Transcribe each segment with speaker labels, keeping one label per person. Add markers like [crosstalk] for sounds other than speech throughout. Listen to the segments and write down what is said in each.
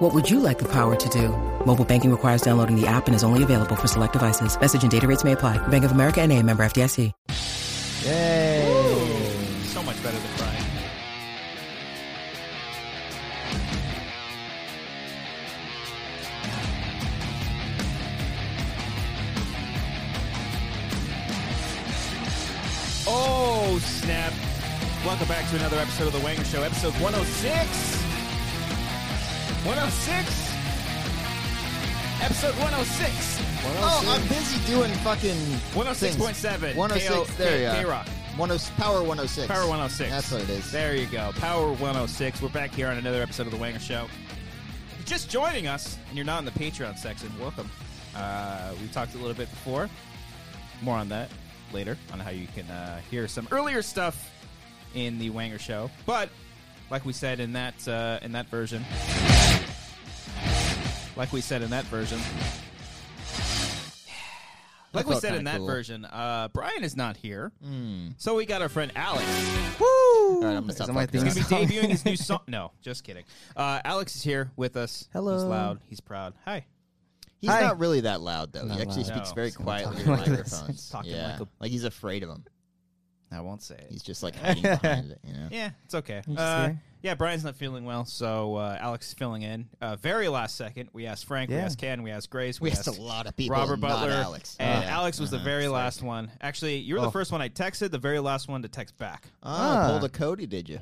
Speaker 1: What would you like the power to do? Mobile banking requires downloading the app and is only available for select devices. Message and data rates may apply. Bank of America and a member FDIC.
Speaker 2: Yay!
Speaker 3: So much better than Brian. Oh, snap. Welcome back to another episode of The Wanger Show, episode 106. 106. Episode 106.
Speaker 2: Oh, I'm busy doing fucking
Speaker 3: 106.7.
Speaker 2: things.
Speaker 3: K-
Speaker 2: 106. there you
Speaker 3: K-
Speaker 2: are.
Speaker 3: K-Rock.
Speaker 2: 106. Power 106.
Speaker 3: Power 106.
Speaker 2: That's what it is.
Speaker 3: There you go. Power 106. We're back here on another episode of The Wanger Show. If you're just joining us and you're not in the Patreon section, welcome. Uh, we talked a little bit before. More on that later, on how you can uh, hear some earlier stuff in The Wanger Show. But, like we said in that, uh, in that version, like we said in that version,
Speaker 2: [sighs]
Speaker 3: like we
Speaker 2: felt
Speaker 3: said in
Speaker 2: kinda
Speaker 3: that
Speaker 2: cool. Hmm.
Speaker 3: version, uh, Brian is not here. So we got our friend Alex.
Speaker 2: All right, I'm gonna stop
Speaker 3: He's
Speaker 2: fucking [laughs] around.
Speaker 3: gonna be debuting his new song. No, just kidding. Uh, Alex is here with us.
Speaker 4: Hello.
Speaker 3: He's loud. He's proud. Hi.
Speaker 2: He's
Speaker 4: Hi.
Speaker 2: not really that loud though.
Speaker 4: Not
Speaker 2: he actually
Speaker 4: loud.
Speaker 2: speaks
Speaker 3: No.
Speaker 2: very
Speaker 3: He's
Speaker 2: quietly
Speaker 4: talking
Speaker 2: in
Speaker 4: like this.
Speaker 2: microphones.
Speaker 3: He's talking
Speaker 2: yeah.
Speaker 3: like a-
Speaker 2: he's afraid of him.
Speaker 3: I won't say it.
Speaker 2: He's just like
Speaker 4: [laughs]
Speaker 2: hiding behind it. You know.
Speaker 3: Yeah, it's okay.
Speaker 4: just
Speaker 3: Uh,
Speaker 4: here.
Speaker 3: yeah, Brian's not feeling well, so uh, Alex is filling in. Uh, very last second, we asked Frank, we
Speaker 4: Yeah.
Speaker 3: asked Ken, we asked Grace, we,
Speaker 2: We asked
Speaker 3: asked
Speaker 2: a lot of people,
Speaker 3: Robert
Speaker 2: not
Speaker 3: Butler,
Speaker 2: Alex.
Speaker 3: and
Speaker 2: Yeah.
Speaker 3: Alex was the
Speaker 2: Uh-huh. Oh.
Speaker 3: very last one. Actually, you were the first one I texted, the very last one to text back.
Speaker 2: Ah,
Speaker 4: Ah.
Speaker 2: pulled a Cody, did you?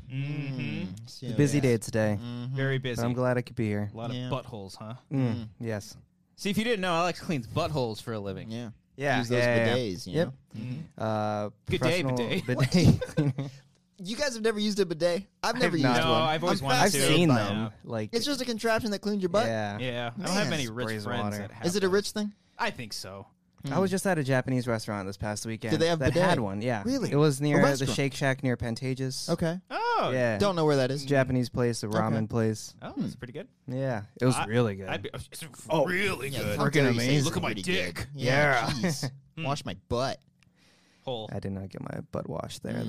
Speaker 2: Mm-hmm.
Speaker 4: Busy day today,
Speaker 3: Very busy.
Speaker 4: but I'm glad I could be here.
Speaker 3: A lot
Speaker 2: Yeah.
Speaker 3: of buttholes, huh?
Speaker 4: Mm, Yes.
Speaker 3: See, if you didn't know, Alex cleans buttholes for a living.
Speaker 2: Yeah.
Speaker 4: Yeah.
Speaker 2: Use those
Speaker 4: yeah, yeah, yeah.
Speaker 2: bidets. You know? Mm-hmm.
Speaker 4: Yep. Uh,
Speaker 3: Good day,
Speaker 4: professional
Speaker 3: bidet.
Speaker 4: [laughs] bidet.
Speaker 2: [laughs] You guys have never used a bidet. I've never used
Speaker 4: not.
Speaker 2: one.
Speaker 3: No, I've always
Speaker 2: I'm
Speaker 3: wanted to.
Speaker 4: I've
Speaker 2: fascinated
Speaker 4: seen
Speaker 2: by it.
Speaker 4: them. Like
Speaker 2: It's just a contraption that cleans your butt.
Speaker 4: yeah.
Speaker 3: Yeah, I don't have
Speaker 2: Man.
Speaker 3: any rich
Speaker 4: Sprays
Speaker 3: friends
Speaker 4: water.
Speaker 3: that have
Speaker 2: Is it a
Speaker 3: those.
Speaker 2: rich thing?
Speaker 3: I think so.
Speaker 4: I was just at a Japanese restaurant this past weekend.
Speaker 2: Mm. they have
Speaker 4: that
Speaker 2: bidet?
Speaker 4: had one? Yeah.
Speaker 2: Really?
Speaker 4: It was
Speaker 2: A
Speaker 4: near the
Speaker 2: restaurant?
Speaker 4: Shake Shack near Pantages.
Speaker 2: Okay.
Speaker 3: Oh,
Speaker 4: Yeah.
Speaker 2: Don't Uh, know where that is.
Speaker 4: Japanese place, a ramen place.
Speaker 3: Oh,
Speaker 2: Hmm.
Speaker 3: that's pretty good.
Speaker 4: Yeah. It was
Speaker 3: I-
Speaker 4: really good.
Speaker 3: I'd be, oh, it's really
Speaker 2: Oh, Yeah,
Speaker 3: good.
Speaker 2: how dare you say it's
Speaker 3: Look at my
Speaker 2: pretty good.
Speaker 3: dick.
Speaker 2: Yeah.
Speaker 4: [laughs]
Speaker 2: jeez. Wash my butt.
Speaker 3: Hole.
Speaker 4: I did not get my butt washed
Speaker 2: Mm.
Speaker 4: there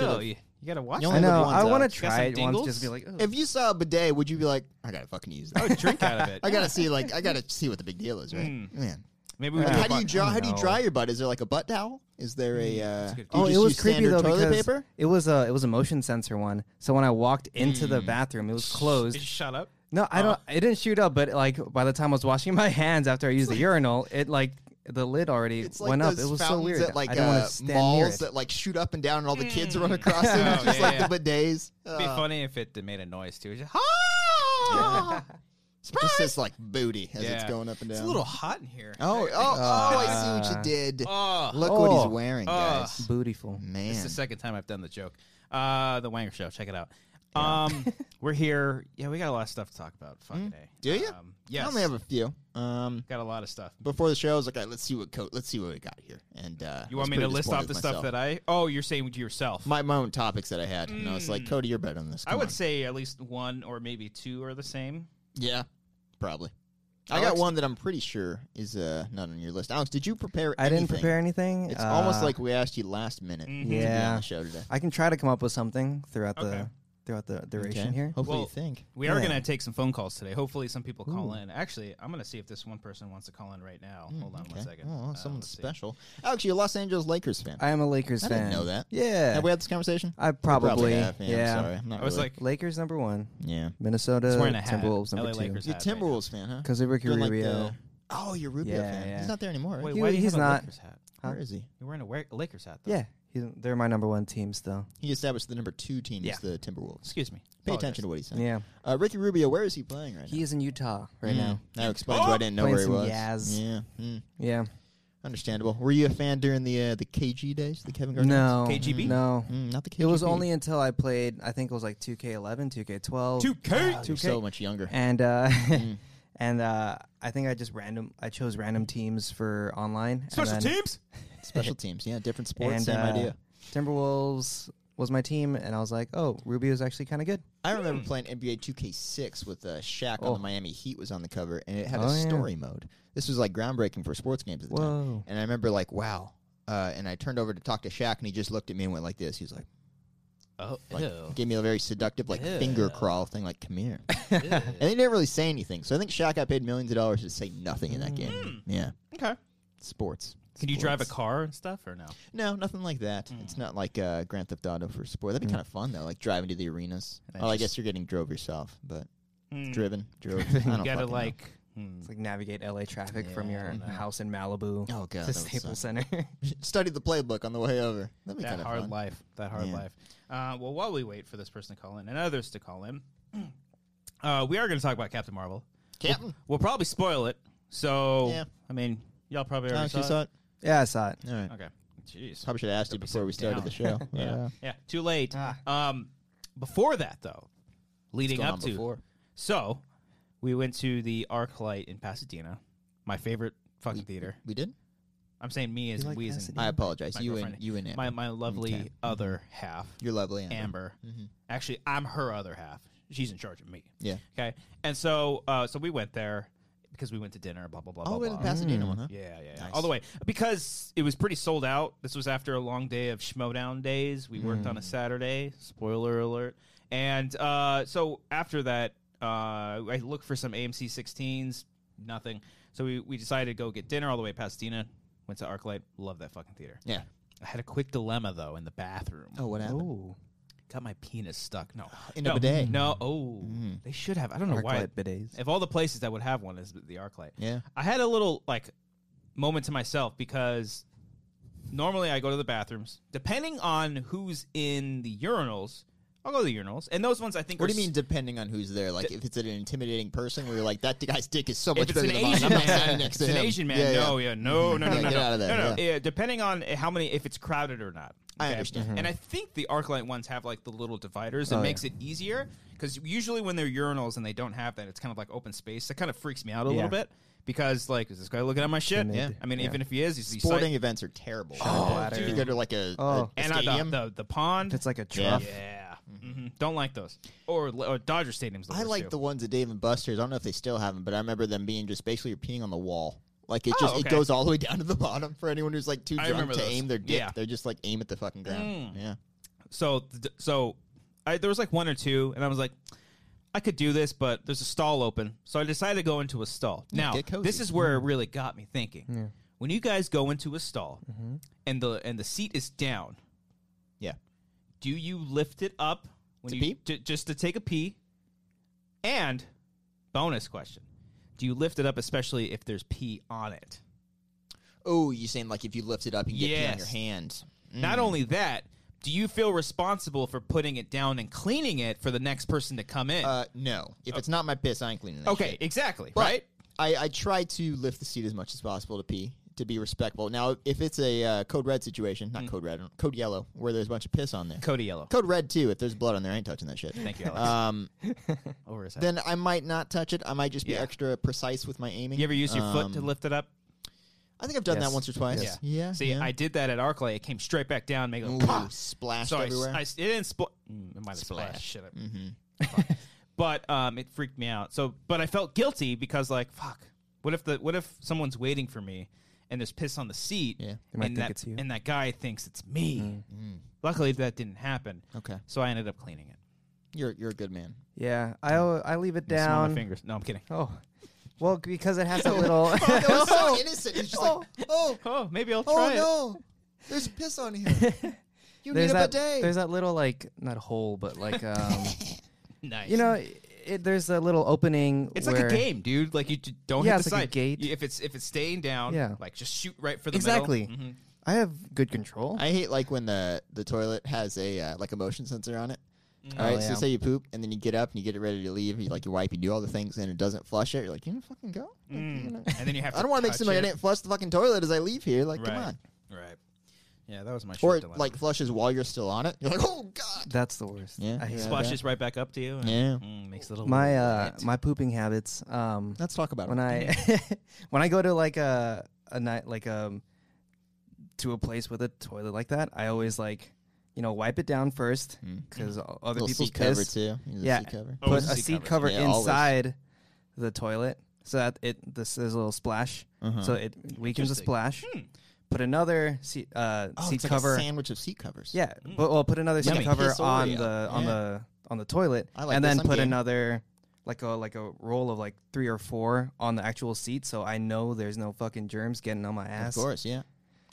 Speaker 4: though.
Speaker 3: Ew, you, you gotta watch.
Speaker 2: You
Speaker 4: I
Speaker 2: only
Speaker 3: that.
Speaker 4: know.
Speaker 2: the ones
Speaker 4: I want
Speaker 2: out.
Speaker 4: to
Speaker 2: You
Speaker 3: got
Speaker 4: try
Speaker 3: some
Speaker 4: it once.
Speaker 3: dingles?
Speaker 4: Just be like, "Ugh."
Speaker 2: If you saw a bidet, would you be like, I gotta fucking use
Speaker 3: I
Speaker 2: that?
Speaker 4: [laughs]
Speaker 3: would drink out of it.
Speaker 2: [laughs] I gotta see, like, I gotta see what the big deal is, right?
Speaker 4: Hmm.
Speaker 2: Man.
Speaker 3: Maybe we.
Speaker 4: Uh,
Speaker 3: do a
Speaker 2: How do you
Speaker 3: button.
Speaker 2: dry? How do you
Speaker 4: No.
Speaker 2: dry your butt? Is there like a butt towel? Is there a? Uh, do you
Speaker 4: Oh, it
Speaker 2: just
Speaker 4: was
Speaker 2: use
Speaker 4: creepy
Speaker 2: standard
Speaker 4: though
Speaker 2: toilet
Speaker 4: because
Speaker 2: paper.
Speaker 4: it was a it was a motion sensor one. So when I walked into
Speaker 2: Mm.
Speaker 4: the bathroom, it was
Speaker 3: Did you
Speaker 4: closed.
Speaker 3: shut up?
Speaker 4: No, I don't.
Speaker 2: Uh.
Speaker 4: It didn't shoot up, but like by the time I was washing my hands after I used the urinal, it like the lid already
Speaker 2: It's like
Speaker 4: went up.
Speaker 2: those
Speaker 4: It was so
Speaker 2: fountains
Speaker 4: weird.
Speaker 2: at like
Speaker 4: I don't
Speaker 2: uh,
Speaker 4: want to stand near
Speaker 2: malls
Speaker 4: it.
Speaker 2: that like shoot up and down, and all the kids run across it. It's just
Speaker 3: yeah,
Speaker 2: like
Speaker 3: Hmm. Oh, yeah.
Speaker 2: the bidets.
Speaker 3: It'd be
Speaker 2: Uh,
Speaker 3: funny if it made a noise too. It's just, [laughs]
Speaker 2: Ah! just says like booty as it's
Speaker 3: Yeah.
Speaker 2: going up and down.
Speaker 3: It's a little hot in here. Uh,
Speaker 2: Oh, oh, oh! I see what you did.
Speaker 3: Oh.
Speaker 2: Look what he's
Speaker 4: Ah. Oh.
Speaker 2: wearing,
Speaker 3: Oh.
Speaker 2: guys.
Speaker 4: Beautiful.
Speaker 2: Man,
Speaker 3: It's the second time I've done the joke. Uh, the Wanger Show. Check it out.
Speaker 2: [laughs]
Speaker 3: Um, we're here. Yeah, we got a lot of stuff to talk about. Fucking a.
Speaker 2: Hmm? Do you?
Speaker 3: Um, yes.
Speaker 2: I only have a few. Um,
Speaker 3: got a lot of stuff.
Speaker 2: before the show, I was like, "All right, let's see what co- let's see what we got here." And uh,
Speaker 3: You want me to list off the stuff that I? Oh, you're saying to yourself.
Speaker 2: my my own topics that I had, and I was like, "Cody, you're better than this."
Speaker 3: Hmm. I
Speaker 2: Come
Speaker 3: would
Speaker 2: on.
Speaker 3: say at least one or maybe two are the same.
Speaker 2: yeah, probably. I
Speaker 3: Alex?
Speaker 2: got one that I'm pretty sure is uh, not on your list. Alex, did you prepare?
Speaker 4: I didn't
Speaker 2: anything?
Speaker 4: prepare anything.
Speaker 2: It's almost
Speaker 4: Uh,
Speaker 2: like we asked you last minute to be on
Speaker 4: yeah.
Speaker 2: the show today.
Speaker 4: I can try to come up with something throughout
Speaker 3: Okay.
Speaker 4: the throughout the duration
Speaker 2: Okay.
Speaker 4: here.
Speaker 2: Hopefully,
Speaker 3: Well,
Speaker 2: you think.
Speaker 3: We are
Speaker 4: Yeah.
Speaker 3: going to take some phone calls today. Hopefully, some people call in. Actually, I'm going to see if this one person wants to call in right now. Hold on one
Speaker 2: Okay.
Speaker 3: second.
Speaker 2: Oh,
Speaker 3: Uh,
Speaker 2: someone
Speaker 3: let's see.
Speaker 2: special. Alex, you're a Los Angeles Lakers fan.
Speaker 4: I am a Lakers
Speaker 2: I
Speaker 4: fan.
Speaker 2: didn't know that.
Speaker 4: Yeah.
Speaker 2: Have we had this conversation?
Speaker 4: I
Speaker 2: We probably
Speaker 4: probably-
Speaker 2: have. Yeah,
Speaker 4: yeah.
Speaker 2: I'm sorry. I'm not
Speaker 3: I was
Speaker 2: really-
Speaker 3: like,
Speaker 4: Lakers number one.
Speaker 2: yeah.
Speaker 4: Minnesota
Speaker 3: He's wearing a hat.
Speaker 4: Timberwolves number
Speaker 3: LA
Speaker 4: two.
Speaker 3: Lakers
Speaker 2: You're a
Speaker 3: hat right now.
Speaker 2: Timberwolves fan, huh?
Speaker 4: Because of Ricky
Speaker 2: You're like
Speaker 4: Rubio.
Speaker 2: the- oh, you're a Rubio
Speaker 4: Yeah,
Speaker 2: fan.
Speaker 4: yeah.
Speaker 2: He's not there anymore. Right?
Speaker 3: Wait,
Speaker 4: He-
Speaker 3: why do you
Speaker 4: he's
Speaker 3: have a
Speaker 4: not-
Speaker 3: Lakers hat?
Speaker 4: Huh?
Speaker 2: Where is he?
Speaker 3: You're wearing a wa- Lakers hat. Though.
Speaker 4: Yeah, he, they're my number one team still.
Speaker 2: He established the number two team
Speaker 4: Yeah.
Speaker 2: is the Timberwolves.
Speaker 3: Excuse me.
Speaker 2: Pay
Speaker 3: Apologize.
Speaker 2: attention to what he's saying.
Speaker 4: Yeah,
Speaker 2: Uh, Ricky Rubio, where is he playing right
Speaker 4: he is in Utah
Speaker 2: now?
Speaker 4: right
Speaker 2: Mm.
Speaker 4: now.
Speaker 2: That explains why I didn't know
Speaker 4: Playing
Speaker 2: where he
Speaker 4: some
Speaker 2: was.
Speaker 4: Yaz.
Speaker 2: Yeah. Mm.
Speaker 4: Yeah,
Speaker 2: Understandable. Were you a fan during the uh, the KG days, the Kevin Garnett?
Speaker 4: no,
Speaker 3: KGB?
Speaker 4: no.
Speaker 2: days? Mm, not the KG.
Speaker 4: It was only until I played. I think it was like 2K11, 2K12,
Speaker 3: 2K.
Speaker 2: Oh, You're so much younger.
Speaker 3: Mm.
Speaker 4: [laughs] and uh, and uh, I think I just random I chose random teams for online. and
Speaker 3: Special
Speaker 4: then-
Speaker 3: teams.
Speaker 2: Special teams, yeah, different sports,
Speaker 4: and,
Speaker 2: same
Speaker 4: uh,
Speaker 2: idea.
Speaker 4: Timberwolves was my team, and I was like, oh, Ruby was actually kind of good.
Speaker 2: I
Speaker 4: [clears throat]
Speaker 2: remember playing NBA 2K6 with uh, Shaq on
Speaker 4: Oh.
Speaker 2: the Miami Heat was on the cover, and it had
Speaker 4: Oh,
Speaker 2: a
Speaker 4: yeah.
Speaker 2: story mode. This was like groundbreaking for sports games at the time.
Speaker 4: Whoa.
Speaker 2: And I remember like, wow. Uh, and I turned over to talk to Shaq, and he just looked at me and went like this. He was like,
Speaker 5: Oh,
Speaker 2: like gave me a very seductive like
Speaker 5: Ew.
Speaker 2: finger crawl thing, like come
Speaker 4: [laughs]
Speaker 2: here.
Speaker 5: ew.
Speaker 2: and they didn't really say anything. So I think Shaq got paid millions of dollars to say nothing
Speaker 4: Mm.
Speaker 2: in that game.
Speaker 4: Hmm.
Speaker 2: Yeah,
Speaker 3: Okay.
Speaker 2: sports.
Speaker 3: Can you drive a car and stuff or no?
Speaker 2: No, nothing like that. It's
Speaker 3: Hmm.
Speaker 2: not like uh, Grand Theft Auto for sport. That'd be kind of fun though, like driving to the arenas.
Speaker 3: And I
Speaker 2: Oh, I
Speaker 3: just-
Speaker 2: guess you're getting drove yourself, but
Speaker 3: Mm.
Speaker 2: driven, drove. I
Speaker 3: [laughs]
Speaker 2: don't
Speaker 3: You gotta
Speaker 2: fucking know.
Speaker 3: like. hmm.
Speaker 4: It's like navigate LA traffic from
Speaker 2: Yeah,
Speaker 4: your house in Malibu
Speaker 2: Oh, God, that
Speaker 4: to
Speaker 2: would
Speaker 4: Staples
Speaker 2: suck.
Speaker 4: Center.
Speaker 2: [laughs]
Speaker 4: [laughs]
Speaker 2: study the playbook on the way over. That'd be
Speaker 3: that
Speaker 2: kind of
Speaker 3: hard
Speaker 2: fun.
Speaker 3: life. That hard
Speaker 2: Yeah.
Speaker 3: life. Uh, well, while we wait for this person to call in and others to call in, [clears throat] uh, we are going to talk about Captain Marvel.
Speaker 2: Captain.
Speaker 3: We'll probably spoil it. So,
Speaker 2: Yeah.
Speaker 3: I mean, y'all probably already saw,
Speaker 2: actually saw it.
Speaker 4: yeah, I saw it.
Speaker 2: All right.
Speaker 3: it. Okay. Jeez.
Speaker 2: Probably should have asked you before we started the show.
Speaker 3: [laughs] Yeah. Yeah. Too late.
Speaker 2: Ah.
Speaker 3: Um, before that, though, leading
Speaker 2: going
Speaker 3: up
Speaker 2: on
Speaker 3: to.
Speaker 2: before?
Speaker 3: So, we went to the Arc Light in Pasadena, my favorite fucking theater.
Speaker 2: We did.
Speaker 3: I'm saying me as
Speaker 4: like
Speaker 3: we as in
Speaker 4: Pasadena?
Speaker 2: I apologize.
Speaker 3: my
Speaker 2: you and
Speaker 3: girlfriend.
Speaker 2: you and Amber.
Speaker 3: my my lovely
Speaker 2: Okay.
Speaker 3: other half,
Speaker 2: You're lovely, Amber. Mm-hmm.
Speaker 3: Amber. Actually, I'm her other half. She's in charge of me.
Speaker 2: Yeah.
Speaker 3: Okay. And so, uh, so we went there because we went to dinner. Blah blah blah.
Speaker 2: All the
Speaker 3: blah,
Speaker 2: way Oh, to the
Speaker 3: blah. Mm.
Speaker 2: Pasadena one, huh?
Speaker 3: Yeah, yeah, yeah. all the way because it was pretty sold out. This was after a long day of schmodown days. We worked on
Speaker 2: Mm.
Speaker 3: a Saturday. Spoiler alert! And uh, so after that, uh, I looked for some AMC 16s. Nothing. So we, we decided to go get dinner all the way to Pasadena. Went to ArcLight. Love that fucking theater.
Speaker 2: Yeah.
Speaker 3: I had a quick dilemma though in the bathroom.
Speaker 2: Oh, what happened?
Speaker 4: Ooh,
Speaker 3: Got my penis stuck. No,
Speaker 2: In
Speaker 3: no,
Speaker 2: a bidet. Mm.
Speaker 3: No. Oh, they should have. I don't know why.
Speaker 4: Arclight bidets.
Speaker 3: If all the places that would have one is the ArcLight.
Speaker 2: Yeah.
Speaker 3: I had a little like moment to myself because normally I go to the bathrooms. Depending on who's in the urinals, I'll go to the urinals, and those ones I think.
Speaker 2: What
Speaker 3: are
Speaker 2: do you mean?
Speaker 3: s-
Speaker 2: Depending on who's there, like if it's an intimidating person, where you're like, that guy's dick is so much
Speaker 3: If it's
Speaker 2: bigger
Speaker 3: an
Speaker 2: than mine.
Speaker 3: Asian
Speaker 2: I'm not
Speaker 3: man,
Speaker 2: [laughs] standing next
Speaker 3: it's
Speaker 2: to
Speaker 3: an
Speaker 2: him.
Speaker 3: Asian man.
Speaker 2: Yeah,
Speaker 3: no, yeah, no, no, no,
Speaker 2: Yeah,
Speaker 3: no,
Speaker 2: get
Speaker 3: no.
Speaker 2: out of
Speaker 3: No,
Speaker 2: there,
Speaker 3: no.
Speaker 2: yeah.
Speaker 3: Yeah, depending on how many, if it's crowded or not.
Speaker 2: I understand. Mm-hmm. Oh,
Speaker 3: And I think the ArcLight ones have like the little dividers. It
Speaker 4: yeah.
Speaker 3: makes it easier because usually when they're urinals and they don't have that, it's kind of like open space. That kind of freaks me out a
Speaker 4: Yeah.
Speaker 3: little bit because like, is this guy looking at my shit?
Speaker 4: Timid. Yeah.
Speaker 3: I mean, even if he is, he's he's
Speaker 2: Sporting events are terrible. Oh, if you go to like a, a-
Speaker 4: Oh.
Speaker 2: a
Speaker 3: and I
Speaker 2: stadium,
Speaker 3: thought the the pond.
Speaker 4: If it's like a
Speaker 2: Yeah.
Speaker 4: trough.
Speaker 3: yeah, hmm don't like those. Or, or Dodger Stadium's. The
Speaker 2: I
Speaker 3: worst,
Speaker 2: like
Speaker 3: too.
Speaker 2: the ones at Dave and Buster's. I don't know if they still have them, but I remember them being just basically peeing on the wall. Like it
Speaker 3: Oh,
Speaker 2: just
Speaker 3: okay.
Speaker 2: it goes all the way down to the [laughs] bottom for anyone who's like too
Speaker 3: I
Speaker 2: drunk
Speaker 3: remember
Speaker 2: to
Speaker 3: those.
Speaker 2: aim their dick.
Speaker 3: Yeah. Mm.
Speaker 2: They're just like aim at the fucking ground. Yeah.
Speaker 3: so th- so I, there was like one or two, and I was like, I could do this, but there's a stall open, so I decided to go into a stall.
Speaker 2: get
Speaker 3: now
Speaker 2: cozy. Mm-hmm.
Speaker 3: this is where it really got me thinking. When you guys go into a stall
Speaker 2: Mm-hmm.
Speaker 3: and the and the seat is down,
Speaker 2: Yeah.
Speaker 3: do you lift it up when
Speaker 2: To
Speaker 3: you
Speaker 2: pee?
Speaker 3: j- just to take a pee? And bonus question: Do you lift it up, especially if there's pee on it?
Speaker 2: Oh, you saying like if you lift it up, you get pee on your
Speaker 3: Yes.
Speaker 2: hand. Mm.
Speaker 3: Not only that, do you feel responsible for putting it down and cleaning it for the next person to come in?
Speaker 2: Uh, no. If it's not my piss, I ain't cleaning that
Speaker 3: okay,
Speaker 2: shit.
Speaker 3: exactly,
Speaker 2: But
Speaker 3: right?
Speaker 2: I, I try to lift the seat as much as possible to pee to be respectful. Now, if it's a uh, code red situation,
Speaker 3: Mm.
Speaker 2: not code red, I don't- code yellow, where there's a bunch of piss on there,
Speaker 3: Cody Yellow.
Speaker 2: code red too. If there's blood on there, I ain't touching that shit.
Speaker 3: Thank you, Alex.
Speaker 2: Um,
Speaker 3: [laughs] Over his head.
Speaker 2: then I might not touch it. I might just be
Speaker 3: Yeah.
Speaker 2: extra precise with my aiming.
Speaker 3: you ever use your foot
Speaker 2: Um,
Speaker 3: to lift it up?
Speaker 2: I think I've done
Speaker 4: Yes.
Speaker 2: that once or twice.
Speaker 3: Yeah.
Speaker 2: Yeah.
Speaker 3: See,
Speaker 2: yeah.
Speaker 3: I did that at Arclay. It came straight back down, making
Speaker 2: Ooh,
Speaker 3: a pop.
Speaker 2: splashed
Speaker 3: So I,
Speaker 2: everywhere.
Speaker 3: I- it didn't spl- mm, it might have splashed.
Speaker 2: Splash. Mm-hmm.
Speaker 3: Shit. I- [laughs] fuck. but um, it freaked me out. So, but I felt guilty because, like, fuck. What if the what if someone's waiting for me and there's piss on the seat?
Speaker 2: Yeah. Mm.
Speaker 4: They might
Speaker 3: and
Speaker 4: think
Speaker 3: that,
Speaker 4: it's you.
Speaker 3: And that guy thinks it's me. Luckily, that didn't happen.
Speaker 2: Okay.
Speaker 3: So I ended up cleaning it.
Speaker 2: you're you're a good [laughs] man.
Speaker 4: Yeah, I I leave it
Speaker 3: Smell my
Speaker 4: down.
Speaker 3: fingers. No, I'm kidding.
Speaker 4: Oh, well, because it has a
Speaker 3: [laughs]
Speaker 4: little.
Speaker 2: That was so innocent. He's just like, oh,
Speaker 3: Oh, maybe I'll [laughs]
Speaker 2: oh
Speaker 3: try it.
Speaker 2: no, there's piss
Speaker 3: [laughs]
Speaker 2: on here. You need
Speaker 4: there's
Speaker 2: a
Speaker 4: that
Speaker 2: bidet.
Speaker 4: there's that little like not hole, but
Speaker 2: [laughs]
Speaker 4: like um,
Speaker 3: Nice.
Speaker 4: you know, it, there's a little opening.
Speaker 3: It's
Speaker 4: where
Speaker 3: like a game, dude. Like you j- don't
Speaker 4: Yeah,
Speaker 3: hit the
Speaker 4: it's like a
Speaker 3: side.
Speaker 4: gate.
Speaker 3: You- If it's if it's staying down,
Speaker 4: Yeah.
Speaker 3: like just shoot right for the
Speaker 4: Exactly.
Speaker 3: middle. Mhm.
Speaker 4: I have good control.
Speaker 2: I hate like when the the toilet has a uh, like a motion sensor on it.
Speaker 3: Mm.
Speaker 2: All
Speaker 3: Oh,
Speaker 2: right,
Speaker 4: yeah.
Speaker 2: so say you poop and then you get up and you get it ready to leave. You like you wipe, you do all the things, and it doesn't flush it. You're like, you didn't fucking go.
Speaker 3: Mm. And then you
Speaker 4: [laughs]
Speaker 3: have.
Speaker 2: I don't want to make
Speaker 3: touch
Speaker 2: seem like I
Speaker 3: it.
Speaker 2: didn't flush the fucking toilet as I leave here. Like,
Speaker 3: Right.
Speaker 2: come on.
Speaker 3: Right. Yeah, that was my.
Speaker 2: Or
Speaker 3: short
Speaker 2: it
Speaker 3: dilemma.
Speaker 2: like flushes while you're still on it. You're like, oh god. worst.
Speaker 4: That's the worst.
Speaker 2: Yeah.
Speaker 4: I hate
Speaker 2: Yeah.
Speaker 4: it.
Speaker 3: Splashes right back up to you. and,
Speaker 2: Yeah.
Speaker 3: mm, makes a little.
Speaker 4: uh, my uh
Speaker 3: wet.
Speaker 4: my pooping habits. Um,
Speaker 2: Let's talk about
Speaker 4: when
Speaker 2: it.
Speaker 4: I [laughs] when I go to like a a night like um to a place with a toilet like that, I always like you know wipe it down first because other
Speaker 2: Mm. Little
Speaker 4: people's
Speaker 2: seat cover
Speaker 4: piss.
Speaker 2: too. You know, the
Speaker 4: Yeah.
Speaker 2: seat cover.
Speaker 3: Oh,
Speaker 4: Put
Speaker 3: it's
Speaker 4: a seat cover
Speaker 2: Yeah, always.
Speaker 4: inside the toilet so that it this there's a little splash,
Speaker 2: Mm-hmm.
Speaker 4: so it weakens the
Speaker 3: Interesting.
Speaker 4: splash. Put another seat uh
Speaker 2: Hmm. Oh,
Speaker 4: seat
Speaker 2: it's like
Speaker 4: cover.
Speaker 2: a sandwich of seat covers.
Speaker 4: Yeah, but well, put another
Speaker 2: Yummy.
Speaker 4: seat cover
Speaker 2: Piss
Speaker 4: on
Speaker 2: Oreo.
Speaker 4: the on
Speaker 2: Yeah.
Speaker 4: the on the toilet,
Speaker 2: I like
Speaker 4: and
Speaker 2: this.
Speaker 4: then
Speaker 2: I'm
Speaker 4: put
Speaker 2: game.
Speaker 4: another like a like a roll of like three or four on the actual seat, so I know there's no fucking germs getting on my
Speaker 2: Of
Speaker 4: ass.
Speaker 2: course, yeah.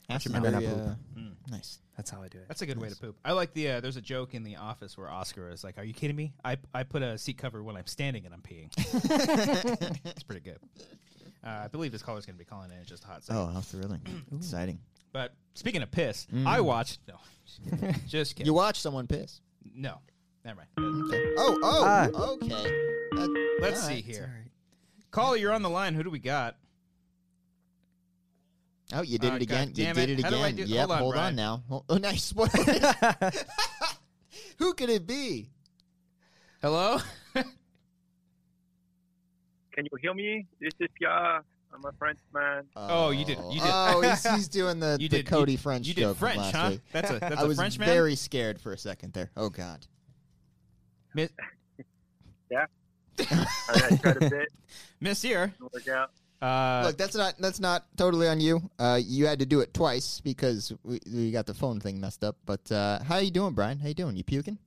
Speaker 2: That's
Speaker 4: remember
Speaker 2: very,
Speaker 4: that
Speaker 2: uh,
Speaker 3: Mm.
Speaker 2: Nice.
Speaker 4: That's how I do it.
Speaker 3: That's a good way to poop. I like the. Uh, there's a joke in The Office where Oscar is like, "Are you kidding me? I I put a seat cover when I'm standing and I'm
Speaker 4: [laughs]
Speaker 3: peeing." it's pretty good. Uh, I believe this caller's going to be calling in in just a hot second.
Speaker 2: Oh, how thrilling. Exciting.
Speaker 3: But speaking of piss, I
Speaker 4: Mm.
Speaker 3: watched. No, just kidding. Just kidding.
Speaker 2: You watch someone piss.
Speaker 3: no, never mind.
Speaker 2: Okay. Oh, oh,
Speaker 4: Ah.
Speaker 2: okay. That-
Speaker 3: Let's
Speaker 2: all
Speaker 3: see
Speaker 2: right.
Speaker 3: here. Caller, you're on the line. Who do we got?
Speaker 2: Oh, you did
Speaker 3: Uh,
Speaker 2: it again.
Speaker 3: God
Speaker 2: You
Speaker 3: damn
Speaker 2: did
Speaker 3: it.
Speaker 2: it
Speaker 3: How do I
Speaker 2: again.
Speaker 3: do-
Speaker 2: Yep,
Speaker 3: hold on,
Speaker 2: hold
Speaker 3: Brian.
Speaker 2: on now. Hol- Oh, [laughs] nice. What- Who could it be?
Speaker 3: Hello.
Speaker 5: Can you hear me? This is Pierre. I'm a Frenchman.
Speaker 3: Oh, you did- you did-
Speaker 2: Oh, he's,
Speaker 3: [laughs]
Speaker 2: he's doing the,
Speaker 3: you
Speaker 2: the
Speaker 3: did
Speaker 2: Cody
Speaker 3: you,
Speaker 2: French
Speaker 3: You
Speaker 2: joke
Speaker 3: did
Speaker 2: from
Speaker 3: French,
Speaker 2: last
Speaker 3: huh?
Speaker 2: week.
Speaker 3: That's a that's
Speaker 2: [laughs] I
Speaker 3: a
Speaker 2: was
Speaker 3: French man.
Speaker 2: very scared for a second there. Oh God.
Speaker 3: Mi-
Speaker 5: I I tried
Speaker 2: [laughs]
Speaker 5: a bit.
Speaker 3: Monsieur.
Speaker 5: didn't work out.
Speaker 3: Uh,
Speaker 2: Look, that's not that's not totally on you. Uh, you had to do it twice because we, we got the phone thing messed up. But uh, how you doing, Brian? How you doing? You puking?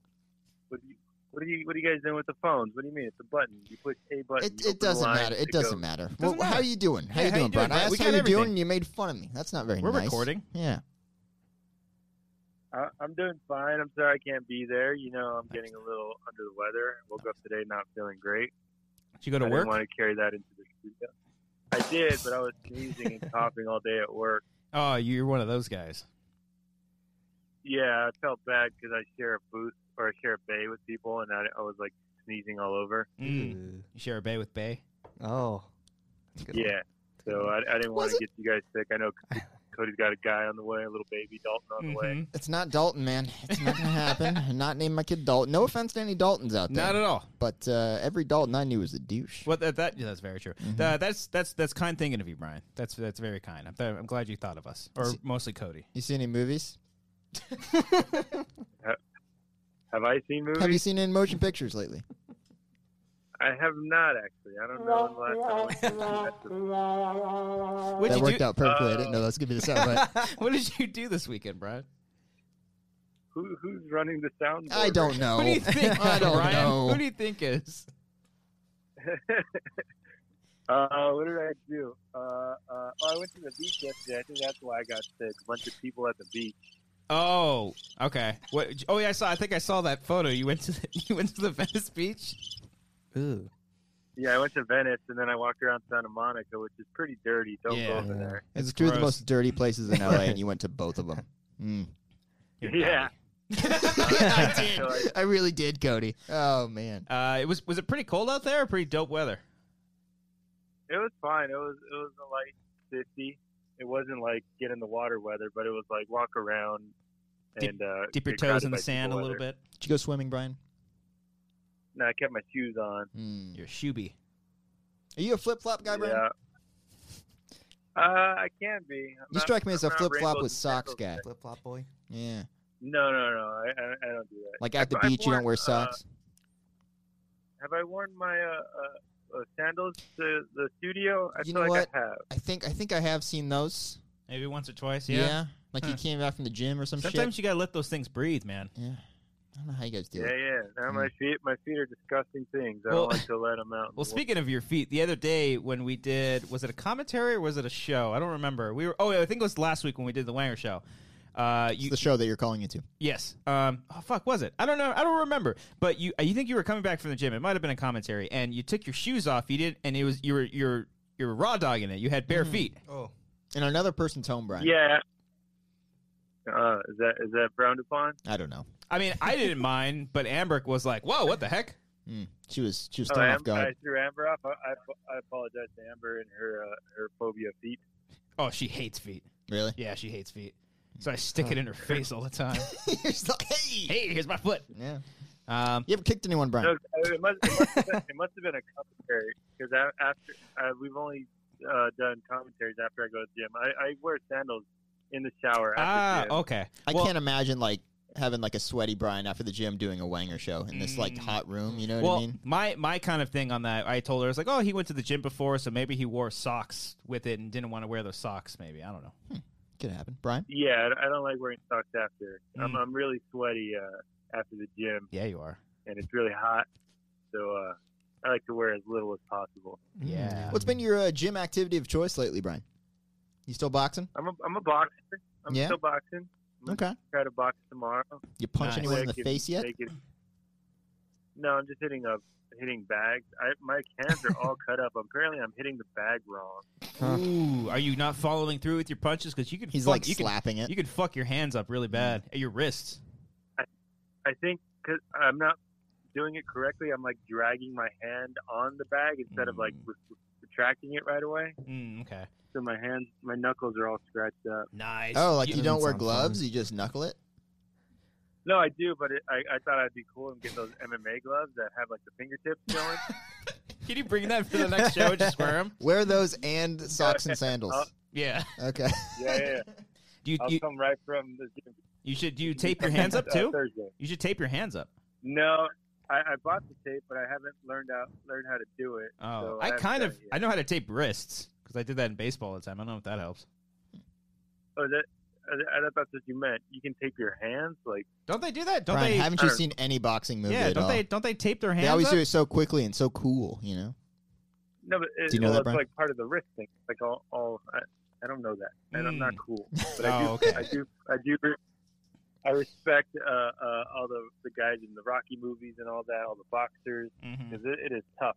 Speaker 5: What do you? What are you? What are you guys doing with the phones? What do you mean? It's a button. You push a button.
Speaker 2: It,
Speaker 5: you open
Speaker 2: it
Speaker 5: the
Speaker 2: doesn't
Speaker 5: line,
Speaker 2: matter. It
Speaker 5: goes.
Speaker 2: doesn't matter.
Speaker 3: Doesn't
Speaker 2: well, How
Speaker 3: matter.
Speaker 2: you doing? How
Speaker 3: Yeah,
Speaker 2: you
Speaker 3: how you
Speaker 2: doing, Brian?
Speaker 3: doing, Brian?
Speaker 2: I asked
Speaker 3: We
Speaker 2: how
Speaker 3: got
Speaker 2: you
Speaker 3: everything.
Speaker 2: doing, and you made fun of me. That's not very
Speaker 3: We're
Speaker 2: nice.
Speaker 3: recording.
Speaker 2: Yeah.
Speaker 5: I, I'm doing fine. I'm sorry I can't be there. You know, I'm getting a little under the weather. Woke up today not feeling great.
Speaker 3: did you go to
Speaker 5: I
Speaker 3: work?
Speaker 5: didn't want to carry that into the studio. I did, but I was sneezing and coughing all day at work.
Speaker 3: Oh, you're one of those guys.
Speaker 5: Yeah, I felt bad because I share a booth or I share a bay with people, and I, I was like sneezing all over.
Speaker 3: Mm. You share a bay with bay.
Speaker 4: Ooh. Oh, That's a good one.
Speaker 5: Yeah. So I, I didn't want
Speaker 2: Was
Speaker 5: to get you guys sick.
Speaker 2: [laughs]
Speaker 5: I know C- Cody's got a guy on the way, a little baby Dalton on the way.
Speaker 3: Mhm.
Speaker 2: It's not Dalton, man. It's not gonna happen. [laughs] I'm not naming my kid Dalton. No offense to any Daltons out there.
Speaker 3: Not at all.
Speaker 2: But uh, every Dalton I knew was a douche.
Speaker 3: Well, that, that yeah, that's very true.
Speaker 2: Mm-hmm.
Speaker 3: Uh, that's that's that's kind thinking of you, Brian. That's that's very kind. I'm, th- I'm glad you thought of us, or mostly Cody.
Speaker 2: You see any movies?
Speaker 5: Have I seen movies?
Speaker 2: Have you seen any motion pictures lately?
Speaker 5: I have not actually. I don't know when the last time I went to the movies.
Speaker 3: What
Speaker 2: that
Speaker 3: did you
Speaker 2: worked
Speaker 3: do?
Speaker 2: out perfectly. I didn't know that was gonna be the
Speaker 3: [laughs]
Speaker 2: soundbite.
Speaker 3: What did you do this weekend, Brian?
Speaker 5: Who, who's running the sound?
Speaker 2: I don't know.
Speaker 3: Who do you think?
Speaker 2: [laughs] I don't
Speaker 3: Brian?
Speaker 2: know.
Speaker 3: Who do you think is?
Speaker 5: Uh, what did I do? Uh, uh, oh, I went to the beach yesterday. I think that's why I got sick. A bunch of people at the beach.
Speaker 3: Oh, okay. What? Oh yeah, I saw. I think I saw that photo. You went to the, [laughs] you went to the Venice Beach.
Speaker 4: Ooh.
Speaker 5: Yeah, I went to Venice and then I walked around Santa Monica, which is pretty dirty. Don't
Speaker 3: Yeah.
Speaker 5: go over there.
Speaker 2: It's two of the
Speaker 3: gross.
Speaker 2: most dirty places in LA, and you went to both of them. [laughs] Mm.
Speaker 5: Yeah.
Speaker 2: [laughs] I
Speaker 5: So [laughs]
Speaker 2: I
Speaker 5: I,
Speaker 2: really did, Cody. Oh man.
Speaker 3: Uh, it was was it pretty cold out there? Or pretty dope weather.
Speaker 5: It was fine. It was it was a light fifty. It wasn't like get in the water weather, but it was like walk around
Speaker 3: Dip-
Speaker 5: and uh,
Speaker 3: Dip your
Speaker 5: get
Speaker 3: toes
Speaker 5: crowded
Speaker 3: in the
Speaker 5: by
Speaker 3: sand a
Speaker 5: people
Speaker 3: little
Speaker 5: weather.
Speaker 3: bit.
Speaker 2: Did you go swimming, Brian?
Speaker 5: No, I kept my shoes on.
Speaker 2: Mm.
Speaker 3: Your shoebie.
Speaker 2: Are you a flip flop guy, Brian?
Speaker 5: yeah. Uh, I can be. I'm
Speaker 2: You
Speaker 5: not-
Speaker 2: strike me as a
Speaker 5: I'm not
Speaker 2: flip flop
Speaker 5: rainbows
Speaker 2: with
Speaker 5: and
Speaker 2: socks
Speaker 5: sandals.
Speaker 2: guy.
Speaker 4: Flip flop boy.
Speaker 2: Yeah.
Speaker 5: No, no, no. I, I, I don't do that.
Speaker 2: Like at the
Speaker 5: I've
Speaker 2: beach, you don't
Speaker 5: worn,
Speaker 2: wear
Speaker 5: uh,
Speaker 2: socks.
Speaker 5: Have I worn my uh, uh, uh, sandals to the studio? I
Speaker 2: You
Speaker 5: feel
Speaker 2: know
Speaker 5: like
Speaker 2: what?
Speaker 5: I have.
Speaker 2: I think I think I have seen those.
Speaker 3: Maybe once or twice.
Speaker 2: Yeah.
Speaker 3: Yeah.
Speaker 2: Like you
Speaker 3: Huh.
Speaker 2: came back from the gym or some
Speaker 3: Sometimes
Speaker 2: shit.
Speaker 3: you gotta let those things breathe, man.
Speaker 2: yeah. I don't know how you guys do
Speaker 5: Yeah,
Speaker 2: it.
Speaker 5: yeah. Now
Speaker 2: Hmm.
Speaker 5: my feet, my feet are disgusting things. I
Speaker 3: Well-
Speaker 5: don't like to let
Speaker 3: [laughs]
Speaker 5: them out. in
Speaker 3: Well,
Speaker 5: the world.
Speaker 3: speaking of your feet, the other day when we did, was it a commentary or was it a show? I don't remember. We were, oh, yeah, I think it was last week when we did the Wanger show. Uh,
Speaker 2: It's
Speaker 3: you,
Speaker 2: the show that you're calling into.
Speaker 3: yes. Um, oh, fuck, was it? I don't know. I don't remember. But you, you think you were coming back from the gym? It might have been a commentary, and you took your shoes off. You did, and it was you were you're you're raw dogging it. You had
Speaker 2: Mm-hmm.
Speaker 3: bare feet.
Speaker 4: Oh.
Speaker 2: In another person's home, Brian.
Speaker 5: Yeah. Uh, is that is that Brown Dupont?
Speaker 2: I don't know.
Speaker 3: I mean, I
Speaker 2: [laughs]
Speaker 3: didn't mind, but Amber was like, "Whoa, what the heck?"
Speaker 2: Mm. She was she was
Speaker 5: Oh,
Speaker 2: thrown off
Speaker 5: Amber, I
Speaker 2: guard.
Speaker 5: threw Amber off. I, I, I apologize to Amber and her uh, her phobia of feet.
Speaker 3: Oh, she hates feet.
Speaker 2: Really?
Speaker 3: Yeah, she hates feet. So I stick it in her face all the
Speaker 2: [laughs]
Speaker 3: time.
Speaker 2: You're just like, hey.
Speaker 3: hey, here's my foot.
Speaker 2: Yeah.
Speaker 3: Um,
Speaker 2: You ever kicked anyone, Brian?
Speaker 5: No, it must, it must, have, been, it must have been a commentary because after uh, we've only uh, done commentaries after I go to the gym. I, I wear sandals in the shower.
Speaker 3: ah,
Speaker 5: After gym.
Speaker 3: okay.
Speaker 2: I
Speaker 3: Well-
Speaker 2: can't imagine like having like a sweaty Brian after the gym doing a Wanger show in this like hot room. You know
Speaker 3: Mm.
Speaker 2: what
Speaker 3: Well,
Speaker 2: I mean?
Speaker 3: my my kind of thing on that, I told her, I was like, oh, he went to the gym before, so maybe he wore socks with it and didn't want to wear those socks. Maybe I don't know.
Speaker 2: Could happen, Brian.
Speaker 5: Yeah, I I don't like wearing socks after. I'm,
Speaker 3: Mm.
Speaker 5: I'm really sweaty uh, after the gym,
Speaker 3: Yeah, you are.
Speaker 5: and it's really hot, so uh, I like to wear as little as possible.
Speaker 2: Mm.
Speaker 3: Yeah.
Speaker 2: Hmm. What's been your uh, gym activity of choice lately, Brian? You still boxing?
Speaker 5: I'm a, I'm a boxer. I'm
Speaker 2: Yeah?
Speaker 5: still boxing. I'm gonna
Speaker 2: Okay.
Speaker 5: Try to box tomorrow.
Speaker 2: You punch
Speaker 3: Nice.
Speaker 2: anyone in
Speaker 5: Quick
Speaker 2: the
Speaker 5: and
Speaker 2: face yet?
Speaker 5: make it- No, I'm just hitting up hitting bags. I, my hands are
Speaker 3: [laughs]
Speaker 5: all cut up. Apparently, I'm hitting the bag wrong.
Speaker 3: Ooh, are you not following through with your punches? Because you could
Speaker 2: He's
Speaker 3: fuck,
Speaker 2: like Mm.
Speaker 3: you could,
Speaker 2: slapping it.
Speaker 3: you could fuck your hands up really bad. Your wrists.
Speaker 5: I think because I'm not doing it correctly, I'm like dragging my hand on the bag instead of like
Speaker 3: Hmm.
Speaker 5: re- retracting it right away.
Speaker 3: Mm, okay.
Speaker 5: So my hands, my knuckles are all scratched up.
Speaker 3: Nice.
Speaker 2: oh, like you,
Speaker 4: Doesn't
Speaker 2: don't wear
Speaker 4: sound
Speaker 2: gloves? You just knuckle it?
Speaker 5: No, I do, but it, I, I thought I'd be cool and get those MMA gloves that have like the fingertips going.
Speaker 3: [laughs] Can you bring that for the
Speaker 2: [laughs]
Speaker 3: next show? Just wear them.
Speaker 2: Wear those
Speaker 5: [laughs]
Speaker 2: and socks and sandals.
Speaker 5: Uh,
Speaker 3: Yeah.
Speaker 2: Okay.
Speaker 5: yeah, yeah. yeah.
Speaker 3: Do you,
Speaker 5: I'll
Speaker 3: you
Speaker 5: come right from the gym.
Speaker 3: you should do you tape your hands up
Speaker 5: [laughs] Uh,
Speaker 3: too?
Speaker 5: Thursday.
Speaker 3: You should tape your hands up.
Speaker 5: No, I, I bought the tape, but I haven't learned out learned how to do it.
Speaker 3: Oh,
Speaker 5: so
Speaker 3: I
Speaker 5: haven't
Speaker 3: kind
Speaker 5: done
Speaker 3: of
Speaker 5: it yet.
Speaker 3: I know how to tape wrists because I did that in baseball all the time. I don't know if that helps.
Speaker 5: Oh, that I, I thought that's what you meant. You can tape your hands, like
Speaker 3: Don't they do that? Don't
Speaker 2: Brian,
Speaker 3: they?
Speaker 2: haven't you
Speaker 5: Sure.
Speaker 2: seen any boxing movie
Speaker 3: yeah.
Speaker 2: at
Speaker 3: Don't
Speaker 2: all?
Speaker 3: they? Don't they tape their hands?
Speaker 2: They always
Speaker 3: up?
Speaker 2: do it so quickly and so cool, you know?
Speaker 5: no, but it,
Speaker 2: Do you know
Speaker 5: well,
Speaker 2: that,
Speaker 5: it's
Speaker 2: Brian?
Speaker 5: like part of the wrist thing. Like all, all I, I don't know that, and I'm not
Speaker 2: Hmm. [laughs]
Speaker 5: cool. But I do,
Speaker 3: Oh, okay.
Speaker 5: I do, I do. re- I respect uh, uh, all the the guys in the Rocky movies and all that, all the boxers,
Speaker 2: Mm-hmm.
Speaker 3: Mhm.
Speaker 5: because it, it is tough.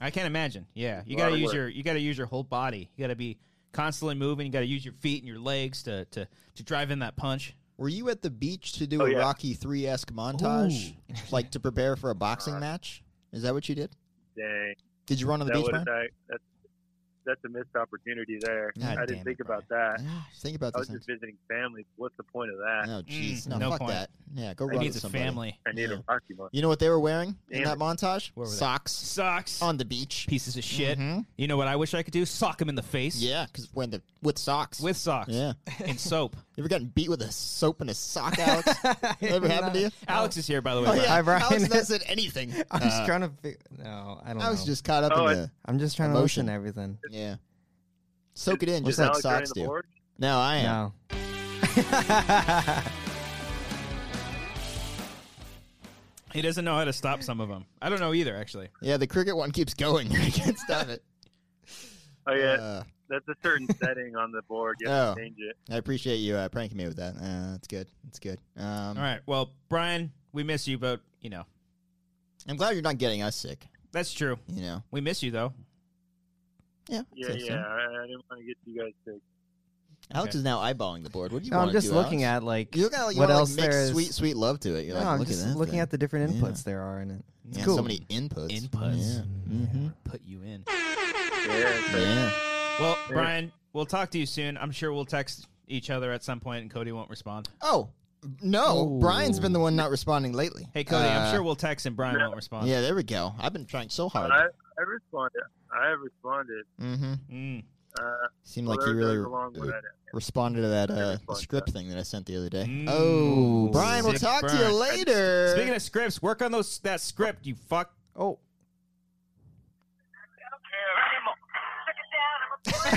Speaker 3: I can't imagine. Yeah, you
Speaker 5: a lot
Speaker 3: gotta
Speaker 5: of
Speaker 3: use
Speaker 5: work.
Speaker 3: your you gotta use your whole body. You gotta be constantly moving. You gotta use your feet and your legs to to to drive in that punch.
Speaker 2: Were you at the beach to do
Speaker 5: Oh,
Speaker 2: a
Speaker 5: yeah.
Speaker 2: Rocky 3 esque
Speaker 4: [laughs]
Speaker 2: montage?
Speaker 3: Ooh.
Speaker 2: Like to prepare
Speaker 5: [laughs]
Speaker 2: for a boxing match? Is that what you did?
Speaker 5: Dang,
Speaker 2: Did you run on the
Speaker 5: that
Speaker 2: beach,
Speaker 5: would
Speaker 2: Brian?
Speaker 5: I, that's that's a missed opportunity there.
Speaker 2: God
Speaker 5: I
Speaker 3: damn it,
Speaker 5: didn't think about that.
Speaker 2: Ah, Think about
Speaker 5: I
Speaker 2: this.
Speaker 5: was just visiting family. What's the point of that?
Speaker 2: No, jeez,
Speaker 3: Mm,
Speaker 2: no,
Speaker 3: no
Speaker 2: fuck
Speaker 3: point.
Speaker 2: that. Yeah, go
Speaker 3: He
Speaker 2: run
Speaker 3: needs
Speaker 2: with
Speaker 3: a
Speaker 2: somebody.
Speaker 3: family.
Speaker 5: I need
Speaker 2: Yeah.
Speaker 5: a Rocky one.
Speaker 2: You know what they were wearing in
Speaker 5: Damn
Speaker 2: that
Speaker 5: it.
Speaker 2: montage?
Speaker 3: were they?
Speaker 2: Socks
Speaker 3: Sucks.
Speaker 2: on the beach.
Speaker 3: Pieces of shit.
Speaker 2: Mhm.
Speaker 3: You know what I wish I could do? Sock him in the face.
Speaker 2: Yeah, because when the with socks.
Speaker 3: With socks.
Speaker 2: yeah.
Speaker 3: And soap.
Speaker 2: You ever gotten beat with a soap and a
Speaker 3: [laughs]
Speaker 2: sock, Alex? Ever happened to you?
Speaker 3: Alex is here, by the way.
Speaker 2: Oh yeah,
Speaker 3: Brian.
Speaker 4: Hi, Brian.
Speaker 2: Alex has not said
Speaker 3: [laughs]
Speaker 2: anything.
Speaker 4: I'm just
Speaker 2: Uh,
Speaker 4: trying to. Fig- no, I don't.
Speaker 2: I was
Speaker 4: know.
Speaker 2: just caught up
Speaker 5: Oh,
Speaker 2: in the
Speaker 4: I'm just trying
Speaker 2: emotion.
Speaker 4: to listen to everything.
Speaker 2: yeah. Soak it in just
Speaker 5: Is
Speaker 2: like
Speaker 5: Alex running
Speaker 2: socks
Speaker 5: the
Speaker 2: do.
Speaker 5: board?
Speaker 2: No, I am.
Speaker 4: No.
Speaker 3: He doesn't know how to stop some of them. I don't know either, actually.
Speaker 2: [laughs] Yeah, the cricket one keeps going. [laughs] I can't stop it.
Speaker 5: Oh yeah,
Speaker 2: Uh,
Speaker 5: that's a
Speaker 2: [laughs]
Speaker 5: certain setting on the board. You
Speaker 2: Oh.
Speaker 5: have to change it.
Speaker 2: I appreciate you uh, pranking me with that. Uh, that's good. That's good. Um,
Speaker 3: All right. Well, Brian, we miss you, but you know
Speaker 2: I'm glad you're not getting us sick.
Speaker 3: that's true.
Speaker 2: You know.
Speaker 3: We miss you though.
Speaker 2: Yeah. I'd
Speaker 5: Yeah,
Speaker 2: say so.
Speaker 5: yeah. I, I didn't want to get you guys sick.
Speaker 2: Alex
Speaker 3: Okay.
Speaker 2: is now eyeballing the board. What do you
Speaker 4: no,
Speaker 2: want
Speaker 4: I'm just
Speaker 2: do,
Speaker 4: looking
Speaker 2: Alex?
Speaker 4: at like
Speaker 2: You're gonna like, you
Speaker 4: what
Speaker 2: wanna,
Speaker 4: else
Speaker 2: like,
Speaker 4: there
Speaker 2: make
Speaker 4: is.
Speaker 2: sweet, sweet love to it. You're
Speaker 4: no,
Speaker 2: like,
Speaker 4: I'm
Speaker 2: look
Speaker 4: just
Speaker 2: at that
Speaker 4: looking
Speaker 2: thing.
Speaker 4: at the different
Speaker 2: Yeah.
Speaker 4: inputs there are in it. It's
Speaker 2: yeah,
Speaker 4: cool.
Speaker 2: so many inputs.
Speaker 3: Inputs.
Speaker 2: Yeah. hmm
Speaker 3: Put you in.
Speaker 2: [laughs]
Speaker 5: Yeah, so
Speaker 2: yeah.
Speaker 3: Well, Brian, we'll talk to you soon. I'm sure we'll text each other at some point, and Cody won't respond.
Speaker 2: Oh no,
Speaker 4: Ooh.
Speaker 2: Brian's been the one not responding lately.
Speaker 3: Hey, Cody,
Speaker 2: Uh,
Speaker 3: I'm sure we'll text, and Brian won't respond.
Speaker 2: Yeah, there we go. I've been trying so hard.
Speaker 5: I, I responded. I have responded.
Speaker 2: Mm-hmm.
Speaker 3: Mm.
Speaker 5: Uh,
Speaker 2: Seemed
Speaker 5: well,
Speaker 2: like you
Speaker 5: there
Speaker 2: really
Speaker 5: goes a long way
Speaker 2: uh,
Speaker 5: at it.
Speaker 2: responded to that uh,
Speaker 5: respond to
Speaker 2: script thing that I sent the other day.
Speaker 3: Mm.
Speaker 2: oh, Brian, we'll
Speaker 3: Sick
Speaker 2: talk to you
Speaker 3: burn.
Speaker 2: later.
Speaker 3: Speaking of scripts, work on those that script, you fuck.
Speaker 4: Oh,
Speaker 2: [laughs]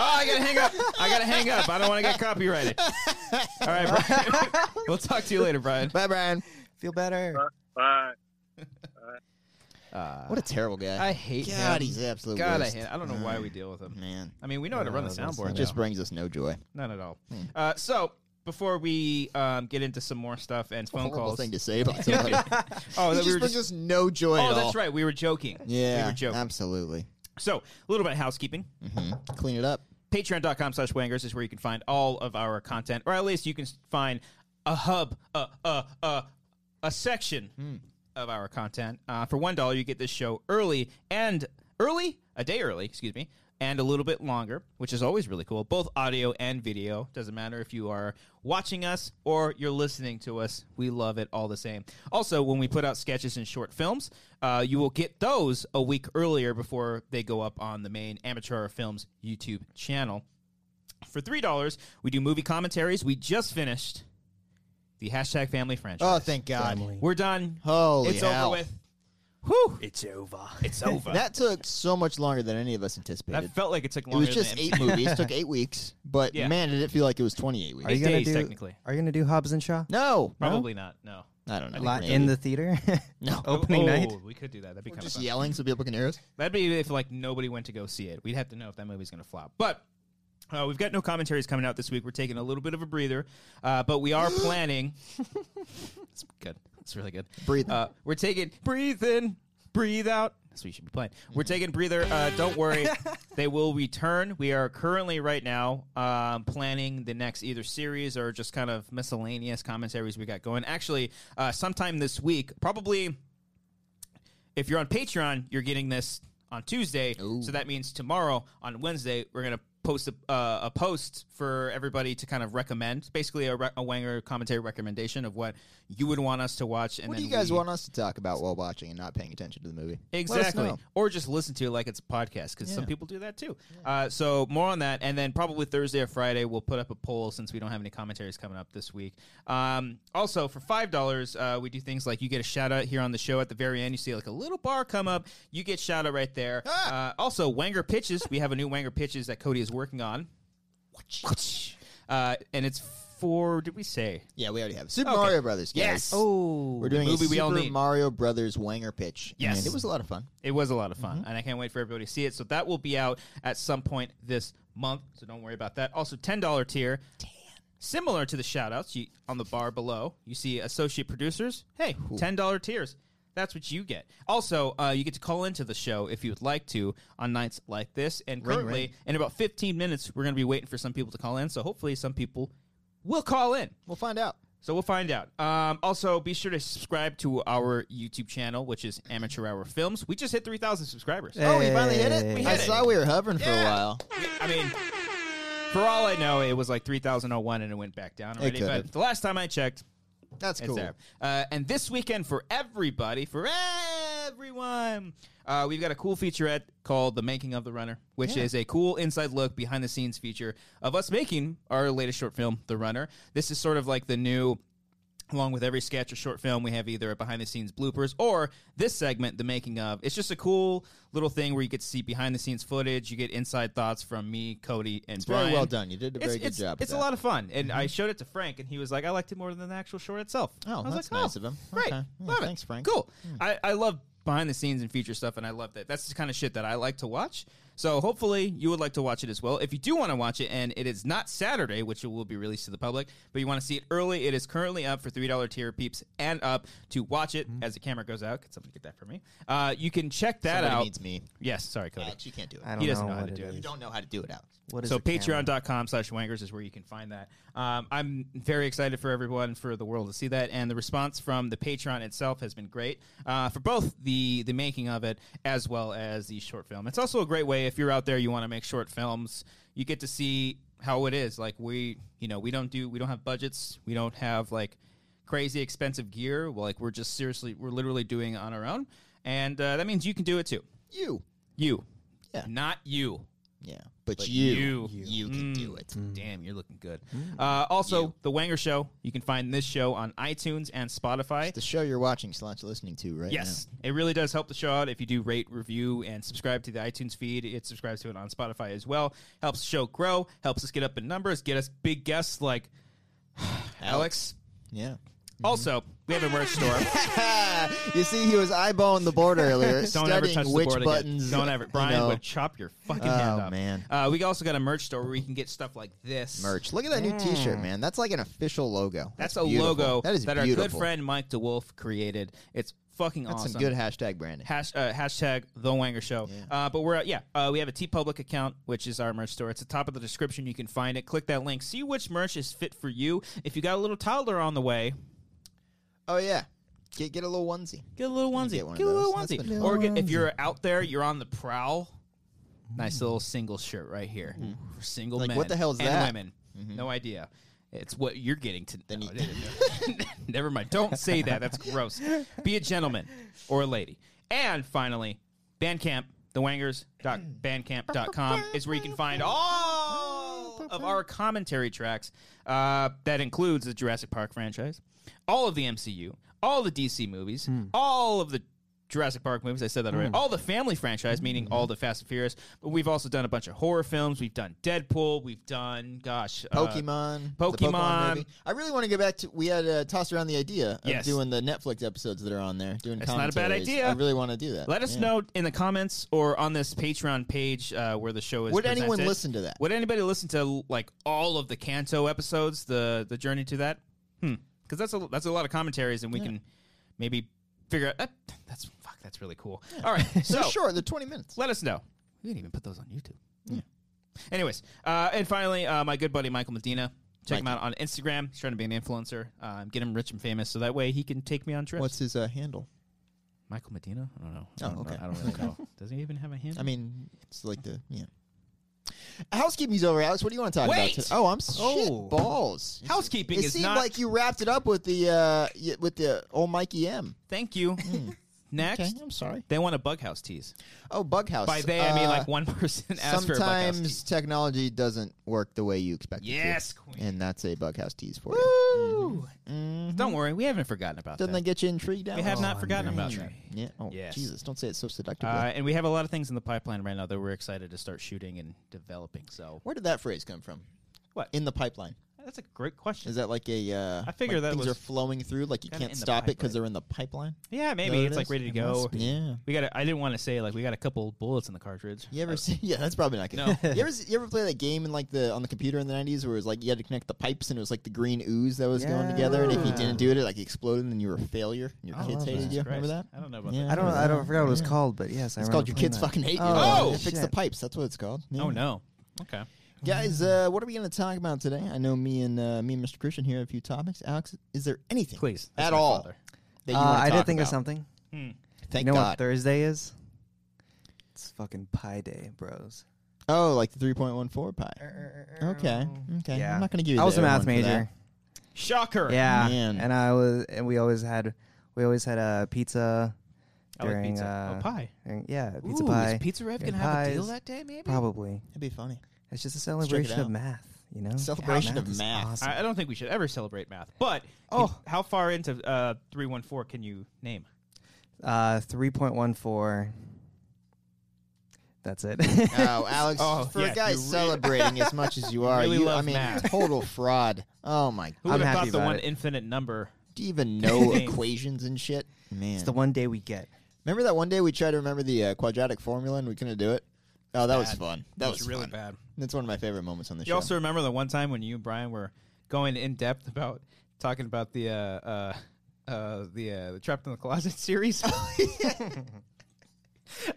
Speaker 3: Oh, I gotta hang up. I gotta hang up. I don't want to get copyrighted. All right, Brian. [laughs] we'll talk to you later, Brian.
Speaker 2: [laughs] Bye, Brian.
Speaker 4: feel better.
Speaker 5: Bye.
Speaker 3: Uh,
Speaker 2: What a terrible guy.
Speaker 3: I hate
Speaker 2: God,
Speaker 3: him.
Speaker 2: he's the absolute
Speaker 3: God, I
Speaker 2: worst. Mm,
Speaker 3: hate. I don't know why we deal with him.
Speaker 2: Man,
Speaker 3: I mean, we know how to run the soundboard.
Speaker 2: it
Speaker 3: now.
Speaker 2: just Hmm. brings us no joy.
Speaker 3: None at all. Uh, so before we um, get into some more stuff and phone
Speaker 2: Horrible
Speaker 3: calls,
Speaker 2: thing
Speaker 3: [laughs]
Speaker 2: to say about somebody. it [laughs]
Speaker 3: oh, that
Speaker 2: just
Speaker 3: we were
Speaker 2: brings
Speaker 3: just,
Speaker 2: us no joy at
Speaker 3: oh,
Speaker 2: all.
Speaker 3: that's right, we were joking.
Speaker 2: Yeah,
Speaker 3: we were joking.
Speaker 2: absolutely.
Speaker 3: so a little bit of housekeeping.
Speaker 2: hmm Clean it up.
Speaker 3: Patreon.com slash wangers is where you can find all of our content, or at least you can find a hub, a a a, a section of our content. Uh, for one dollar, you get this show early and early, a day early, excuse me, and a little bit longer, which is always really cool. Both audio and video. Doesn't matter if you are watching us or you're listening to us. We love it all the same. Also, when we put out sketches and short films, uh, you will get those a week earlier before they go up on the main Amateur Horror Films YouTube channel. For three dollars, we do movie commentaries. We just finished the hashtag Family franchise.
Speaker 2: Oh, thank God.
Speaker 4: Family.
Speaker 3: We're done.
Speaker 2: Holy
Speaker 3: it's
Speaker 2: hell.
Speaker 3: over with. Whew!
Speaker 4: It's over.
Speaker 3: It's over.
Speaker 2: [laughs] That took so much longer than any of us anticipated.
Speaker 3: That felt like it took
Speaker 2: it
Speaker 3: longer.
Speaker 2: was just
Speaker 3: than
Speaker 2: eight movies.
Speaker 3: [laughs]
Speaker 2: took eight weeks, but
Speaker 3: Yeah.
Speaker 2: man, did it feel like it was twenty-eight weeks?
Speaker 4: Are you gonna
Speaker 3: days,
Speaker 4: do?
Speaker 3: technically.
Speaker 4: Are you gonna do Hobbs and Shaw?
Speaker 2: no,
Speaker 3: Probably not. No.
Speaker 2: No? I don't know.
Speaker 4: Lot
Speaker 2: maybe.
Speaker 4: in the
Speaker 2: [laughs]
Speaker 4: theater. [laughs]
Speaker 2: no.
Speaker 4: Opening
Speaker 3: oh,
Speaker 4: night.
Speaker 3: We could do that. That'd be
Speaker 2: We're
Speaker 3: kind of
Speaker 2: just
Speaker 3: fun.
Speaker 2: yelling so people can hear us.
Speaker 3: That'd be if like nobody went to go see it. We'd have to know if that movie's gonna flop. But uh, we've got no commentaries coming out this week. We're taking a little bit of a breather, uh, but we are planning. it's good. It's really good.
Speaker 2: Breathe.
Speaker 3: Uh, we're taking breathe in, breathe out. That's what you should be playing. We're taking breather. Uh, don't worry, they will return. We are currently right now um, planning the next either series or just kind of miscellaneous commentaries we got going. Actually, uh, sometime this week, probably. If you're on Patreon, you're getting this on Tuesday. So that means tomorrow on Wednesday, we're going to post a, uh, a post for everybody to kind of recommend, basically a, re- a Wanger commentary recommendation of what you would want us to watch. And
Speaker 2: What do
Speaker 3: then
Speaker 2: you guys
Speaker 3: we-
Speaker 2: want us to talk about while watching and not paying attention to the movie? Let us
Speaker 3: Exactly.
Speaker 2: know.
Speaker 3: Or just listen to it like it's a podcast because some
Speaker 2: Yeah.
Speaker 3: people do that too. Uh, so, more on that. And then probably Thursday or Friday, we'll put up a poll since we don't have any commentaries coming up this week. Um, also, for $5, uh, we do things like you get a shout out here on the show at the very end. You see like a little bar come up, you get shout out right there.
Speaker 2: Ah!
Speaker 3: Uh, also, Wanger Pitches. We have a new Wanger Pitches that Cody is working on. Uh, and it's for, did we say?
Speaker 2: Yeah, we already have Super
Speaker 3: Okay.
Speaker 2: Mario Brothers. guys.
Speaker 3: Yes.
Speaker 4: Oh,
Speaker 2: we're doing
Speaker 3: movie
Speaker 2: a Super
Speaker 3: we all need.
Speaker 2: Mario Brothers Wanger pitch.
Speaker 3: Yes.
Speaker 2: and it was a lot of fun.
Speaker 3: It was a lot of fun, and I can't wait for everybody to see it. So that will be out at some point this month. So don't worry about that. Also, ten dollar tier. Similar to the shout outs you, on the bar below, you see associate producers. Hey, $10 tiers. That's what you get. Also, uh, you get to call into the show if you would like to on nights like this. And currently, in about 15 minutes, we're going to be waiting for some people to call in. So hopefully, some people will call in.
Speaker 2: We'll find out.
Speaker 3: So we'll find out. Um, also, be sure to subscribe to our YouTube channel, which is Amateur Hour Films. We just hit 3,000 subscribers.
Speaker 2: Oh, we finally hit it.
Speaker 4: We
Speaker 2: I
Speaker 3: hit it.
Speaker 2: saw we were hovering for a
Speaker 3: Yeah.
Speaker 2: while.
Speaker 3: I mean, for all I know, it was like 3,001 and it went back down already.
Speaker 2: could
Speaker 3: But
Speaker 2: have.
Speaker 3: the last time I checked,
Speaker 2: That's
Speaker 3: it's
Speaker 2: cool.
Speaker 3: there. Uh, and this weekend for everybody, for everyone, uh, we've got a cool featurette called The Making of the Runner, which is a cool inside look behind the scenes feature of us making our latest short film, The Runner. This is sort of like the new. Along with every sketch or short film, we have either a behind the scenes bloopers or this segment, the making of. It's just a cool little thing where you get to see behind the scenes footage. You get inside thoughts from me, Cody, and
Speaker 2: It's
Speaker 3: Brian.
Speaker 2: very well done. You did a very good job. with
Speaker 3: It's a
Speaker 2: that. Mm-hmm.
Speaker 3: lot of fun, and I showed it to Frank, and he was like, "I liked it more than the actual short itself." I
Speaker 2: Oh,
Speaker 3: was
Speaker 2: that's
Speaker 3: like,
Speaker 2: nice of him.
Speaker 3: Right,
Speaker 2: Okay. Yeah,
Speaker 3: love it.
Speaker 2: thanks, Frank. Mm.
Speaker 3: Cool. I, I love behind the scenes and feature stuff, and I love that. That's the kind of shit that I like to watch. So hopefully you would like to watch it as well. If you do want to watch it, and it is not Saturday, which it will be released to the public, but you want to see it early, it is currently up for three dollar tier peeps and up to watch it
Speaker 2: Mm-hmm.
Speaker 3: as the camera goes out. Could somebody get that for me? Uh, you can check that
Speaker 2: Somebody
Speaker 3: out.
Speaker 2: needs me.
Speaker 3: yes, sorry, Cody.
Speaker 2: Alex, you can't do it.
Speaker 4: I don't
Speaker 3: He doesn't
Speaker 4: know,
Speaker 3: know how
Speaker 4: what
Speaker 3: to do it.
Speaker 4: is.
Speaker 2: You don't know how to do it, Alex.
Speaker 4: What is
Speaker 3: So
Speaker 4: a camera?
Speaker 3: patreon.com slash wankers is where you can find that. Um, I'm very excited for everyone for the world to see that. And the response from the Patreon itself has been great uh, for both the, the making of it as well as the short film. It's also a great way if you're out there, you want to make short films, you get to see how it is. Like we, you know, we don't do, we don't have budgets. We don't have like crazy expensive gear. Like we're just seriously, we're literally doing it on our own. And uh, that means you can do it too.
Speaker 2: You.
Speaker 3: You.
Speaker 2: Yeah.
Speaker 3: Not you.
Speaker 2: Yeah, but,
Speaker 3: But you.
Speaker 2: you, you, can
Speaker 3: Mm.
Speaker 2: do it.
Speaker 3: Damn, you're looking good. Uh, also,
Speaker 2: Mm. You.
Speaker 3: The Wanger Show. You can find this show on iTunes and Spotify.
Speaker 2: The show you're watching slash listening to right
Speaker 3: Yes, it really does help the show out if you do rate, review, and subscribe to the iTunes feed. It subscribes to it on Spotify as well. Helps the show grow, helps us get up in numbers, get us big guests like
Speaker 2: now.
Speaker 3: Alex.
Speaker 2: Yeah.
Speaker 3: Also, we have a merch store.
Speaker 2: [laughs] you see, he was eyeballing the board earlier,
Speaker 3: [laughs] Don't
Speaker 2: studying
Speaker 3: ever touch
Speaker 2: which
Speaker 3: the board
Speaker 2: buttons.
Speaker 3: again. Don't ever.
Speaker 2: you
Speaker 3: Brian
Speaker 2: know,
Speaker 3: would chop your fucking
Speaker 2: Oh,
Speaker 3: hand up.
Speaker 2: man.
Speaker 3: Uh, we also got a merch store where you can get stuff like this.
Speaker 2: merch. Look at that new T-shirt, man. That's like an official logo.
Speaker 3: That's, a
Speaker 2: beautiful.
Speaker 3: logo
Speaker 2: That is
Speaker 3: that
Speaker 2: beautiful.
Speaker 3: our good friend Mike DeWolf created. It's fucking
Speaker 2: That's
Speaker 3: awesome.
Speaker 2: some good hashtag branding.
Speaker 3: Hash, uh, hashtag the Wanger Show.
Speaker 2: Yeah.
Speaker 3: Uh, but we're uh, yeah, uh, we have a T Public account, which is our merch store. It's at the top of the description. You can find it. Click that link. See which merch is fit for you. If you got a little toddler on the way,
Speaker 2: oh yeah, get get a little onesie.
Speaker 3: get a little
Speaker 2: Can you
Speaker 3: onesie.
Speaker 2: get one of
Speaker 3: a little
Speaker 2: those? That's
Speaker 3: onesie.
Speaker 2: been-
Speaker 3: Or get, if you're out there, you're on the prowl. Nice little single shirt right here for single
Speaker 2: Hmm. Like,
Speaker 3: men.
Speaker 2: what the hell's
Speaker 3: and
Speaker 2: that? Mm-hmm.
Speaker 3: Women, no idea. It's what you're getting to.
Speaker 2: Then
Speaker 3: no,
Speaker 2: you- [laughs]
Speaker 3: [laughs] never mind. Don't say that. That's gross. Be a gentleman or a lady. And finally, Bandcamp, thewangers.bandcamp.com is where you can find all of our commentary tracks. Uh, that includes the Jurassic Park franchise, all of the MCU, all the DC movies,
Speaker 2: Hmm.
Speaker 3: all of the Jurassic Park movies. I said that already. All the family franchise, meaning all the Fast and Furious. But we've also done a bunch of horror films. We've done Deadpool. We've done, gosh, uh,
Speaker 2: Pokemon, the
Speaker 3: Pokemon.
Speaker 2: movie. I really want to go back to. We had uh, tossed around the idea of
Speaker 3: Yes.
Speaker 2: doing the Netflix episodes that are on there. Doing
Speaker 3: That's not a bad
Speaker 2: commentaries.
Speaker 3: idea.
Speaker 2: I really want to do that.
Speaker 3: Let us
Speaker 2: Yeah.
Speaker 3: know in the comments or on this Patreon page uh, where the show is.
Speaker 2: Would anyone
Speaker 3: presented.
Speaker 2: listen to that?
Speaker 3: Would anybody listen to like all of the Canto episodes, the the journey to that? Hmm. Because that's a that's a lot of commentaries, and we can maybe figure out. eh, that's fuck. That's really cool. All
Speaker 2: [laughs]
Speaker 3: right, so
Speaker 2: They're short. They're twenty minutes.
Speaker 3: let us know. We didn't even put those on YouTube. Yeah. Anyways, uh, and finally, uh, my good buddy Michael Medina. Check him out on Instagram. He's trying to be an influencer. Um, get him rich and famous, so that way he can take me on trips.
Speaker 2: What's his uh, handle?
Speaker 3: Michael Medina? I don't know.
Speaker 2: Oh,
Speaker 3: I don't,
Speaker 2: okay.
Speaker 3: know. I don't really
Speaker 2: [laughs]
Speaker 3: know. Does he even have a handle?
Speaker 2: I mean, it's like the yeah. Housekeeping's over, Alex. What do you want to talk
Speaker 3: Wait!
Speaker 2: about? today? Oh, I'm shit
Speaker 4: Oh.
Speaker 2: balls.
Speaker 3: [laughs] Housekeeping
Speaker 2: It
Speaker 3: is
Speaker 2: seemed
Speaker 3: not.
Speaker 2: like you wrapped it up with the uh, y- with the old Mikey M.
Speaker 3: thank you. [laughs] Next,
Speaker 2: Hmm. Okay, I'm sorry.
Speaker 3: they want a Bughouse tease.
Speaker 2: Oh, Bughouse.
Speaker 3: By they, I mean
Speaker 2: Uh,
Speaker 3: like one [laughs] person asked for a Bughouse
Speaker 2: Sometimes
Speaker 3: tease.
Speaker 2: technology doesn't work the way you expect it to.
Speaker 3: Yes, queen.
Speaker 2: And that's a Bughouse tease for you. Mm-hmm.
Speaker 3: Woo! Don't worry, we haven't forgotten about
Speaker 2: Doesn't that
Speaker 3: that.
Speaker 2: get you intrigued?
Speaker 3: Mm-hmm. we have
Speaker 2: Alex?
Speaker 3: not forgotten about
Speaker 2: Yeah.
Speaker 3: that.
Speaker 2: Yeah. Oh,
Speaker 3: Oh, Yes.
Speaker 2: Jesus. Don't say it so seductively.
Speaker 3: Uh, and we have a lot of things in the pipeline right now that we're excited to start shooting and developing. So
Speaker 2: Where did that phrase come from?
Speaker 3: What?
Speaker 2: In the pipeline.
Speaker 3: that's a great question.
Speaker 2: Is that like a. Uh,
Speaker 3: I figure
Speaker 2: like
Speaker 3: that
Speaker 2: Things
Speaker 3: was
Speaker 2: are flowing through, like you
Speaker 3: kinda
Speaker 2: can't
Speaker 3: in the
Speaker 2: stop it
Speaker 3: pipeline.
Speaker 2: because they're in the pipeline?
Speaker 3: yeah,
Speaker 2: Is
Speaker 3: maybe
Speaker 2: that
Speaker 3: it's
Speaker 2: what it
Speaker 3: like
Speaker 2: is?
Speaker 3: ready to
Speaker 2: It
Speaker 3: go.
Speaker 2: must be. Yeah.
Speaker 3: We got. I didn't want to say like we got a couple bullets in the cartridge.
Speaker 2: You ever see? [laughs] Yeah, that's probably not good. you ever you ever play that game in like the on the computer in the nineties where it was like you had to connect the pipes and it was like the green ooze that was going together and if you
Speaker 4: Yeah.
Speaker 2: didn't do it it like exploded and you were a failure. and Your
Speaker 3: Oh,
Speaker 2: kids
Speaker 4: love
Speaker 2: hated
Speaker 4: that.
Speaker 2: you.
Speaker 3: Christ.
Speaker 2: Remember that?
Speaker 3: I don't know about
Speaker 2: Yeah.
Speaker 3: that.
Speaker 4: I don't. I don't I forgot what it was called, but yes, I
Speaker 2: It's
Speaker 4: remember
Speaker 2: called your
Speaker 4: playing
Speaker 2: kids
Speaker 4: that.
Speaker 2: fucking hate you.
Speaker 4: Oh,
Speaker 2: They fix the
Speaker 4: shit.
Speaker 2: pipes. That's what it's called. Yeah.
Speaker 3: Oh no. Okay.
Speaker 2: guys, uh, what are we going to talk about today? I know me and uh, me and Mr. Christian here have a few topics. Alex, is there anything
Speaker 3: Please. that's
Speaker 2: at
Speaker 3: my
Speaker 2: all
Speaker 3: father.
Speaker 2: that you
Speaker 4: Uh,
Speaker 2: wanna
Speaker 4: I did
Speaker 2: talk
Speaker 4: think of
Speaker 2: about?
Speaker 4: something.
Speaker 2: Thank
Speaker 4: you know what
Speaker 2: God.
Speaker 4: Thursday is? It's fucking Pi Day, bros.
Speaker 2: oh, like the three point one four pi. Okay, okay. I'm not going to give you.
Speaker 4: I
Speaker 2: the
Speaker 4: was a math
Speaker 2: everyone for that.
Speaker 4: major.
Speaker 3: Shocker.
Speaker 4: Yeah,
Speaker 2: Man.
Speaker 4: and I was, and we always had, we always had a pizza
Speaker 3: I like
Speaker 4: during
Speaker 3: pizza.
Speaker 4: uh,
Speaker 3: oh, pie.
Speaker 4: during- yeah, pizza
Speaker 3: Ooh,
Speaker 4: pie.
Speaker 3: Is Pizza Rev
Speaker 4: during
Speaker 3: gonna have a deal
Speaker 4: pies.
Speaker 3: that day? Maybe.
Speaker 4: Probably.
Speaker 2: That'd be funny.
Speaker 4: It's just a
Speaker 2: check it
Speaker 4: celebration of
Speaker 2: out.
Speaker 4: math, you know.
Speaker 2: Celebration of
Speaker 4: is
Speaker 2: math.
Speaker 4: awesome.
Speaker 3: I, I don't think we should ever celebrate math. But
Speaker 4: Oh.
Speaker 3: how far into uh, three one four can you name?
Speaker 4: Uh, three point one four. That's it. [laughs]
Speaker 2: Oh, Alex,
Speaker 3: Oh,
Speaker 2: for
Speaker 3: yeah,
Speaker 2: a guy
Speaker 3: you really-
Speaker 2: celebrating as much
Speaker 3: [laughs]
Speaker 2: as you are,
Speaker 3: really
Speaker 2: you, I
Speaker 3: love
Speaker 2: mean,
Speaker 3: math.
Speaker 2: total fraud. Oh my!
Speaker 3: Who
Speaker 4: I'm
Speaker 3: would have
Speaker 4: happy
Speaker 3: thought the
Speaker 4: about
Speaker 3: one
Speaker 4: it.
Speaker 3: infinite number?
Speaker 2: Do
Speaker 3: [laughs]
Speaker 2: you even know
Speaker 3: Thanks.
Speaker 2: equations and shit? Man,
Speaker 4: it's the one day we get.
Speaker 2: remember that one day we tried to remember the uh, quadratic formula and we couldn't do it. Oh, that was fun. That
Speaker 3: It
Speaker 2: was,
Speaker 3: really
Speaker 2: fun.
Speaker 3: bad.
Speaker 2: That's one of my favorite moments on the
Speaker 3: You
Speaker 2: show.
Speaker 3: also remember the one time when you and Brian were going in depth about talking about the uh, uh, uh, the uh, the Trapped in the Closet [laughs] series.
Speaker 2: Oh,
Speaker 3: [laughs]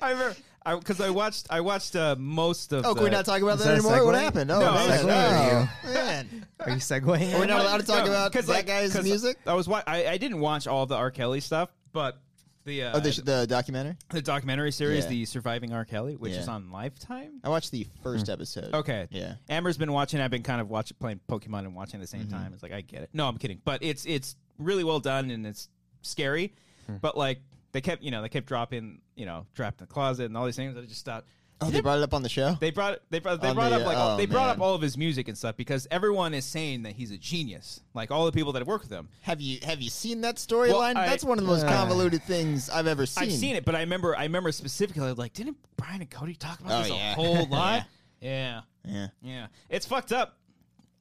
Speaker 3: I remember because I, watched I watched uh, most of.
Speaker 2: oh, can we
Speaker 3: the-
Speaker 2: not talk about
Speaker 4: Is
Speaker 2: that
Speaker 4: that a
Speaker 2: anymore? What
Speaker 4: segue?
Speaker 2: happened? Oh,
Speaker 3: No,
Speaker 2: man.
Speaker 3: it's a
Speaker 4: segue.
Speaker 3: [laughs]
Speaker 2: Oh, man.
Speaker 4: Are
Speaker 2: [laughs]
Speaker 4: you segueing?
Speaker 2: We're not allowed to talk
Speaker 3: No,
Speaker 2: about that
Speaker 3: 'cause, like,
Speaker 2: guy's
Speaker 3: 'cause
Speaker 2: music.
Speaker 3: I was wa- I, I didn't watch all the R. Kelly stuff, but the uh,
Speaker 2: Oh, the, sh- the documentary.
Speaker 3: the documentary series,
Speaker 2: Yeah.
Speaker 3: the Surviving R. Kelly, which
Speaker 2: Yeah.
Speaker 3: is on Lifetime.
Speaker 2: I watched the first episode.
Speaker 3: Okay.
Speaker 2: Yeah.
Speaker 3: Amber's been watching. I've been kind of watching, playing Pokemon and watching at the
Speaker 2: Mm-hmm.
Speaker 3: same time. It's like I get it. No, I'm kidding. But it's it's really well done and it's scary.
Speaker 2: Hmm.
Speaker 3: But like they kept, you know, they kept dropping, you know, trapped in the closet and all these things. I just thought
Speaker 2: Oh, they brought it up on the show.
Speaker 3: they brought they brought they
Speaker 2: On
Speaker 3: brought
Speaker 2: the,
Speaker 3: up like
Speaker 2: uh,
Speaker 3: all,
Speaker 2: oh,
Speaker 3: they brought up
Speaker 2: man.
Speaker 3: all of his music and stuff because everyone is saying that he's a genius. Like all the people that work with him.
Speaker 2: Have you have you seen that
Speaker 3: Well,
Speaker 2: storyline?
Speaker 3: I-
Speaker 2: That's one of the most
Speaker 4: Uh,
Speaker 2: convoluted things I've ever seen.
Speaker 3: I've seen it, but I remember I remember specifically like didn't Brian and Cody talk about
Speaker 2: Oh,
Speaker 3: this a
Speaker 2: [laughs] yeah.
Speaker 3: whole lot? yeah.
Speaker 2: Yeah.
Speaker 3: Yeah. It's fucked up.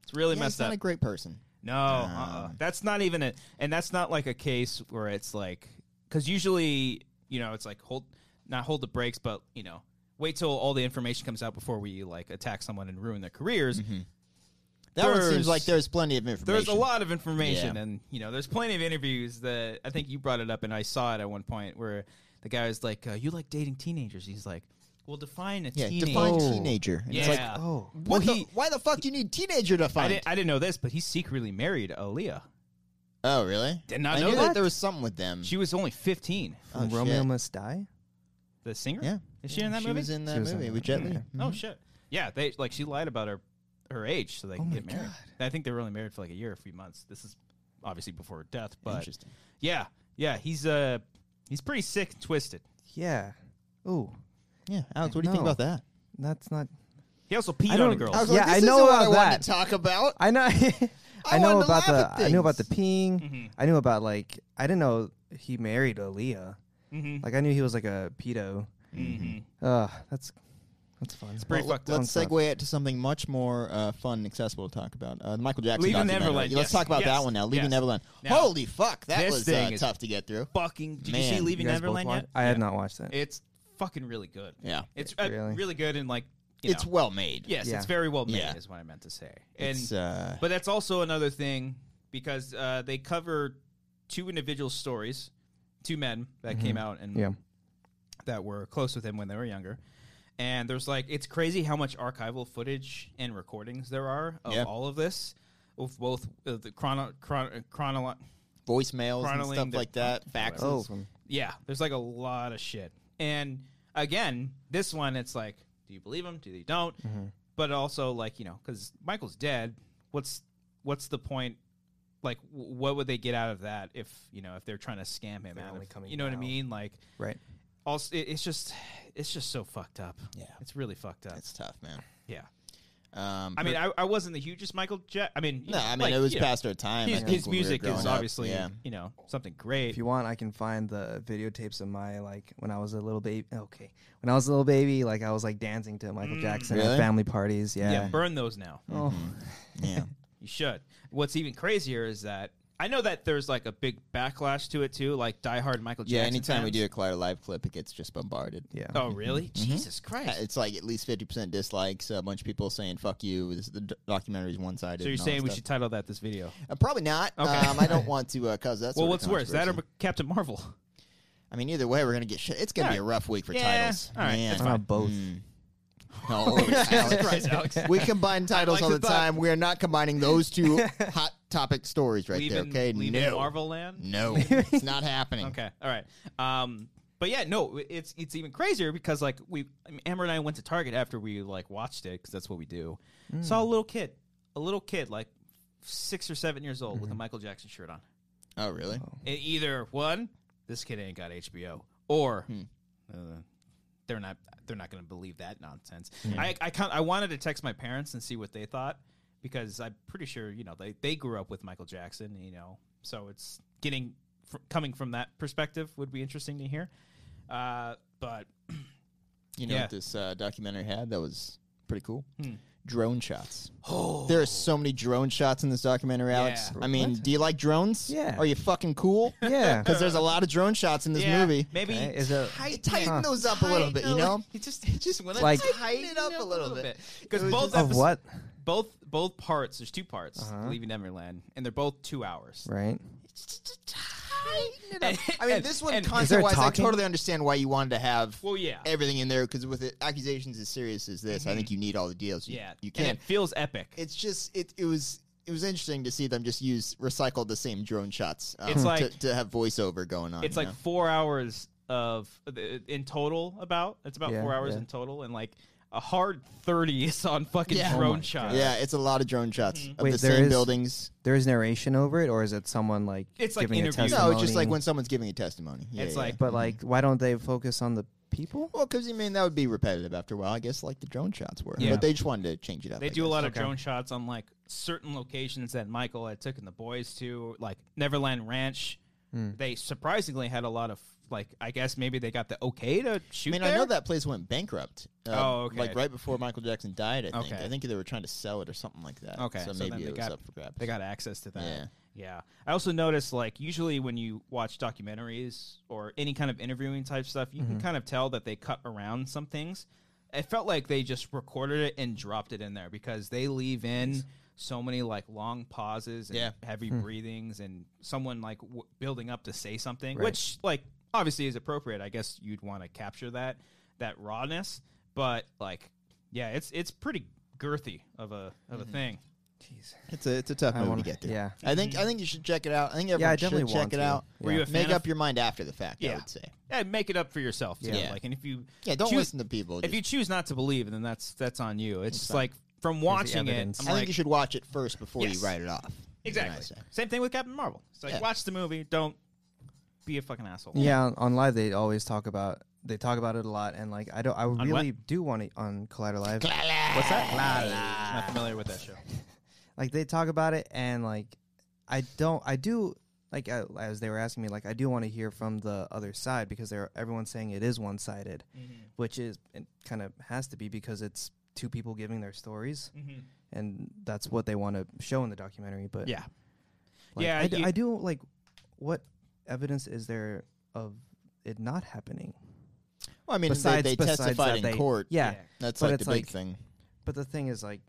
Speaker 3: It's really
Speaker 2: Yeah, he's
Speaker 3: messed
Speaker 2: not
Speaker 3: up.
Speaker 2: a great person.
Speaker 3: No, uh-uh.
Speaker 2: Um.
Speaker 3: that's not even it. And that's not like a case where it's like because usually you know it's like hold not hold the brakes, but you know wait till all the information comes out before we like attack someone and ruin their careers.
Speaker 2: That one
Speaker 3: There's-
Speaker 2: seems like there's plenty of Mm-hmm. information.
Speaker 3: There's a lot of information,
Speaker 2: Yeah.
Speaker 3: and you know there's plenty of interviews that I think you brought it up, and I saw it at one point where the guy was like, uh, "You like dating teenagers?" He's like, "Well, define a
Speaker 2: Yeah,
Speaker 3: teenager."
Speaker 2: define
Speaker 4: Oh.
Speaker 2: teenager. And
Speaker 3: yeah.
Speaker 2: It's like,
Speaker 4: oh,
Speaker 2: what
Speaker 3: well,
Speaker 2: the,
Speaker 3: he.
Speaker 2: why the fuck you need teenager
Speaker 3: I
Speaker 2: defined?
Speaker 3: didn't, I didn't know this, but he secretly married Aaliyah.
Speaker 2: oh, really?
Speaker 3: Did not
Speaker 2: I
Speaker 3: know
Speaker 2: knew
Speaker 3: that.
Speaker 2: there was something with them.
Speaker 3: She was only 15.
Speaker 2: Oh,
Speaker 4: Romeo
Speaker 2: shit.
Speaker 4: Must Die.
Speaker 3: The the singer?
Speaker 2: Yeah.
Speaker 3: Is she in that
Speaker 2: she
Speaker 3: movie?
Speaker 2: was in that
Speaker 4: was in mm-hmm.
Speaker 2: movie
Speaker 4: that
Speaker 2: with Jet Li.
Speaker 3: Oh
Speaker 2: Mhm.
Speaker 3: shit. Yeah, they like she lied about her her age so they
Speaker 4: Oh
Speaker 3: can
Speaker 4: my
Speaker 3: get married.
Speaker 4: God.
Speaker 3: And I think they were only married for like a year, a few months. This is obviously before her death, but
Speaker 2: Interesting.
Speaker 3: yeah, yeah, he's uh he's pretty sick, and twisted.
Speaker 4: Yeah. Ooh,
Speaker 2: Yeah, Alex, what do you think
Speaker 4: No.
Speaker 2: about that?
Speaker 3: Oh,
Speaker 4: that's not.
Speaker 3: He also peed
Speaker 4: I
Speaker 3: on a
Speaker 4: don't-
Speaker 3: girl.
Speaker 4: I was like, Yeah, "This know isn't what I about wanted
Speaker 2: to
Speaker 4: to
Speaker 2: talk about.
Speaker 4: I know. [laughs]
Speaker 2: I
Speaker 4: I know
Speaker 2: wanted to
Speaker 4: about the.
Speaker 2: laugh at
Speaker 4: I knew about the
Speaker 2: things.
Speaker 4: peeing.
Speaker 3: Mhm.
Speaker 4: I knew about like. I didn't know he married Aaliyah.
Speaker 3: Mhm.
Speaker 4: Like I knew he was like a pedo.
Speaker 3: Mhm.
Speaker 4: Ugh, that's that's fun. It's
Speaker 3: pretty fucked up.
Speaker 2: Let's segue it to something much more uh, fun and accessible to talk about. Uh, the Michael Jackson
Speaker 3: Leaving
Speaker 2: documentary.
Speaker 3: Neverland,
Speaker 2: Yeah, Let's
Speaker 3: yes,
Speaker 2: talk about that
Speaker 3: yes,
Speaker 2: one now. Leaving
Speaker 3: yes.
Speaker 2: Neverland.
Speaker 3: Now,
Speaker 2: Holy fuck, that
Speaker 3: this
Speaker 2: was uh,
Speaker 3: thing is-
Speaker 2: tough to get through.
Speaker 3: Fucking did you see
Speaker 2: Man.
Speaker 3: Leaving
Speaker 4: You guys both
Speaker 3: Neverland
Speaker 4: watch-
Speaker 3: yet?
Speaker 4: I had
Speaker 3: Yeah.
Speaker 4: not watched it.
Speaker 3: It's fucking really good.
Speaker 2: Yeah.
Speaker 3: It's uh,
Speaker 4: Really?
Speaker 3: really good and like you
Speaker 2: It's
Speaker 3: know.
Speaker 2: well made.
Speaker 3: Yes,
Speaker 4: Yeah.
Speaker 3: it's very well made
Speaker 2: Yeah.
Speaker 3: is what I meant to say. And
Speaker 2: It's, uh,
Speaker 3: But that's also another thing because uh, they cover two individual stories, two men that came out and
Speaker 4: yeah.
Speaker 3: that were close with him when they were younger. And there's like it's crazy how much archival footage and recordings there are of
Speaker 2: Yeah.
Speaker 3: all of this, of both uh, the chrono chrono chronolo-
Speaker 2: voicemails and
Speaker 3: Chronicling
Speaker 2: stuff
Speaker 3: the-
Speaker 2: like that. Faxes.
Speaker 4: Oh,
Speaker 3: yeah, there's like a lot of shit. And again, this one, it's like, do you believe him? Do you don't?
Speaker 2: Mm-hmm.
Speaker 3: But also, like you know, because Michael's dead. What's what's the point? Like, w- what would they get out of that if you know if they're trying to scam him?
Speaker 4: They're
Speaker 3: Out
Speaker 4: only
Speaker 3: of,
Speaker 4: coming
Speaker 3: you know what I
Speaker 4: now.
Speaker 3: mean? Like,
Speaker 4: right.
Speaker 3: also, it, it's just it's just so fucked up.
Speaker 2: Yeah.
Speaker 3: it's really fucked up.
Speaker 2: It's tough, man.
Speaker 3: yeah,
Speaker 2: Um,
Speaker 3: I mean,
Speaker 2: but-
Speaker 3: I, I wasn't the hugest Michael Jack. I mean, you
Speaker 2: no,
Speaker 3: know,
Speaker 2: I mean,
Speaker 3: like,
Speaker 2: it was
Speaker 3: you know,
Speaker 2: past our time. I
Speaker 3: His,
Speaker 2: think,
Speaker 3: his
Speaker 2: when we were
Speaker 3: music
Speaker 2: growing
Speaker 3: is
Speaker 2: up.
Speaker 3: obviously
Speaker 2: Yeah.
Speaker 3: you know something great.
Speaker 4: If you want, I can find the videotapes of my like when I was a little baby. Okay, when I was a little baby, like I was like dancing to Michael Jackson
Speaker 2: Really?
Speaker 4: at family parties. Yeah.
Speaker 3: Mm. yeah, Mm-hmm. burn those now.
Speaker 4: oh,
Speaker 3: [laughs]
Speaker 2: Yeah. [laughs]
Speaker 3: You should. What's even crazier is that I know that there's like a big backlash to it too, like diehard Michael Jackson.
Speaker 2: Yeah, anytime we
Speaker 3: fans.
Speaker 2: Mm-hmm. do a Collider live clip, it gets just bombarded.
Speaker 4: yeah.
Speaker 3: Oh, really? Jesus
Speaker 2: Yeah,
Speaker 3: Christ.
Speaker 2: It's like at least 50% dislikes, a bunch of people saying, fuck you, this, the d- documentary's one sided.
Speaker 3: So you're saying we should title that this video?
Speaker 2: Uh, probably not.
Speaker 3: Okay.
Speaker 2: Um, I don't want to uh, cause that. sort
Speaker 3: well,
Speaker 2: of
Speaker 3: what's worse, that or
Speaker 2: controversy.
Speaker 3: Captain
Speaker 2: [laughs]
Speaker 3: Marvel?
Speaker 2: I mean, either way, we're gonna get shit. It's gonna be a
Speaker 3: Alright.
Speaker 2: rough week for
Speaker 3: Yeah,
Speaker 2: titles.
Speaker 3: alright,
Speaker 2: Man.
Speaker 3: that's
Speaker 4: I don't know, both.
Speaker 2: [laughs] No, Alex.
Speaker 3: Christ, Alex.
Speaker 2: [laughs] We combine titles
Speaker 3: likes
Speaker 2: all
Speaker 3: the
Speaker 2: the time. We are not combining those two [laughs] hot topic stories right
Speaker 3: leaving
Speaker 2: there. Okay,
Speaker 3: leaving
Speaker 2: no,
Speaker 3: Marvel Land.
Speaker 2: [laughs] no, it's not happening.
Speaker 3: Okay, all right. Um, but yeah, no, it's it's even crazier because like we, I mean, Amber and I went to Target after we like watched it because that's what we do. Saw a
Speaker 2: Mm.
Speaker 3: little kid, a little kid like six or seven years old
Speaker 2: Mm-hmm.
Speaker 3: with a Michael Jackson shirt on.
Speaker 2: Oh, really?
Speaker 3: And E, either one, this kid ain't got HBO, or uh, they're not they're not going to believe that nonsense. I I, can't, I wanted to text my parents and see what they thought because I'm pretty sure you know they they grew up with Michael Jackson, you know, so it's getting fr- coming from that perspective would be interesting to hear. Uh, but
Speaker 2: You know
Speaker 3: Yeah.
Speaker 2: what this uh, documentary had that was pretty cool? Drone shots. Oh. There are so many drone shots in this documentary, Alex.
Speaker 3: Yeah.
Speaker 2: I mean, do you like drones?
Speaker 4: Yeah.
Speaker 2: Are you fucking [laughs] cool?
Speaker 3: [laughs]
Speaker 4: Yeah.
Speaker 2: Because there's a lot of drone shots in this
Speaker 3: yeah,
Speaker 2: movie.
Speaker 3: maybe
Speaker 4: Okay,
Speaker 3: [laughs]
Speaker 4: is it-
Speaker 3: tighten-
Speaker 2: Tighten
Speaker 4: Huh.
Speaker 2: those up a little bit, you know?
Speaker 3: It just it just went
Speaker 4: Like-
Speaker 3: tighten it up a little bit because both
Speaker 4: Of
Speaker 3: episo-
Speaker 4: what?
Speaker 3: both both parts. There's two parts,
Speaker 2: Uh-huh.
Speaker 3: Leaving Neverland, and they're both two hours.
Speaker 4: Right.
Speaker 2: I mean, this one
Speaker 3: and-
Speaker 4: Is there
Speaker 2: content wise, I
Speaker 4: talking?
Speaker 2: totally understand why you wanted to have
Speaker 3: Well, yeah.
Speaker 2: everything in there because with it, accusations as serious as this, I think you need all the deals. You,
Speaker 3: Mm-hmm. yeah,
Speaker 2: you
Speaker 3: and
Speaker 2: can't.
Speaker 3: it feels epic.
Speaker 2: It's just it. It was it was interesting to see them just use recycle the same drone shots. um,
Speaker 3: It's
Speaker 2: to,
Speaker 3: like-
Speaker 2: to have voiceover going on.
Speaker 3: it's
Speaker 2: you
Speaker 3: like
Speaker 2: know?
Speaker 3: four hours of uh, in total. About it's about
Speaker 4: Yeah,
Speaker 3: four hours
Speaker 4: yeah.
Speaker 3: in total, and like a hard thirty is on fucking
Speaker 2: Yeah. Oh
Speaker 3: drone
Speaker 4: my
Speaker 3: shots.
Speaker 2: yeah, it's a lot of drone shots
Speaker 3: Mm-hmm.
Speaker 2: of
Speaker 4: Wait,
Speaker 2: the
Speaker 4: there
Speaker 2: same
Speaker 4: is-
Speaker 2: buildings.
Speaker 4: There is narration over it, or is it someone like
Speaker 3: It's like
Speaker 4: giving a
Speaker 3: interviews.
Speaker 4: testimony?
Speaker 2: No, it's just like when someone's giving a testimony. Yeah,
Speaker 3: It's
Speaker 2: yeah.
Speaker 3: like-
Speaker 4: But like, why don't they focus on the people?
Speaker 2: Well, because I mean that would be repetitive after a while. I guess like the drone shots were,
Speaker 3: Yeah.
Speaker 2: but they just wanted to change it up.
Speaker 3: They
Speaker 2: I
Speaker 3: do a
Speaker 2: guess.
Speaker 3: lot of drone shots on like certain locations that Michael had taken the boys to, like Neverland Ranch.
Speaker 2: Hmm.
Speaker 3: They surprisingly had a lot of like. I guess maybe they got the okay to
Speaker 2: I
Speaker 3: shoot.
Speaker 2: mean, I
Speaker 3: there?
Speaker 2: know that place went bankrupt. Uh,
Speaker 3: Oh, okay.
Speaker 2: Like right before Michael Jackson died, I think.
Speaker 3: Okay.
Speaker 2: I think they were trying to sell it or something like that.
Speaker 3: Okay,
Speaker 2: so,
Speaker 3: so
Speaker 2: maybe
Speaker 3: then they
Speaker 2: it was
Speaker 3: got-
Speaker 2: up for grabs.
Speaker 3: They got access to that.
Speaker 2: Yeah.
Speaker 3: Yeah. I also noticed like usually when you watch documentaries or any kind of interviewing type stuff, you can kind of tell that they cut around some things. It felt like they just recorded it and dropped it in there because they leave in so many like long pauses and
Speaker 2: Yeah.
Speaker 3: heavy breathings and someone like w- building up to say something,
Speaker 4: Right.
Speaker 3: which like obviously is appropriate. I guess you'd want to capture that that rawness, but like yeah, it's it's pretty girthy of a of a thing.
Speaker 4: Jeez.
Speaker 2: It's a it's a tough
Speaker 4: I
Speaker 2: movie
Speaker 4: wanna-
Speaker 2: to get through.
Speaker 4: yeah.
Speaker 2: I think I think you should check it out. I think everyone
Speaker 4: Yeah, I
Speaker 2: should
Speaker 4: definitely
Speaker 2: check
Speaker 4: want
Speaker 2: it
Speaker 4: to.
Speaker 2: out.
Speaker 4: Were you
Speaker 3: a
Speaker 2: Make
Speaker 3: fan
Speaker 2: up
Speaker 3: of-
Speaker 2: your mind after the fact. I
Speaker 3: Yeah.
Speaker 2: would say.
Speaker 3: yeah, make it up for yourself. Too.
Speaker 2: Yeah.
Speaker 3: Like, and if you
Speaker 2: Yeah, don't
Speaker 3: choose-
Speaker 2: listen to people.
Speaker 3: if
Speaker 2: just-
Speaker 3: you choose not to believe, then that's that's on you. It's just
Speaker 2: Exactly.
Speaker 3: like from watching it.
Speaker 4: evidence.
Speaker 3: I'm
Speaker 2: I
Speaker 3: like,
Speaker 2: think you should watch it first before
Speaker 3: Yes.
Speaker 2: you write it off. is what I
Speaker 3: exactly.
Speaker 2: say.
Speaker 3: Same thing with Captain Marvel. It's like
Speaker 2: Yeah.
Speaker 3: watch the movie. Don't be a fucking asshole.
Speaker 4: Yeah, on- on live they always talk about they talk about it a lot, and like I don't, I
Speaker 3: what?
Speaker 4: really do want it on Collider Live.
Speaker 3: What's that? Not familiar with that show.
Speaker 4: Like they talk about it, and like I don't, I do like I, as they were asking me, like I do want to hear from the other side because they're everyone's saying it is one sided,
Speaker 3: Mm-hmm.
Speaker 4: which is it kind of has to be because it's two people giving their stories, and that's what they want to show in the documentary. But
Speaker 3: Mm-hmm. Yeah.
Speaker 4: like,
Speaker 3: yeah.
Speaker 4: I d-
Speaker 3: you-
Speaker 4: I do like what evidence is there of it not happening?
Speaker 2: Well, I mean,
Speaker 4: Besides-
Speaker 2: they, they
Speaker 4: besides
Speaker 2: testified
Speaker 4: that
Speaker 2: in
Speaker 4: they-
Speaker 2: court.
Speaker 4: Yeah.
Speaker 3: Yeah.
Speaker 2: that's
Speaker 4: but
Speaker 2: like
Speaker 4: it's
Speaker 2: the big
Speaker 4: like-
Speaker 2: thing.
Speaker 4: But the thing is, like,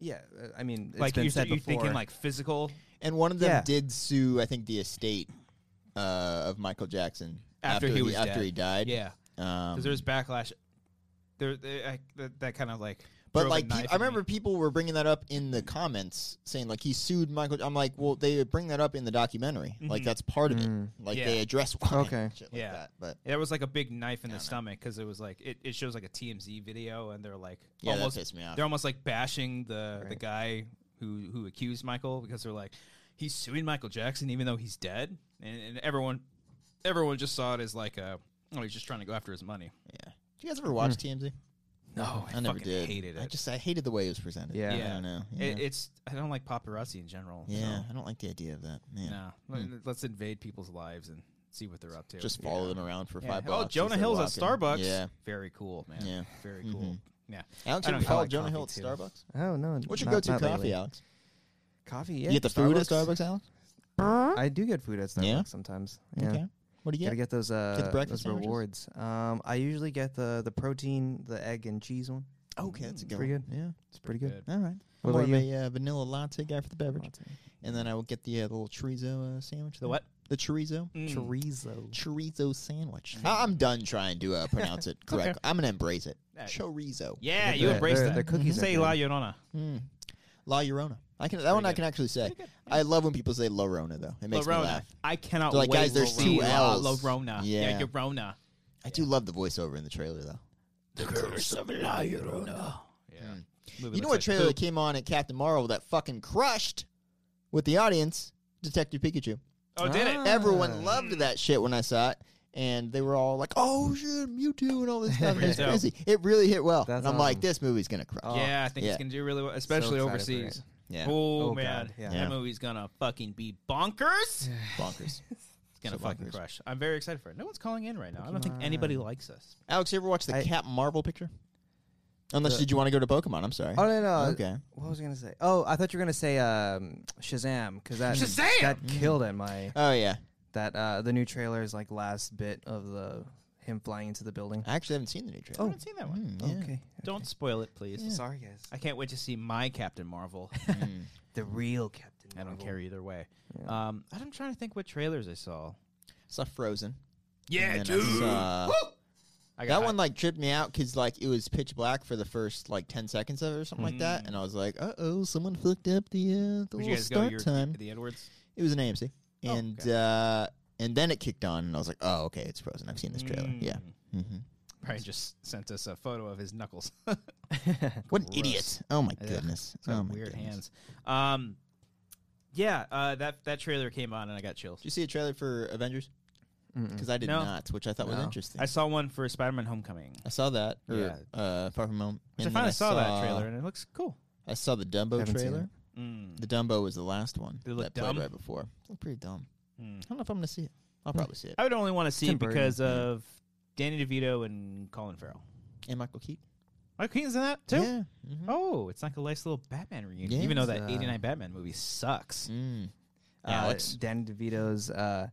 Speaker 4: yeah, uh, I mean, it's
Speaker 3: like
Speaker 4: been
Speaker 3: you
Speaker 4: said
Speaker 3: you
Speaker 4: before.
Speaker 3: thinking like physical
Speaker 2: And one of them
Speaker 4: Yeah.
Speaker 2: did sue, I think, the estate uh, of Michael Jackson
Speaker 3: After he was
Speaker 2: after
Speaker 3: dead.
Speaker 2: he died.
Speaker 3: Yeah,
Speaker 2: Um,
Speaker 3: because there's backlash. There, there- I, that, that kind of like.
Speaker 2: but
Speaker 3: drove a
Speaker 2: like, pe-
Speaker 3: knife
Speaker 2: I
Speaker 3: in me.
Speaker 2: remember people were bringing that up in the comments, saying like he sued Michael. I'm like, well, they bring that up in the documentary. Like that's part of
Speaker 4: Mm.
Speaker 2: it. Like
Speaker 3: Mm-hmm. Yeah.
Speaker 2: they address why.
Speaker 4: Okay.
Speaker 2: and shit like
Speaker 3: Yeah.
Speaker 2: that. But
Speaker 3: there was like a big knife in the
Speaker 2: don't know.
Speaker 3: stomach because it was like it, it shows like a TMZ video and they're like
Speaker 2: yeah,
Speaker 3: almost
Speaker 2: that pissed me off.
Speaker 3: they're almost like bashing the the
Speaker 4: Right.
Speaker 3: guy who who accused Michael because they're like he's suing Michael Jackson even though he's dead and, and everyone everyone just saw it as like a oh he's just trying to go after his money.
Speaker 2: Yeah. Did you guys ever
Speaker 4: Hmm.
Speaker 2: watch TMZ?
Speaker 3: No, I,
Speaker 2: never
Speaker 3: fucking
Speaker 2: did.
Speaker 3: Hated it.
Speaker 2: I just I hated the way it was presented.
Speaker 4: Yeah.
Speaker 2: I
Speaker 3: Yeah.
Speaker 2: don't know.
Speaker 3: It-
Speaker 2: Yeah,
Speaker 3: it's I don't like paparazzi in general. so,
Speaker 2: Yeah, I don't like the idea of that. Yeah. Hmm.
Speaker 3: no, Let- let's invade people's lives and see what they're up to.
Speaker 2: Just follow them around for
Speaker 3: Yeah.
Speaker 2: five
Speaker 3: Oh,
Speaker 2: blocks. as
Speaker 3: Jonah
Speaker 2: they're
Speaker 3: Hill's at
Speaker 2: walking.
Speaker 3: Starbucks.
Speaker 2: Yeah.
Speaker 3: Very cool, man.
Speaker 2: Yeah. Mm-hmm.
Speaker 3: Very cool. Yeah.
Speaker 2: Alex,
Speaker 3: I
Speaker 2: have
Speaker 3: don't
Speaker 2: you
Speaker 3: know.
Speaker 2: followed
Speaker 4: I like
Speaker 2: Jonah Hill at
Speaker 4: coffee, too.
Speaker 2: Starbucks?
Speaker 4: oh no,
Speaker 2: What's your
Speaker 4: not-
Speaker 2: go-to
Speaker 4: not
Speaker 2: coffee,
Speaker 4: lately.
Speaker 2: Alex?
Speaker 4: Coffee, yeah.
Speaker 2: you get the food at Starbucks, Alex?
Speaker 4: I do get food at Starbucks
Speaker 2: Yeah?
Speaker 4: sometimes. Yeah.
Speaker 2: Okay. What do you
Speaker 4: Gotta
Speaker 2: get?
Speaker 4: get those uh
Speaker 2: Get the breakfast
Speaker 4: those
Speaker 2: sandwiches?
Speaker 4: rewards. Um, I usually get the the protein, the egg and cheese one.
Speaker 2: Okay, that's a good
Speaker 4: pretty
Speaker 2: one.
Speaker 4: It's pretty good.
Speaker 2: Yeah. All right.
Speaker 4: What
Speaker 2: More
Speaker 4: about
Speaker 2: of
Speaker 4: you?
Speaker 2: a uh, vanilla latte guy for the beverage, and then I will get the uh, little chorizo uh, sandwich.
Speaker 3: The
Speaker 2: there.
Speaker 3: what?
Speaker 2: The chorizo.
Speaker 3: Mm.
Speaker 4: Chorizo.
Speaker 2: Chorizo sandwich. I- [laughs] I'm done trying to uh, pronounce [laughs] it correctly. I'm gonna embrace it.
Speaker 3: Yeah.
Speaker 2: Chorizo.
Speaker 3: Yeah,
Speaker 4: They're-
Speaker 3: you embrace
Speaker 4: they're-
Speaker 3: that.
Speaker 4: they're cookies are
Speaker 3: Say
Speaker 4: good.
Speaker 3: La Llorona.
Speaker 2: Mm. La Llorona. I can. That one I
Speaker 3: good.
Speaker 2: can actually say. I love when people say La Llorona though. It makes me
Speaker 3: Llorona.
Speaker 2: laugh.
Speaker 3: I cannot
Speaker 2: They're like,
Speaker 3: wait.
Speaker 2: guys, there's
Speaker 3: to
Speaker 2: two
Speaker 3: see La
Speaker 2: Ls.
Speaker 3: Llorona. Yeah.
Speaker 2: Yeah.
Speaker 3: Llorona.
Speaker 2: I do love the voiceover in the trailer though.
Speaker 3: The curse of La Llorona. Yeah. Movie
Speaker 2: Hmm. You
Speaker 3: looks
Speaker 2: know what
Speaker 3: like
Speaker 2: trailer
Speaker 3: poop.
Speaker 2: that came on at Captain Marvel that fucking crushed with the audience? Detective Pikachu.
Speaker 3: Oh, did
Speaker 2: Ah.
Speaker 3: it?
Speaker 2: Everyone loved that shit when I saw it. And they were all like, "Oh shit, Mewtwo and all this stuff." It's
Speaker 3: So-
Speaker 2: crazy. It really hit well.
Speaker 4: That's
Speaker 2: and I'm like,
Speaker 4: awesome. Oh,
Speaker 2: "This movie's gonna crush."
Speaker 3: yeah, I think
Speaker 2: Yeah.
Speaker 3: it's gonna do really well, especially
Speaker 4: excited for
Speaker 3: overseas.
Speaker 4: it.
Speaker 2: Yeah,
Speaker 3: Oh,
Speaker 4: Oh,
Speaker 3: man,
Speaker 4: God, yeah.
Speaker 2: Yeah.
Speaker 3: that movie's gonna fucking be bonkers.
Speaker 2: bonkers.
Speaker 3: It's gonna
Speaker 2: So
Speaker 3: fucking
Speaker 2: bonkers.
Speaker 3: crush. I'm very excited for it. No one's calling in right now. I don't think anybody likes us.
Speaker 2: [laughs] Alex, you ever watch the
Speaker 4: I-
Speaker 2: Captain Marvel picture? Unless did you want to go to Pokemon? I'm sorry.
Speaker 4: Oh no no.
Speaker 2: Okay.
Speaker 4: What was I gonna say? Oh, I thought you were gonna say um Shazam because that
Speaker 3: Shazam!
Speaker 4: that
Speaker 2: Mm.
Speaker 4: killed at my
Speaker 2: Oh yeah,
Speaker 4: that uh the new trailer is like last bit of the him flying into the building.
Speaker 2: I actually haven't seen the new trailer.
Speaker 3: I
Speaker 4: Oh.
Speaker 3: haven't seen that one.
Speaker 2: Mm, Uh, yeah.
Speaker 4: Okay.
Speaker 3: Don't spoil it, please.
Speaker 4: Sorry guys.
Speaker 3: I can't wait to see my Captain Marvel.
Speaker 2: Hmm.
Speaker 4: The real Captain.
Speaker 3: [laughs] I don't
Speaker 4: Marvel.
Speaker 3: care either way. Um, I'm trying to think what trailers I saw.
Speaker 2: Saw Frozen.
Speaker 3: Yeah,
Speaker 2: And then I saw-
Speaker 4: Oh
Speaker 3: I got
Speaker 2: that one like tripped me out because like it was pitch black for the first like ten seconds of it or something like that, and I was like, "Uh oh, someone fucked up the uh, the
Speaker 3: Would
Speaker 2: little
Speaker 3: Mm. you guys go
Speaker 2: start
Speaker 3: your,
Speaker 2: time."
Speaker 3: the Edwards?
Speaker 2: It was an AMC,
Speaker 3: Oh,
Speaker 2: and
Speaker 3: okay.
Speaker 2: uh, and then it kicked on, and I was like, "Oh, okay, it's Frozen. I've seen this trailer.
Speaker 3: Mm.
Speaker 2: Yeah, hmm
Speaker 3: Brian just sent us a photo of his knuckles. [laughs]
Speaker 2: what an
Speaker 3: Gross.
Speaker 2: idiot! Oh my
Speaker 3: Ugh,
Speaker 2: goodness!
Speaker 3: He's got
Speaker 2: oh my
Speaker 3: weird
Speaker 2: goodness.
Speaker 3: hands. Um, yeah, uh, that that trailer came on and I got chills.
Speaker 2: Did you see a trailer for Avengers? Because I did
Speaker 3: Mm. No.
Speaker 2: not, which I thought was
Speaker 4: No.
Speaker 2: interesting.
Speaker 3: I saw one for Spider-Man: Homecoming,
Speaker 2: I saw that. Or,
Speaker 3: Yeah.
Speaker 2: Uh, Far from home.
Speaker 3: which I
Speaker 2: and then
Speaker 3: finally saw, that trailer and it looks cool.
Speaker 2: I saw the Dumbo
Speaker 4: Haven't seen
Speaker 2: trailer.
Speaker 3: Mm.
Speaker 2: The Dumbo was the last one
Speaker 3: Did it look
Speaker 2: that played
Speaker 3: dumb?
Speaker 2: right before. It looked pretty dumb.
Speaker 3: Mm.
Speaker 2: I don't know if I'm gonna see it. I'll probably see it.
Speaker 3: I would only want to see
Speaker 4: Tim
Speaker 3: it
Speaker 4: Burton,
Speaker 3: because
Speaker 4: yeah.
Speaker 3: of Danny DeVito and Colin Farrell.
Speaker 2: And Michael Keaton.
Speaker 3: Mike Keaton's in that too.
Speaker 2: Yeah. Mhm.
Speaker 3: Oh, it's like a nice little Batman reunion. Even though
Speaker 4: Yes,
Speaker 3: that
Speaker 4: uh,
Speaker 3: '89 Batman movie sucks.
Speaker 2: Mm.
Speaker 4: Uh,
Speaker 2: Alex.
Speaker 4: Danny DeVito's. Uh,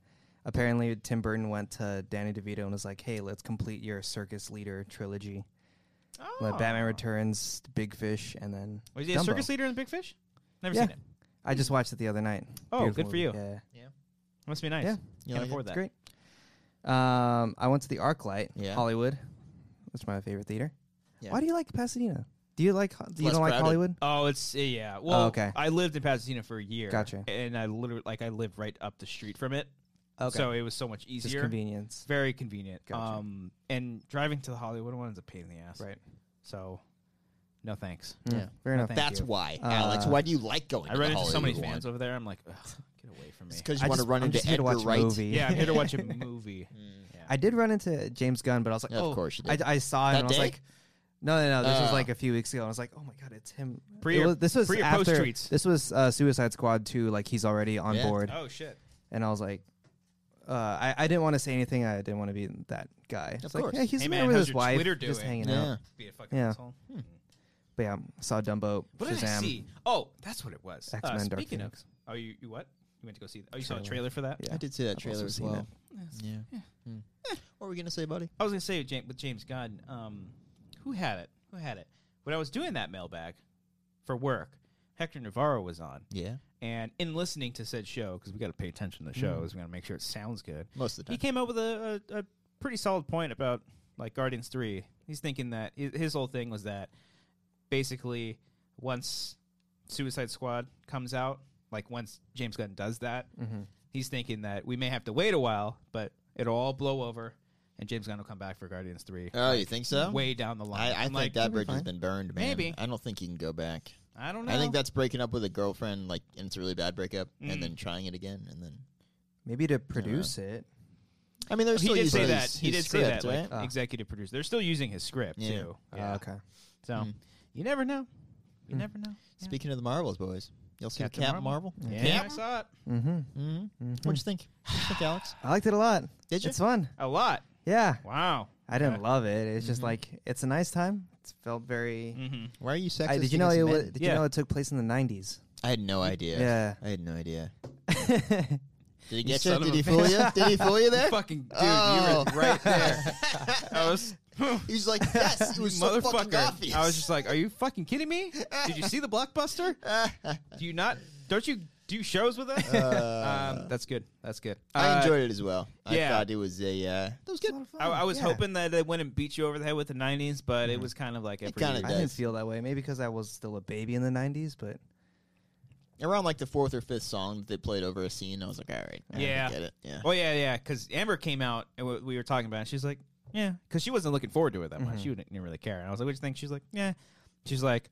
Speaker 4: apparently, Tim Burton went to Danny DeVito and was like, "Hey, let's complete your circus leader trilogy:
Speaker 3: Oh.
Speaker 4: Like Batman Returns, Big Fish, and then."
Speaker 3: Was he a
Speaker 4: Dumbo."
Speaker 3: circus leader in Big Fish? Never
Speaker 4: Yeah.
Speaker 3: seen it.
Speaker 4: I just watched it the other night.
Speaker 3: Oh, good for
Speaker 4: movie.
Speaker 3: you.
Speaker 4: Yeah,
Speaker 3: Must be nice.
Speaker 4: Yeah.
Speaker 2: You
Speaker 3: Can't
Speaker 2: like it?
Speaker 3: afford that.
Speaker 4: it's great. Um, I went to the ArcLight,
Speaker 2: Yeah.
Speaker 4: Hollywood. That's my favorite theater.
Speaker 2: Yeah.
Speaker 4: Why do you like Pasadena? Do you like? Ho- Do you
Speaker 2: less
Speaker 4: don't like
Speaker 2: crowded.
Speaker 4: Hollywood?
Speaker 3: Oh, it's uh, yeah. Well,
Speaker 4: okay.
Speaker 3: I lived in Pasadena for a year.
Speaker 4: Gotcha.
Speaker 3: And I literally like I lived right up the street from it.
Speaker 4: Okay.
Speaker 3: So it was so much
Speaker 4: Just
Speaker 3: easier. It's
Speaker 4: convenience.
Speaker 3: very convenient.
Speaker 4: Gotcha.
Speaker 3: Um, and driving to the Hollywood one is a pain in the ass.
Speaker 4: Right.
Speaker 3: So, no thanks.
Speaker 4: Yeah.
Speaker 2: Yeah.
Speaker 4: Fair enough.
Speaker 3: Thank
Speaker 2: That's
Speaker 3: you.
Speaker 2: why, Alex.
Speaker 4: Uh,
Speaker 2: Why do you like going?
Speaker 3: I ran
Speaker 2: to the
Speaker 3: into so many
Speaker 2: Hollywood
Speaker 3: fans
Speaker 2: one?
Speaker 3: over there. I'm like, Ugh, get away from me.
Speaker 2: It's because
Speaker 4: I
Speaker 2: you want to
Speaker 4: just-
Speaker 2: run
Speaker 4: I'm
Speaker 2: into
Speaker 4: just here to
Speaker 2: Edgar
Speaker 4: watch a
Speaker 2: Wright.
Speaker 4: movie.
Speaker 3: [laughs] Yeah, I'm here to watch
Speaker 4: [laughs]
Speaker 3: a movie.
Speaker 2: Mm.
Speaker 4: I did run into James Gunn, but I was like,
Speaker 2: Yeah, of
Speaker 4: oh,
Speaker 2: course you
Speaker 4: I-
Speaker 2: did.
Speaker 4: I, saw him.
Speaker 2: That
Speaker 4: and I was
Speaker 2: day?
Speaker 4: like, no, no, no. This was
Speaker 2: Uh.
Speaker 4: like a few weeks ago. And I was like, oh my god, it's him.
Speaker 3: Pre
Speaker 4: It
Speaker 3: or-
Speaker 4: was- this was
Speaker 3: pre or post
Speaker 4: after.
Speaker 3: tweets?
Speaker 4: This was uh, Suicide Squad 2. Like he's already on
Speaker 2: Yeah.
Speaker 4: board,
Speaker 3: Oh shit.
Speaker 4: and I was like, uh, I, I didn't want to say anything. I didn't want to be that guy. It's like,
Speaker 2: course.
Speaker 4: yeah, he's
Speaker 3: Hey,
Speaker 4: there
Speaker 3: man,
Speaker 4: with
Speaker 3: how's
Speaker 4: his
Speaker 3: your
Speaker 4: wife,
Speaker 3: Twitter
Speaker 4: just
Speaker 3: doing?
Speaker 4: hanging
Speaker 2: Yeah.
Speaker 4: out.
Speaker 3: Be a fucking
Speaker 4: Yeah.
Speaker 3: asshole.
Speaker 4: But yeah, saw Dumbo.
Speaker 3: What
Speaker 4: Shazam.
Speaker 3: did I see? Oh, that's what it was. Uh,
Speaker 4: X-Men, Dark
Speaker 3: speaking of,
Speaker 4: Phoenix.
Speaker 3: oh, you, you what? You went to go see? Oh, you saw a trailer for that?
Speaker 4: Yeah.
Speaker 2: I did see that
Speaker 4: I've
Speaker 2: trailer
Speaker 4: also
Speaker 2: as
Speaker 4: seen
Speaker 2: well.
Speaker 4: it.
Speaker 2: Yeah. Hmm. What were we gonna say, buddy?
Speaker 3: I was gonna say with James, with James Gunn, um, who had it? Who had it? When I was doing that mailbag for work, Hector Navarro was on,
Speaker 2: Yeah.
Speaker 3: and in listening to said show, because we got to pay attention to the shows, we got to make sure it sounds good.
Speaker 2: Most of the
Speaker 3: He
Speaker 2: time.
Speaker 3: came up with a, a, a pretty solid point about like Guardians Three. He's thinking that hi- his whole thing was that basically once Suicide Squad comes out, like once James Gunn does that,
Speaker 2: Mm-hmm.
Speaker 3: he's thinking that we may have to wait a while, but it'll all blow over, and James Gunn will come back for Guardians Three.
Speaker 2: Oh, you think so?
Speaker 3: Way down the line.
Speaker 2: I, I
Speaker 3: I'm
Speaker 2: think
Speaker 3: like,
Speaker 2: that bridge has
Speaker 4: fine.
Speaker 2: been burned, man.
Speaker 3: Maybe.
Speaker 2: I don't think you can go back.
Speaker 3: I don't know. Mm.
Speaker 2: I think that's breaking up with a girlfriend, like, and it's a really bad breakup, and then trying it again, and then.
Speaker 4: Maybe to produce it.
Speaker 2: I mean, there's
Speaker 3: Oh, he
Speaker 2: still
Speaker 3: did say
Speaker 2: using
Speaker 3: that.
Speaker 2: his-
Speaker 3: He
Speaker 2: his
Speaker 3: did say that.
Speaker 2: script,
Speaker 3: Like, uh,
Speaker 2: right? Ah.
Speaker 3: Executive producer. They're still using his script
Speaker 2: Yeah. Hmm.
Speaker 3: too.
Speaker 4: Ah,
Speaker 3: Yeah.
Speaker 4: okay.
Speaker 3: So you never know. You never know. Yeah.
Speaker 2: Speaking of the Marvels, boys, you'll see
Speaker 3: Captain
Speaker 2: the Captain
Speaker 3: Marvel.
Speaker 2: Marvel.
Speaker 3: Yeah, I saw it
Speaker 4: Mm-hmm.
Speaker 2: Mm-hmm. What'd you think? What'd you think, Alex?
Speaker 4: I liked it a lot.
Speaker 2: Did ya?
Speaker 4: It's fun.
Speaker 3: a lot.
Speaker 4: Yeah.
Speaker 3: Wow.
Speaker 4: I didn't love it. It's
Speaker 2: Mm-hmm.
Speaker 4: just like it's a nice time. It felt
Speaker 3: Mm.
Speaker 4: very.
Speaker 3: Mm-hmm.
Speaker 2: Why are you sexist?
Speaker 4: I, did you know
Speaker 2: against
Speaker 4: it?
Speaker 2: men?
Speaker 4: wa- Did
Speaker 3: Yeah.
Speaker 4: you know it took place in
Speaker 2: [laughs]
Speaker 4: the nineties? [laughs]
Speaker 2: I had no idea.
Speaker 4: Yeah.
Speaker 2: I had no idea. Did he get you?
Speaker 3: son of
Speaker 2: Did
Speaker 3: a
Speaker 2: he fool you? Did
Speaker 3: [laughs]
Speaker 2: he fool you there?
Speaker 3: Fucking dude,
Speaker 2: Oh.
Speaker 3: you were right
Speaker 2: [laughs]
Speaker 3: there. I was.
Speaker 2: He's like, yes,
Speaker 3: [laughs]
Speaker 2: it was so fucking obvious.
Speaker 3: Motherfucker. I was just like, are you fucking kidding me? Did you see the blockbuster? Do you not? Don't you do shows with us? [laughs] um, that's good. That's good.
Speaker 2: [laughs] Uh, I
Speaker 3: Uh,
Speaker 2: enjoyed it as well.
Speaker 3: yeah.
Speaker 2: I thought it was a. Uh, that was good.
Speaker 3: I, I was
Speaker 4: Yeah.
Speaker 3: hoping that it wouldn't beat you over the head with the '90s, but it was kind of like every
Speaker 2: kinda
Speaker 3: year.
Speaker 4: I didn't
Speaker 2: Nice.
Speaker 4: feel that way. Maybe because I was still a baby in the nineties, but
Speaker 2: Around like the fourth or fifth song that they played over a scene, I was like, all right, I
Speaker 3: Yeah.
Speaker 2: get it. Yeah.
Speaker 3: Oh yeah, yeah. Because Amber came out and we- we were talking about. it. She's like, yeah, because she wasn't looking forward to it that
Speaker 2: Mm-hmm.
Speaker 3: much. She didn't, didn't really care. And I was like, what do you think? She's like, yeah. She's like,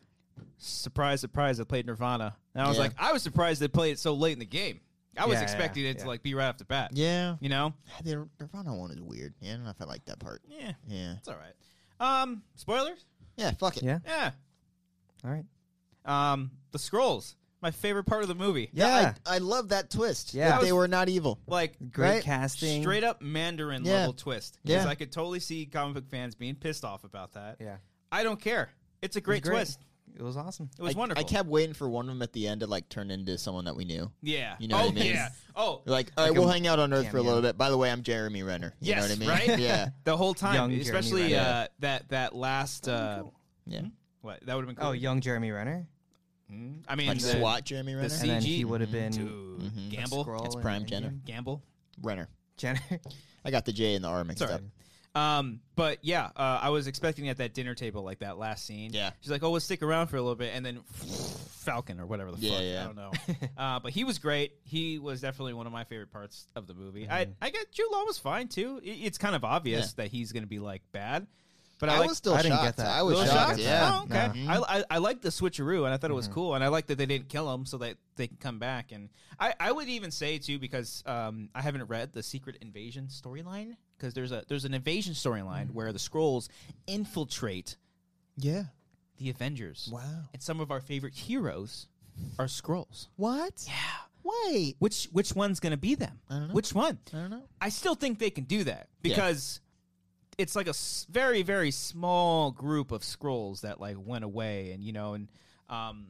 Speaker 3: surprise, surprise, they played Nirvana. And I was
Speaker 2: Yeah.
Speaker 3: like, I was surprised they played it so late in the game. I was
Speaker 4: Yeah,
Speaker 3: expecting it to
Speaker 4: yeah.
Speaker 3: like be right off the bat.
Speaker 2: Yeah,
Speaker 3: You know?
Speaker 2: the Nirvana one is weird. Yeah, I don't know if I like that part.
Speaker 3: Yeah.
Speaker 2: Yeah,
Speaker 3: It's all right. Um, spoilers.
Speaker 2: yeah, fuck it.
Speaker 4: yeah.
Speaker 3: Yeah.
Speaker 4: All right.
Speaker 3: Um, the scrolls. My favorite part of the movie.
Speaker 2: Yeah,
Speaker 4: Yeah.
Speaker 2: I, I love that twist.
Speaker 4: Yeah.
Speaker 2: that
Speaker 4: That
Speaker 2: they were not evil.
Speaker 3: Like
Speaker 4: Great
Speaker 2: Right?
Speaker 4: casting.
Speaker 3: straight up Mandarin
Speaker 2: Yeah.
Speaker 3: level twist. Because
Speaker 2: Yeah.
Speaker 3: I could totally see comic book fans being pissed off about that.
Speaker 4: Yeah.
Speaker 3: I don't care. It's a great,
Speaker 4: great.
Speaker 3: twist.
Speaker 4: It was awesome.
Speaker 3: It was
Speaker 2: I,
Speaker 3: wonderful.
Speaker 2: I kept waiting for one of them at the end to like turn into someone that we knew.
Speaker 3: Yeah.
Speaker 2: You know
Speaker 3: oh,
Speaker 2: what I mean?
Speaker 3: yeah. Oh,
Speaker 2: Like, all right,
Speaker 4: Like a
Speaker 2: we'll hang out on Earth for a
Speaker 4: cameo.
Speaker 2: little bit. By the way, I'm Jeremy Renner. You
Speaker 3: yes,
Speaker 2: know what I mean?
Speaker 3: right?
Speaker 2: [laughs] Yeah,
Speaker 3: The whole time,
Speaker 4: Young Jeremy
Speaker 3: especially
Speaker 4: Renner.
Speaker 3: uh, that that last uh,
Speaker 2: yeah.
Speaker 3: what that would have been. Cool. Hmm?
Speaker 4: Oh, young Jeremy Renner.
Speaker 3: I mean,
Speaker 2: Like
Speaker 3: the,
Speaker 2: SWAT mm-hmm, Jeremy Renner.
Speaker 4: And then
Speaker 3: CG.
Speaker 4: he would have been
Speaker 3: dude,
Speaker 4: Skrull
Speaker 3: gamble,
Speaker 2: That's
Speaker 4: and-
Speaker 2: prime
Speaker 4: and
Speaker 2: Jenner.
Speaker 4: him.
Speaker 3: gamble.
Speaker 2: Renner.
Speaker 4: Jenner. [laughs]
Speaker 2: I got the J and the R mixed
Speaker 3: Sorry.
Speaker 2: up.
Speaker 3: Um, but yeah, uh, I was expecting at that dinner table, like that last scene.
Speaker 2: Yeah.
Speaker 3: she's like, "Oh, we'll stick around for a little bit," and then Falcon or whatever the
Speaker 2: Yeah,
Speaker 3: fuck,
Speaker 2: yeah.
Speaker 3: I don't know. uh, but he was great. He was definitely one of my favorite parts of the movie. I I got Jude Law was fine too. I- it's kind of obvious that he's going to be like bad, but I,
Speaker 2: I
Speaker 3: like,
Speaker 2: was still
Speaker 4: I didn't
Speaker 2: shocked.
Speaker 4: get that.
Speaker 2: I was
Speaker 3: Little
Speaker 4: Little
Speaker 2: shocked.
Speaker 4: shocked?
Speaker 2: Yeah.
Speaker 3: Oh, okay.
Speaker 2: Mhm.
Speaker 3: I, I I liked the switcheroo, and I thought it was cool, and I liked that they didn't kill him, so that they can come back. And I, I would even say too, because um, I haven't read the Secret Invasion storyline, because there's a there's an invasion storyline where the scrolls infiltrate
Speaker 2: Yeah.
Speaker 3: the Avengers.
Speaker 2: Wow.
Speaker 3: And some of our favorite heroes are scrolls.
Speaker 2: What? Yeah. Wait.
Speaker 3: Which which one's gonna be them? I
Speaker 2: don't know.
Speaker 3: Which one?
Speaker 2: I don't know.
Speaker 3: I still think they can do that
Speaker 2: Yeah.
Speaker 3: because it's like a s- very very small group of scrolls that like went away and you know and um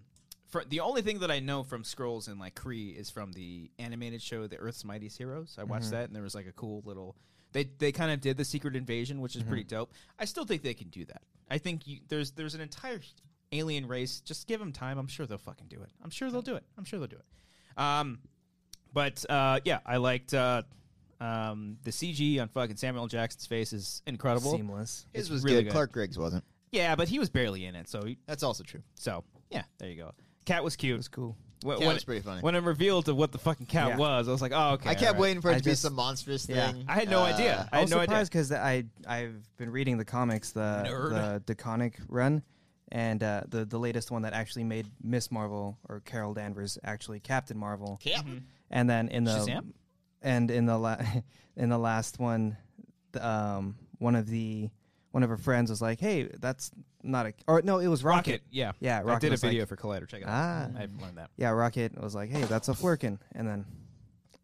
Speaker 3: for the only thing that I know from scrolls and like Kree is from the animated show The Earth's Mightiest Heroes. I watched that and there was like a cool little they they kind of did the secret invasion which is pretty dope. I still think they can do that. I think you, there's there's an entire alien race just give them time. I'm sure they'll fucking do it. I'm sure they'll do it. I'm sure they'll do it. Um but uh, yeah, I liked uh, um, the CG on fucking Samuel L. Jackson's face is incredible.
Speaker 4: Seamless.
Speaker 2: His was
Speaker 3: really
Speaker 2: good.
Speaker 3: good.
Speaker 2: Clark Griggs wasn't.
Speaker 3: Yeah, but he was barely in it, so
Speaker 2: That's also true.
Speaker 3: so yeah, there you go. Cat was cute.
Speaker 4: It was cool.
Speaker 3: When,
Speaker 2: Yeah,
Speaker 3: when,
Speaker 2: that's pretty funny.
Speaker 3: when it revealed of what the fucking cat
Speaker 4: Yeah.
Speaker 3: was, I was like, oh, okay.
Speaker 2: I kept
Speaker 3: alright.
Speaker 2: waiting for it
Speaker 4: I
Speaker 2: to be
Speaker 4: just-
Speaker 2: some monstrous
Speaker 4: yeah.
Speaker 2: thing.
Speaker 3: I had no
Speaker 2: Uh,
Speaker 3: idea. I
Speaker 4: I was
Speaker 3: had no idea.
Speaker 4: surprised because I I've been reading the comics, the
Speaker 3: Nerd.
Speaker 4: the Deconic run, and uh, the the latest one that actually made Miss Marvel or Carol Danvers actually Captain Marvel,
Speaker 2: Yep.
Speaker 3: Mm-hmm.
Speaker 4: and then in the
Speaker 3: Shazam?
Speaker 4: and in the la- [laughs] in the last one, the, um, one of the one of her friends was like, "Hey, that's not a or no, it was Rocket."
Speaker 3: Rocket, yeah,
Speaker 4: Yeah,
Speaker 3: I
Speaker 4: Rocket
Speaker 3: did a
Speaker 4: was like-
Speaker 3: video for Collider. Check it out.
Speaker 4: Ah.
Speaker 3: I haven't learned that.
Speaker 4: Yeah, Rocket was like, "Hey, that's a Flurkin," and then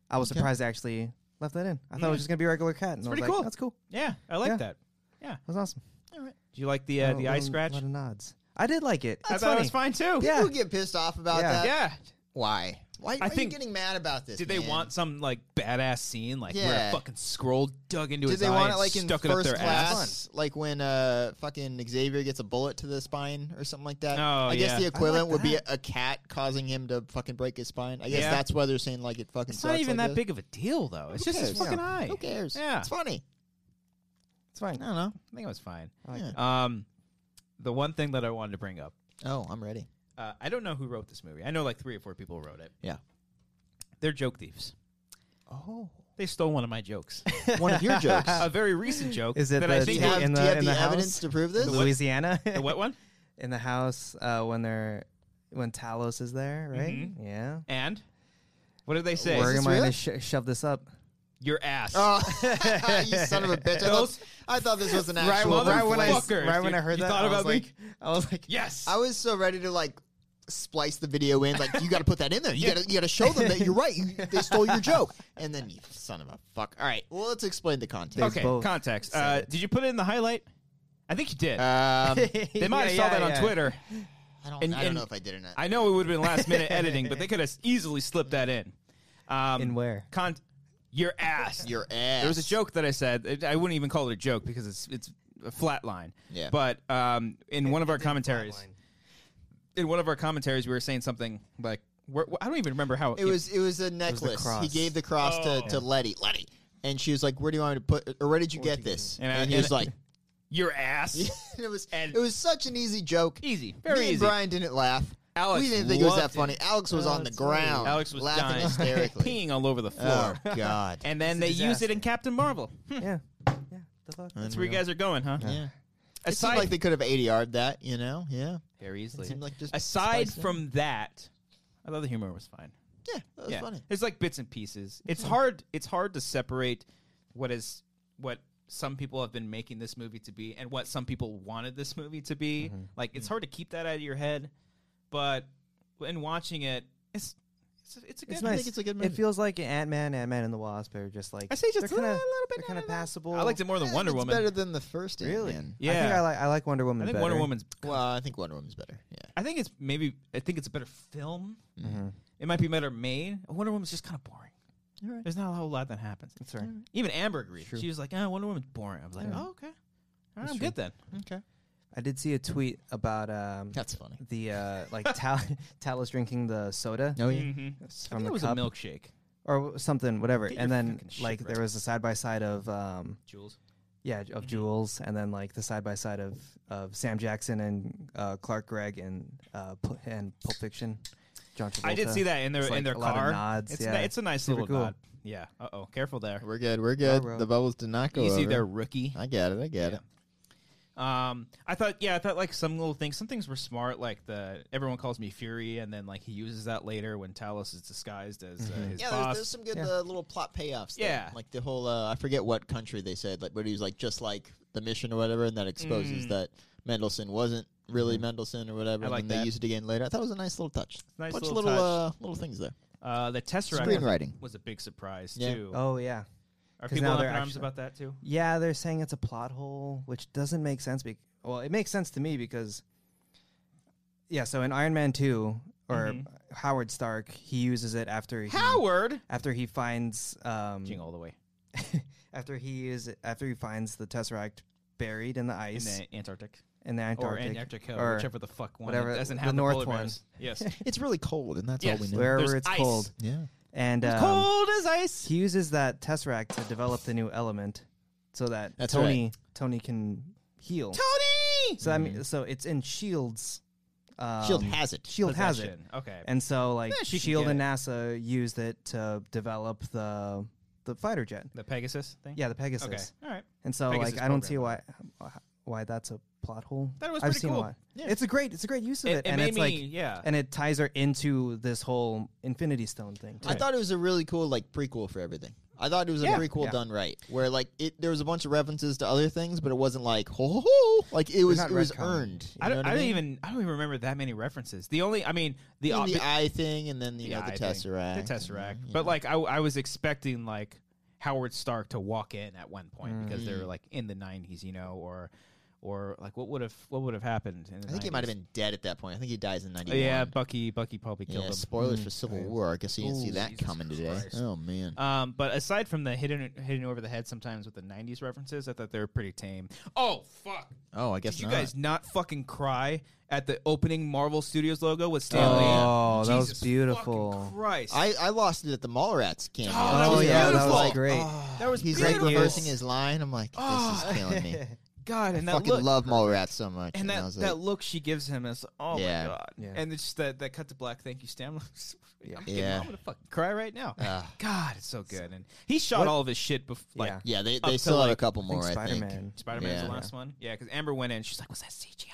Speaker 4: I was surprised they actually left that in. I thought it was just gonna be a regular cat. And I was
Speaker 3: pretty
Speaker 4: like,
Speaker 3: cool.
Speaker 4: That's cool.
Speaker 3: Yeah, I like
Speaker 4: Yeah. Oh,
Speaker 3: that.
Speaker 4: That was awesome.
Speaker 3: Do you like the uh,
Speaker 4: Little-
Speaker 3: the eye
Speaker 4: little-
Speaker 3: scratch?
Speaker 4: lot of nods. I did like it.
Speaker 3: I
Speaker 4: It's
Speaker 3: thought
Speaker 4: funny.
Speaker 3: it was fine too.
Speaker 4: Yeah.
Speaker 2: People get pissed off about
Speaker 4: Yeah.
Speaker 2: that.
Speaker 3: yeah.
Speaker 2: Why? Why, why are you
Speaker 3: think-
Speaker 2: getting mad about this?
Speaker 3: Did they
Speaker 2: man?
Speaker 3: want some like badass scene, like where a
Speaker 2: Yeah.
Speaker 3: fucking scroll dug into
Speaker 2: Did
Speaker 3: his
Speaker 2: they
Speaker 3: eye
Speaker 2: want
Speaker 3: and
Speaker 2: it like in
Speaker 3: stuck it up
Speaker 2: first
Speaker 3: their ass?
Speaker 2: class, like when uh fucking Xavier gets a bullet to the spine or something like that?
Speaker 3: Oh,
Speaker 2: I guess
Speaker 3: yeah. I
Speaker 2: the
Speaker 3: like
Speaker 2: equivalent would be a,
Speaker 4: that.
Speaker 2: a cat causing him to fucking break his spine. I guess
Speaker 3: Yeah.
Speaker 2: that's why they're saying like it fucking.
Speaker 3: It's
Speaker 2: sucks
Speaker 3: not even that
Speaker 2: like this.
Speaker 3: big of a deal though. It's just his
Speaker 2: cares?
Speaker 3: fucking
Speaker 2: Yeah.
Speaker 3: eye.
Speaker 2: Who cares?
Speaker 3: Yeah.
Speaker 2: it's funny.
Speaker 4: It's fine.
Speaker 2: I don't know.
Speaker 3: I think it was fine.
Speaker 4: I like
Speaker 2: Yeah.
Speaker 4: it.
Speaker 3: Um, the one thing that I wanted to bring up,
Speaker 2: Oh, I'm ready.
Speaker 3: uh, I don't know who wrote this movie. I know like three or four people wrote it.
Speaker 2: Yeah.
Speaker 3: They're joke thieves.
Speaker 2: Oh,
Speaker 3: They stole one of my
Speaker 4: [laughs]
Speaker 3: jokes,
Speaker 2: one of your jokes.
Speaker 3: a very recent joke.
Speaker 4: Is it
Speaker 3: that
Speaker 4: the
Speaker 3: I
Speaker 2: do you
Speaker 3: think
Speaker 4: tape
Speaker 2: have,
Speaker 4: in
Speaker 2: do
Speaker 4: the-
Speaker 2: you have
Speaker 4: in
Speaker 2: the,
Speaker 4: the house?
Speaker 2: evidence to prove this?
Speaker 4: Louisiana. [laughs]
Speaker 3: the wet one?
Speaker 4: in the house uh, when they're when Talos is there,
Speaker 3: Mm-hmm.
Speaker 4: right? Yeah.
Speaker 3: And what did they say?
Speaker 4: Where
Speaker 2: Is
Speaker 4: am
Speaker 2: this
Speaker 4: I
Speaker 2: real?
Speaker 4: gonna sh- shove this up?
Speaker 3: Your ass.
Speaker 2: Oh, [laughs] you son of a bitch! I
Speaker 3: Those-
Speaker 2: thought, I thought this was an
Speaker 3: Right,
Speaker 2: actual.
Speaker 3: mother-
Speaker 4: Right when I s-
Speaker 3: Fuckers,
Speaker 4: right when
Speaker 3: dude.
Speaker 4: I heard
Speaker 3: You
Speaker 4: that,
Speaker 3: thought
Speaker 4: I was
Speaker 3: about me?
Speaker 4: like, I was like,
Speaker 3: yes.
Speaker 2: I was so ready to like splice the video in. Like you got to put that in there. You got to you got to show them that you're right. You, they stole your joke. And then you son of a fuck. All right, well let's explain the content.
Speaker 3: okay.
Speaker 4: both
Speaker 3: Context. Uh, did you put it in the highlight? I think you did. [laughs] [laughs]
Speaker 2: Um,
Speaker 3: they
Speaker 4: [laughs]
Speaker 3: might have
Speaker 4: Uh, Yeah,
Speaker 3: saw
Speaker 4: yeah,
Speaker 3: that on
Speaker 4: yeah.
Speaker 3: Twitter.
Speaker 2: I don't,
Speaker 3: And-
Speaker 2: I don't
Speaker 3: and-
Speaker 2: know if I did or not.
Speaker 3: I know it would have been last minute editing,
Speaker 4: [laughs]
Speaker 3: but they could have easily slipped that in. Um,
Speaker 4: In where?
Speaker 3: Con- your ass.
Speaker 2: your ass.
Speaker 3: There was a joke that I said. It, I wouldn't even call it a joke because it's it's a flat line.
Speaker 2: Yeah.
Speaker 3: But um, in one of our commentaries, in one of our commentaries, we were saying something like, where, I don't even remember how
Speaker 2: It was it was a necklace.
Speaker 4: cross.
Speaker 2: he gave the cross to,
Speaker 3: Oh.
Speaker 2: to Letty. Letty. And she was like, "Where do you want me to put? Or where did you get this?"
Speaker 3: And
Speaker 2: And,
Speaker 3: I-
Speaker 2: he
Speaker 3: and
Speaker 2: was
Speaker 3: I- [laughs]
Speaker 2: like, [laughs]
Speaker 3: your ass.
Speaker 2: "It was
Speaker 3: And-
Speaker 2: it was such an easy joke.
Speaker 3: [laughs] Easy,
Speaker 2: Me
Speaker 3: very
Speaker 2: and
Speaker 3: easy.
Speaker 2: Brian didn't laugh.
Speaker 3: Alex
Speaker 2: we didn't think it was that
Speaker 3: loved it.
Speaker 2: funny. Alex was on the ground.
Speaker 3: Alex was
Speaker 2: laughing
Speaker 3: dying, [laughs]
Speaker 2: hysterically.
Speaker 3: peeing all over the floor.
Speaker 2: Oh [laughs] God!
Speaker 3: [laughs] And then they
Speaker 4: It's a
Speaker 3: use it in Captain Marvel. Hmm,
Speaker 4: Yeah. Yeah. The fuck.
Speaker 3: That's where you guys are going, huh?
Speaker 2: yeah, it
Speaker 3: Aside,
Speaker 2: seemed like they could have ADR'd that. You know, yeah.
Speaker 3: very easily.
Speaker 2: seemed like just
Speaker 3: Aside
Speaker 2: spice it.
Speaker 3: from that, I thought the humor was fine.
Speaker 2: yeah, that was
Speaker 3: yeah,
Speaker 2: funny.
Speaker 3: it's like bits and pieces. It's hard. It's hard to separate what is what some people have been making this movie to be and what some people wanted this movie to be. Like it's hard to keep that out of your head, but in watching it, it's it's a, it's a good.
Speaker 4: It's
Speaker 2: I
Speaker 4: nice.
Speaker 2: think it's a good
Speaker 4: It
Speaker 2: movie.
Speaker 4: feels like Ant Man, Ant Man and the Wasp are just like
Speaker 3: I say just
Speaker 4: they're kinda,
Speaker 3: a little bit
Speaker 4: they're kind
Speaker 3: now
Speaker 4: of
Speaker 3: and then.
Speaker 4: passable.
Speaker 3: I liked it more than
Speaker 2: Yeah,
Speaker 3: Wonder
Speaker 2: it's
Speaker 3: Woman.
Speaker 2: better than the first.
Speaker 4: really.
Speaker 2: Ant-Man.
Speaker 3: Yeah.
Speaker 4: I think I like I like Wonder Woman.
Speaker 3: I think
Speaker 4: better.
Speaker 3: Wonder Woman's.
Speaker 2: Well, I think Wonder Woman's better. Yeah.
Speaker 3: I think it's maybe. I think it's a better film.
Speaker 4: Mhm.
Speaker 3: It might be better made. Wonder Woman's just kind of boring. There's not a whole lot that happens.
Speaker 4: That's right.
Speaker 3: Even Amber agreed. She was like, "Ah, Wonder Woman's boring." I was like,
Speaker 4: Yeah.
Speaker 3: "Oh, okay, All right, I'm good then."
Speaker 2: Okay.
Speaker 4: I did see a tweet about um,
Speaker 2: That's funny.
Speaker 4: the uh,
Speaker 3: [laughs]
Speaker 4: like Tal- Talos drinking the soda
Speaker 2: No, yeah.
Speaker 3: Mm-hmm. I
Speaker 4: from
Speaker 3: think
Speaker 4: the
Speaker 3: it was
Speaker 4: cup.
Speaker 3: a milkshake,
Speaker 4: or w- something, whatever.
Speaker 3: Get your
Speaker 4: and then
Speaker 3: fucking shit
Speaker 4: like
Speaker 3: right.
Speaker 4: there was a side by side of um,
Speaker 3: Jules.
Speaker 4: yeah
Speaker 3: Mm-hmm.
Speaker 4: j- of Jules, and then like the side by side of of Sam Jackson and uh, Clark Gregg and uh, Pu- and Pulp Fiction. John Travolta.
Speaker 3: I did see that in their
Speaker 4: It's like
Speaker 3: in their
Speaker 4: a
Speaker 3: car.
Speaker 4: Lot of nods.
Speaker 3: It's,
Speaker 4: yeah.
Speaker 3: ni- it's a nice
Speaker 4: Super
Speaker 3: little
Speaker 4: cool.
Speaker 3: nod. Yeah. Uh oh. Careful there.
Speaker 2: We're good. We're good.
Speaker 4: bro.
Speaker 2: The bubbles did not go
Speaker 3: Oh, Easy
Speaker 2: over.
Speaker 3: there, rookie.
Speaker 2: I get it. I get it.
Speaker 3: Um, I thought, yeah, I thought like some little things. Some things were smart, like the everyone calls me Fury, and then like he uses that later when Talos is disguised as uh, his
Speaker 2: Yeah,
Speaker 3: boss.
Speaker 2: there's, there's some good
Speaker 4: Mm-hmm. Yeah.
Speaker 2: uh, little plot payoffs. There.
Speaker 3: Yeah.
Speaker 2: like the whole uh, I forget what country they said, like, but he was like just like the mission or whatever, and that exposes that Mendelssohn wasn't really Mendelssohn or whatever.
Speaker 3: Mm. I like
Speaker 2: and then
Speaker 3: that.
Speaker 2: they use it again later. I thought it was a nice little touch.
Speaker 3: Nice
Speaker 2: bunch
Speaker 3: little
Speaker 2: of little
Speaker 3: touch.
Speaker 2: Uh, little things there.
Speaker 3: uh, the Tesseract
Speaker 2: Screenwriting.
Speaker 3: was a big surprise
Speaker 2: Yeah.
Speaker 3: too.
Speaker 4: Oh yeah,
Speaker 3: Are
Speaker 4: 'cause
Speaker 3: people
Speaker 4: now
Speaker 3: up in
Speaker 4: they're
Speaker 3: arms
Speaker 4: actually-
Speaker 3: about that too?
Speaker 4: yeah. They're saying it's a plot hole, which doesn't make sense. Be- well, it makes sense to me because yeah. So in Iron Man two or Howard Stark, he uses it after he,
Speaker 3: Mm-hmm. Howard,
Speaker 4: after he finds um,
Speaker 3: jingle all the way
Speaker 4: [laughs] after he is after he finds the tesseract buried in the
Speaker 3: in
Speaker 4: ice in
Speaker 3: the Antarctic,
Speaker 4: the, Antarctic
Speaker 3: or Antarctica,
Speaker 4: or
Speaker 3: whichever the fuck one
Speaker 4: whatever,
Speaker 3: that doesn't
Speaker 4: the
Speaker 3: have
Speaker 4: north
Speaker 3: polar
Speaker 4: one.
Speaker 3: bears.
Speaker 4: [laughs]
Speaker 3: Yes,
Speaker 2: It's really cold, and that's
Speaker 3: yes.
Speaker 2: all we know.
Speaker 4: wherever
Speaker 3: There's
Speaker 4: it's
Speaker 3: ice.
Speaker 4: cold.
Speaker 2: yeah,
Speaker 4: And um,
Speaker 3: cold as ice.
Speaker 4: he uses that tesseract to develop the new element, so that
Speaker 2: That's
Speaker 4: Tony Tony can heal.
Speaker 3: Tony.
Speaker 4: So I mean, so it's in Shield's Um,
Speaker 2: Mm-hmm. Shield E has it.
Speaker 4: Shield has it.
Speaker 3: Possession. Okay.
Speaker 4: And so, like,
Speaker 3: Yeah, she can
Speaker 4: Shield
Speaker 3: get
Speaker 4: and NASA used it to develop the the fighter jet.
Speaker 3: the Pegasus thing.
Speaker 4: Yeah, the Pegasus.
Speaker 3: Okay. All right.
Speaker 4: And so,
Speaker 3: Pegasus
Speaker 4: like, I don't see
Speaker 3: program.
Speaker 4: why why that's a plot hole.
Speaker 3: That was
Speaker 4: I've
Speaker 3: pretty
Speaker 4: seen
Speaker 3: cool.
Speaker 4: a lot.
Speaker 3: Yeah.
Speaker 4: It's a great it's a great use of
Speaker 3: It- it
Speaker 4: it, and
Speaker 3: made
Speaker 4: it's like
Speaker 3: me- yeah.
Speaker 4: and it ties her into this whole Infinity Stone thing. too.
Speaker 2: I thought it was a really cool like prequel for everything. I thought it was a
Speaker 3: Yeah.
Speaker 2: prequel
Speaker 4: Yeah.
Speaker 2: done right, where like it there was a bunch of references to other things, but it wasn't like [laughs] ho ho ho. Like it was
Speaker 4: not
Speaker 2: it was
Speaker 4: retconning.
Speaker 2: earned. You
Speaker 3: I
Speaker 2: know
Speaker 3: don't,
Speaker 2: what
Speaker 3: I
Speaker 2: I
Speaker 3: don't
Speaker 2: mean?
Speaker 3: even I don't even remember that many references. The only I mean the
Speaker 2: And
Speaker 3: ob-
Speaker 2: the Mm, eye thing, and then you know
Speaker 3: Yeah,
Speaker 2: the
Speaker 3: I think.
Speaker 2: tesseract,
Speaker 3: The
Speaker 2: and,
Speaker 3: Tesseract.
Speaker 2: you
Speaker 3: But
Speaker 2: know.
Speaker 3: like I, I was expecting like Howard Stark to walk in at one point because they were like in the nineties, you know, or or like what would have what would have happened? In the
Speaker 2: I think he might have
Speaker 3: 90s?
Speaker 2: been dead at that point. I think he dies in ninety
Speaker 3: Oh,
Speaker 2: one.
Speaker 3: yeah, Bucky Bucky probably killed
Speaker 2: yeah.
Speaker 3: him. Mm.
Speaker 2: Spoilers for Civil War. I guess you didn't see
Speaker 3: Ooh,
Speaker 2: that
Speaker 3: Jesus
Speaker 2: coming today.
Speaker 3: Christ.
Speaker 2: Oh man.
Speaker 3: Um, but aside from the hitting hitting over the head sometimes with the '90s references, I thought they were pretty tame. Oh fuck!
Speaker 2: Oh, I guess
Speaker 3: Did you
Speaker 2: not.
Speaker 3: guys not fucking cry at the opening Marvel Studios logo with Stan Lee?
Speaker 4: Oh, that was
Speaker 3: Jesus
Speaker 4: beautiful.
Speaker 3: fucking Christ!
Speaker 2: I, I lost it at the Mallrats cameo.
Speaker 3: Oh, that was
Speaker 4: yeah, that
Speaker 3: beautiful. Oh,
Speaker 4: was great.
Speaker 3: that was
Speaker 2: He's
Speaker 3: beautiful.
Speaker 2: like reversing his line. I'm like, this is
Speaker 3: [laughs]
Speaker 2: killing me.
Speaker 3: God, and that
Speaker 2: Fucking
Speaker 3: look,
Speaker 2: love Mallrats so much.
Speaker 3: and
Speaker 2: I
Speaker 3: that,
Speaker 2: was
Speaker 3: that
Speaker 2: like,
Speaker 3: look she gives him is oh
Speaker 2: Yeah.
Speaker 3: my god,
Speaker 4: Yeah.
Speaker 3: and it's just that that cut to black. Thank you, Stan. [laughs] I'm, getting-
Speaker 2: Yeah.
Speaker 3: I'm gonna fucking cry right now.
Speaker 2: Ah.
Speaker 3: God, it's so good. And he shot
Speaker 4: What-
Speaker 3: all of his shit before. Like,
Speaker 4: Yeah.
Speaker 2: yeah, they,
Speaker 3: up
Speaker 2: they
Speaker 3: to,
Speaker 2: still have a
Speaker 3: like,
Speaker 2: couple
Speaker 4: I think
Speaker 2: more. I
Speaker 4: Spider
Speaker 2: think.
Speaker 4: Man.
Speaker 3: Spider Man's
Speaker 2: Yeah.
Speaker 3: the last one. Yeah, because Amber went in. She's like, "Was that CGI?"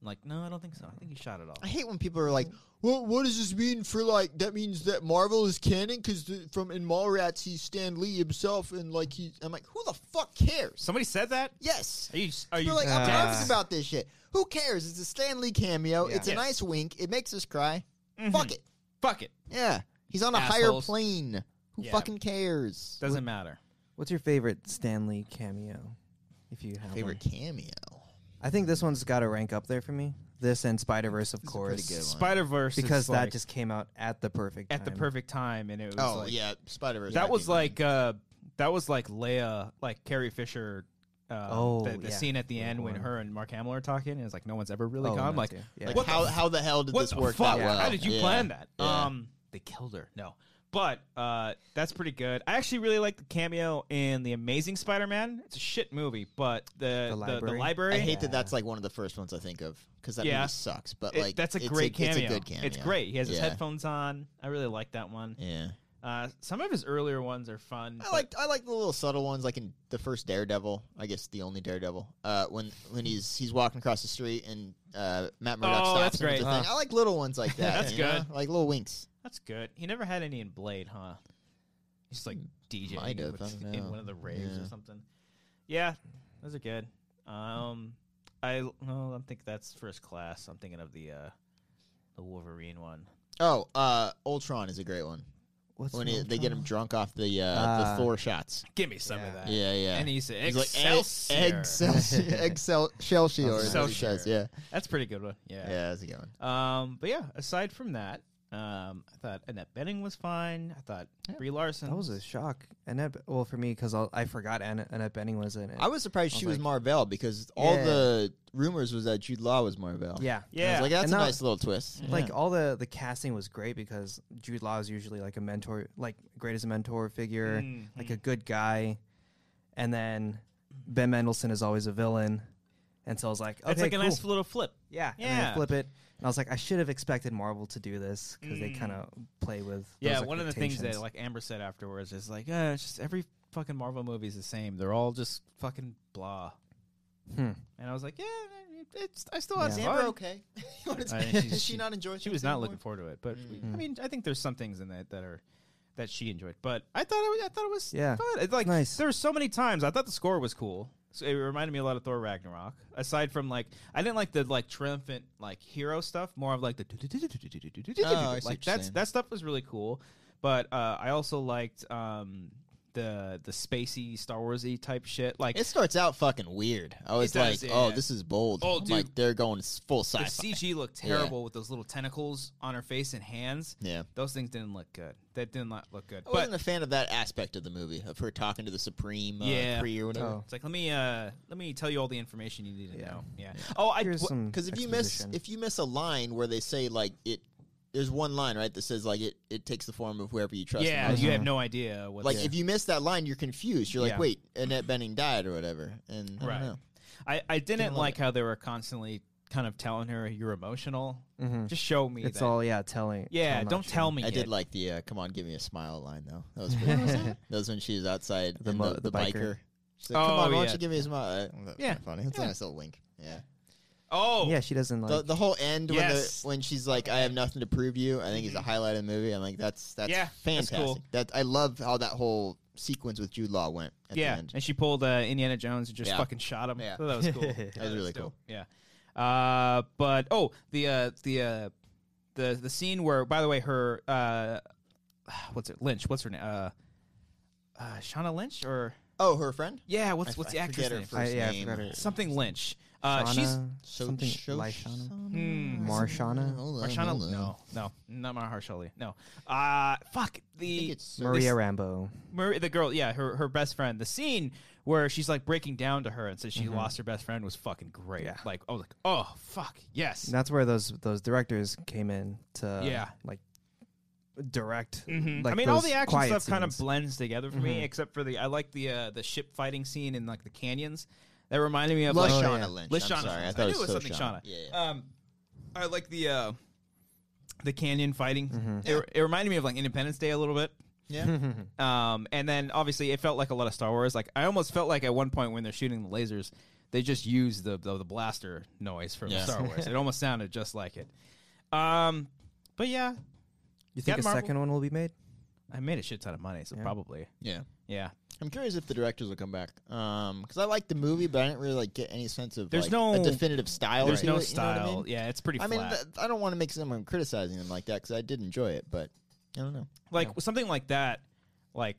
Speaker 3: I'm like, "No, I don't think so. I think he shot it all."
Speaker 2: I hate when people are like, "What? What does this mean for like? That means that Marvel is canon because from in Mallrats he's Stan Lee himself, and like he, I'm like, who the fuck cares?
Speaker 3: Somebody said that.
Speaker 2: Yes,
Speaker 3: Are you? Are you?
Speaker 2: You're like, I'm
Speaker 4: Uh,
Speaker 2: nervous about this shit. Who cares? It's a Stan Lee cameo.
Speaker 4: Yeah.
Speaker 2: It's a
Speaker 3: Yes.
Speaker 2: nice wink. It makes us cry. Fuck it.
Speaker 3: Mm-hmm. fuck it.
Speaker 2: Yeah, he's on a higher
Speaker 3: Assholes.
Speaker 2: plane. Who
Speaker 3: Yeah.
Speaker 2: fucking cares?
Speaker 3: Doesn't matter.
Speaker 4: What's your favorite Stanley cameo? If you have
Speaker 2: favorite
Speaker 4: one?
Speaker 2: cameo.
Speaker 4: I think this one's got to rank up there for me. This and Spider Verse, of
Speaker 2: It's a pretty
Speaker 4: course,
Speaker 2: good one.
Speaker 3: Spider Verse
Speaker 4: because that
Speaker 3: like
Speaker 4: just came out at the perfect
Speaker 3: at the
Speaker 4: time.
Speaker 3: perfect time, and it was
Speaker 2: Oh
Speaker 3: like,
Speaker 2: yeah, Spider Verse.
Speaker 3: That was like uh, that was like Leia, like Carrie Fisher. Uh,
Speaker 4: Oh,
Speaker 3: the, the
Speaker 4: yeah.
Speaker 3: scene at the end when
Speaker 4: one.
Speaker 3: her and Mark Hamill are talking, and it's like no one's ever really
Speaker 4: Oh,
Speaker 3: gone.
Speaker 4: no,
Speaker 3: Like,
Speaker 4: dude. Yeah.
Speaker 2: Like
Speaker 3: what
Speaker 2: how
Speaker 3: the
Speaker 2: how the hell did
Speaker 3: what
Speaker 2: this
Speaker 3: the
Speaker 2: work
Speaker 3: fuck?
Speaker 2: out well?
Speaker 3: How did you
Speaker 2: Yeah.
Speaker 3: plan that?
Speaker 2: Yeah.
Speaker 3: Um, they killed her. No, but uh, that's pretty good. I actually really like the cameo in the Amazing Spider-Man. It's a shit movie, but the
Speaker 4: The
Speaker 3: the library. The,
Speaker 4: library?
Speaker 3: library
Speaker 2: I hate that that's like one of the first ones I think of because that
Speaker 3: Yeah.
Speaker 2: movie sucks. But
Speaker 3: it-
Speaker 2: like,
Speaker 3: that's a
Speaker 2: it's
Speaker 3: great cameo.
Speaker 2: It's a good cameo.
Speaker 3: It's great. He has his
Speaker 2: Yeah.
Speaker 3: headphones on. I really like that one.
Speaker 2: Yeah,
Speaker 3: Uh, some of his earlier ones are fun.
Speaker 2: I like I like the little subtle ones, like in the first Daredevil. I guess the only Daredevil. Uh, when when he's he's walking across the street and uh, Matt Murdock
Speaker 3: Oh,
Speaker 2: stops
Speaker 3: that's
Speaker 2: him with
Speaker 3: great.
Speaker 2: the thing. I like little ones [laughs] like that.
Speaker 3: That's
Speaker 2: you know?
Speaker 3: good.
Speaker 2: Like little winks.
Speaker 3: That's good. He never had any in Blade, huh? He's like DJ
Speaker 2: might have, I don't
Speaker 3: in
Speaker 2: know.
Speaker 3: one of the raves
Speaker 2: Yeah.
Speaker 3: or something. Yeah, those are good. Um, I no, I don't think that's first class. I'm thinking of the uh, the Wolverine one.
Speaker 2: Oh, uh, Ultron is a great one.
Speaker 4: What's
Speaker 2: When
Speaker 4: the
Speaker 2: he,
Speaker 4: other
Speaker 2: they get
Speaker 4: one?
Speaker 2: him drunk off the uh,
Speaker 4: Ah.
Speaker 2: the Thor shots.
Speaker 3: Give me some
Speaker 4: Yeah.
Speaker 3: of that.
Speaker 2: Yeah, yeah.
Speaker 3: uh, And he said,
Speaker 2: He's like
Speaker 3: Excelsior.
Speaker 2: Excelsior,
Speaker 3: [laughs]
Speaker 2: Excel, Excelsior. is what he
Speaker 3: Excelsior.
Speaker 2: says. Yeah,
Speaker 3: That's a pretty good one. Yeah.
Speaker 2: yeah, that's a good one.
Speaker 3: Um, but yeah, aside from that, um, I thought Annette Benning was fine. I thought Brie Larson.
Speaker 4: That was a shock. Annette, well, for me, because I forgot Anna, Annette Benning was in it.
Speaker 2: I was surprised
Speaker 4: I
Speaker 2: she
Speaker 4: was
Speaker 2: was
Speaker 4: like-
Speaker 2: Marvel because all
Speaker 4: Yeah.
Speaker 2: the rumors was that Jude Law was Marvel. And I
Speaker 4: yeah.
Speaker 2: was
Speaker 3: Yeah.
Speaker 2: like that's
Speaker 4: And
Speaker 2: a
Speaker 4: now-
Speaker 2: nice little twist.
Speaker 4: Like
Speaker 2: Yeah.
Speaker 4: all the the casting was great because Jude Law is usually like a mentor, like great as a mentor figure,
Speaker 3: Mm-hmm.
Speaker 4: like a good guy, and then Ben Mendelsohn is always a villain, and so I was like, okay,
Speaker 3: it's like a nice
Speaker 4: cool.
Speaker 3: little flip.
Speaker 4: yeah,
Speaker 3: yeah.
Speaker 4: and then they flip it, and I was like, I should have expected Marvel to do this because they kind of play with
Speaker 3: Mm. Yeah,
Speaker 4: those
Speaker 3: one of the things that
Speaker 4: expectations.
Speaker 3: like Amber said afterwards is like, uh, it's just every fucking Marvel movie is the same. They're all just fucking blah.
Speaker 4: Hmm.
Speaker 3: And I was like, yeah, it's I still had
Speaker 4: Yeah.
Speaker 2: Is
Speaker 3: fun.
Speaker 2: Amber okay? [laughs] You wanna-
Speaker 3: I mean,
Speaker 2: Does
Speaker 3: she's-
Speaker 2: she not enjoy?
Speaker 3: She was not looking forward to it, but we-
Speaker 2: Mm-hmm.
Speaker 3: I mean, I think there's some things in that that are that she enjoyed. But I thought it was, I thought it was
Speaker 4: Yeah.
Speaker 3: fun. It's like
Speaker 4: Nice.
Speaker 3: there were so many times I thought the score was cool. So it reminded me a lot of Thor Ragnarok. Aside from like, I didn't like the like triumphant like hero stuff. More of like the
Speaker 2: Oh, I see what you're
Speaker 3: like that's
Speaker 2: saying.
Speaker 3: that stuff was really cool. But uh, I also liked um, the the spacey Star Warsy type shit. Like
Speaker 2: It starts out fucking weird. I was
Speaker 3: does,
Speaker 2: like,
Speaker 3: yeah.
Speaker 2: oh, this is bold.
Speaker 3: Oh,
Speaker 2: I'm like
Speaker 3: dude.
Speaker 2: they're going s- full
Speaker 3: the
Speaker 2: sci-fi.
Speaker 3: CG looked
Speaker 2: Yeah.
Speaker 3: terrible with those little tentacles on her face and hands.
Speaker 2: Yeah.
Speaker 3: Those things didn't look good. That did not look good.
Speaker 2: I
Speaker 3: but
Speaker 2: wasn't a fan of that aspect of the movie of her talking to the Supreme uh,
Speaker 3: Yeah.
Speaker 2: Kree or whatever.
Speaker 4: Oh.
Speaker 3: It's like let me uh let me tell you all the information you need to
Speaker 4: Yeah.
Speaker 3: know. Yeah. Oh, I
Speaker 4: Here's
Speaker 3: wh-
Speaker 4: some
Speaker 2: Because if you miss
Speaker 4: exposition.
Speaker 2: if you miss a line where they say like it, there's one line right that says like it it takes the form of whoever you trust. the
Speaker 3: yeah,
Speaker 2: most.
Speaker 3: you have no idea what
Speaker 2: Like
Speaker 3: the-
Speaker 2: if you miss that line, you're confused. You're like,
Speaker 3: Yeah.
Speaker 2: wait, Annette Benning died or whatever, and I don't
Speaker 3: right.
Speaker 2: know.
Speaker 3: I I didn't
Speaker 2: love
Speaker 3: like how they were constantly kind of telling her you're emotional.
Speaker 2: Mm.
Speaker 4: Mhm.
Speaker 3: Just show me.
Speaker 4: It's
Speaker 3: that-
Speaker 4: all yeah, telling.
Speaker 3: Yeah,
Speaker 4: I'm not
Speaker 3: don't
Speaker 4: sure.
Speaker 3: tell me.
Speaker 2: I
Speaker 3: it.
Speaker 2: did like the uh, "Come on, give me a smile" line though. That [laughs] was pretty. that was when she was outside
Speaker 4: The
Speaker 2: and
Speaker 4: mo-
Speaker 2: the,
Speaker 4: the biker.
Speaker 2: She's like, "Come
Speaker 3: Oh,
Speaker 2: on, why
Speaker 3: yeah.
Speaker 2: don't you give me a smile?" Uh, that's
Speaker 3: Yeah.
Speaker 2: funny. It's
Speaker 3: Yeah.
Speaker 2: a nice little link. Yeah,
Speaker 3: Oh,
Speaker 4: Yeah, she doesn't like.
Speaker 2: the, the whole end when the,
Speaker 3: Yes. Mm-hmm.
Speaker 2: when she's like, "I have nothing to prove you," I think is a highlight of the movie. I'm like, "That's that's
Speaker 3: Yeah, that's
Speaker 2: fantastic."
Speaker 3: cool.
Speaker 2: That I love how that whole sequence with Jude Law went. At
Speaker 3: yeah.
Speaker 2: the end.
Speaker 3: And she pulled uh, Indiana Jones and just
Speaker 2: Yeah.
Speaker 3: fucking shot him.
Speaker 2: Yeah.
Speaker 3: So that was
Speaker 2: [laughs]
Speaker 3: cool.
Speaker 4: That
Speaker 3: Yeah,
Speaker 4: was
Speaker 2: really
Speaker 3: dope. Yeah. Uh, but oh, the uh, the uh, the the scene where, by the way, her uh, what's it? Lynch. What's her name? Uh, uh, Shauna Lynch or
Speaker 2: Oh, her friend.
Speaker 3: yeah? What's
Speaker 2: I-
Speaker 3: what's
Speaker 2: I
Speaker 3: the actress
Speaker 2: forget her
Speaker 3: name?
Speaker 2: first
Speaker 4: I- yeah, I
Speaker 2: name.
Speaker 4: forgot her.
Speaker 3: Something Lynch. Uh, she's
Speaker 4: Shauna,
Speaker 2: So-
Speaker 4: something
Speaker 2: so-
Speaker 4: Lyshana?
Speaker 3: Hmm.
Speaker 4: Marshana,
Speaker 2: Hold on,
Speaker 3: Marshana.
Speaker 2: hold on.
Speaker 3: No, no, not Mahershala. Ali, No. Uh, fuck
Speaker 2: I think
Speaker 3: the
Speaker 2: it's
Speaker 4: Maria Rambo.
Speaker 3: Maria, the girl, yeah, her her best friend. The scene where she's like breaking down to her and says she
Speaker 2: Mm-hmm.
Speaker 3: lost her best friend was fucking great.
Speaker 4: Yeah.
Speaker 3: Like, I was like, oh fuck, yes,
Speaker 4: And that's where those those directors came in to
Speaker 3: Yeah.
Speaker 4: like direct.
Speaker 3: Mhm.
Speaker 4: Like
Speaker 3: I mean, all
Speaker 4: those
Speaker 3: the action
Speaker 4: quiet
Speaker 3: stuff kind of
Speaker 4: scenes. Mm-hmm.
Speaker 3: blends together for me, except for the I like the uh, the ship fighting scene in like the canyons. That reminded me of like
Speaker 2: Lashana
Speaker 4: Oh, yeah.
Speaker 2: Lynch.
Speaker 3: Lashana.
Speaker 2: I'm sorry. I
Speaker 3: Lynch.
Speaker 2: thought
Speaker 3: knew it was
Speaker 2: so
Speaker 3: something Shauna.
Speaker 2: Yeah, yeah.
Speaker 3: Um, I like the uh, the canyon fighting.
Speaker 4: Mm-hmm.
Speaker 3: It, it reminded me of like Independence Day a little bit.
Speaker 2: yeah.
Speaker 3: Um, and then obviously it felt like a lot of Star Wars. Like I almost felt like at one point when they're shooting the lasers, they just use the the, the blaster noise from
Speaker 2: Yeah.
Speaker 3: Star
Speaker 2: [laughs]
Speaker 3: Wars. it almost sounded just like it. Um, but yeah,
Speaker 4: You think
Speaker 3: Captain
Speaker 4: a
Speaker 3: Marvel.
Speaker 4: second one will be made?
Speaker 3: I made a shit ton of money, so probably
Speaker 2: yeah.
Speaker 3: yeah.
Speaker 2: I'm curious if the directors will come back. Um, because I liked the movie, but I didn't really like get any sense of
Speaker 3: There's
Speaker 2: like,
Speaker 3: no-
Speaker 2: a definitive style.
Speaker 3: There's
Speaker 2: to
Speaker 3: no
Speaker 2: it, you know what
Speaker 3: style.
Speaker 2: I mean,
Speaker 3: Yeah, it's pretty
Speaker 2: I,
Speaker 3: flat.
Speaker 2: mean th- I don't want to make someone criticizing them like that because I did enjoy it, but I don't know.
Speaker 3: like something like that, like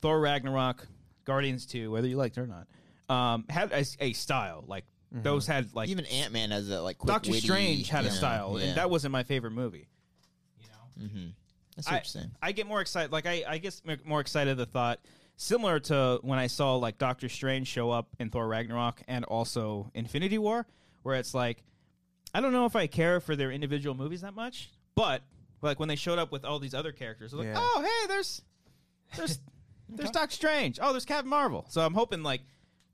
Speaker 3: Thor Ragnarok, Guardians Two, whether you liked it or not, um, had a, a style. Like those had like
Speaker 2: Even Ant Man has that like quick,
Speaker 3: Doctor
Speaker 2: witty,
Speaker 3: Strange had
Speaker 2: you
Speaker 3: a
Speaker 2: know,
Speaker 3: style,
Speaker 2: yeah. Mm-hmm.
Speaker 3: and that wasn't my favorite movie.
Speaker 2: That's interesting.
Speaker 3: I get more excited. Like I, I guess m- more excited at the thought, similar to when I saw like Doctor Strange show up in Thor Ragnarok and also Infinity War, where it's like, I don't know if I care for their individual movies that much, but like when they showed up with all these other characters, I was
Speaker 4: Yeah.
Speaker 3: like, oh hey, there's, there's, there's Doctor Strange. Oh, there's Captain Marvel. So I'm hoping like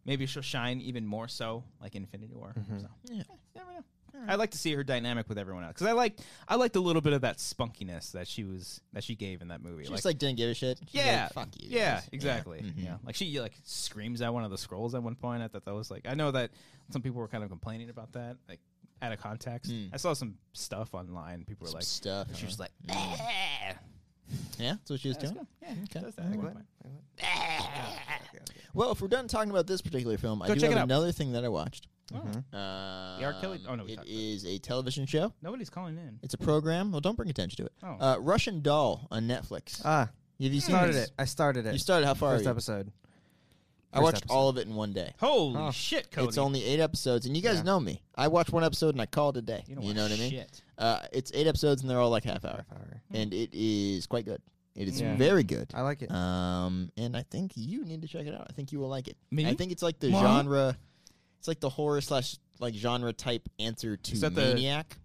Speaker 3: maybe she'll shine even more so like Infinity War.
Speaker 2: Mm-hmm.
Speaker 3: So.
Speaker 2: Yeah.
Speaker 3: Never know. I like to see her dynamic with everyone else because I liked I liked a little bit of that spunkiness that she was that she gave in that movie.
Speaker 2: She just like Mm-hmm. didn't give a shit. She's
Speaker 3: yeah,
Speaker 2: like, fuck you.
Speaker 3: yeah,
Speaker 2: guys.
Speaker 3: exactly. Yeah. like she like screams at one of the scrolls at one point. I thought that was like I know that some people were kind of complaining about that, like out of context. I saw some stuff online. People were like,
Speaker 2: Mm.
Speaker 3: "Uh-huh."
Speaker 2: stuff.
Speaker 3: she was
Speaker 2: huh?
Speaker 3: like, "Eh."
Speaker 2: yeah, that's what she was doing.
Speaker 3: yeah,
Speaker 2: Okay.
Speaker 3: does that at one point.
Speaker 2: Well, if we're done talking about this particular film, I
Speaker 3: Go
Speaker 2: do
Speaker 3: check
Speaker 2: have
Speaker 3: it out.
Speaker 2: another thing that I watched.
Speaker 3: Mhm.
Speaker 2: Uh,
Speaker 3: The R. Kelly- oh, no, we
Speaker 2: it
Speaker 3: talked about
Speaker 2: is a television show.
Speaker 3: Nobody's calling in.
Speaker 2: It's a program. Well, don't bring attention to it.
Speaker 3: Oh.
Speaker 2: Uh, Russian Doll on Netflix.
Speaker 4: Ah,
Speaker 2: Have you
Speaker 4: I
Speaker 2: seen
Speaker 4: started
Speaker 2: this?
Speaker 4: it. I started it.
Speaker 2: You started how far? are
Speaker 4: first
Speaker 2: you?
Speaker 4: episode.
Speaker 2: I
Speaker 4: First
Speaker 2: watched
Speaker 4: episode.
Speaker 2: all of it in one day.
Speaker 3: Holy
Speaker 4: Oh.
Speaker 3: shit, Cody!
Speaker 2: It's only eight episodes, and you guys know me. I watch one episode and I call it a day.
Speaker 3: You
Speaker 2: You,
Speaker 3: don't
Speaker 2: know
Speaker 3: watch
Speaker 2: what I mean?
Speaker 3: shit. Hmm.
Speaker 2: Uh, it's eight episodes, and they're all like half hour,
Speaker 4: Half hour.
Speaker 2: and it is quite good. It is
Speaker 4: Yeah.
Speaker 2: very good.
Speaker 4: I like it.
Speaker 2: Um, and I think you need to check it out. I think you will like it.
Speaker 3: Me?
Speaker 2: I think it's like the
Speaker 3: Mom?
Speaker 2: genre. It's like the horror slash like genre type answer to
Speaker 3: Is that the-
Speaker 2: Maniac.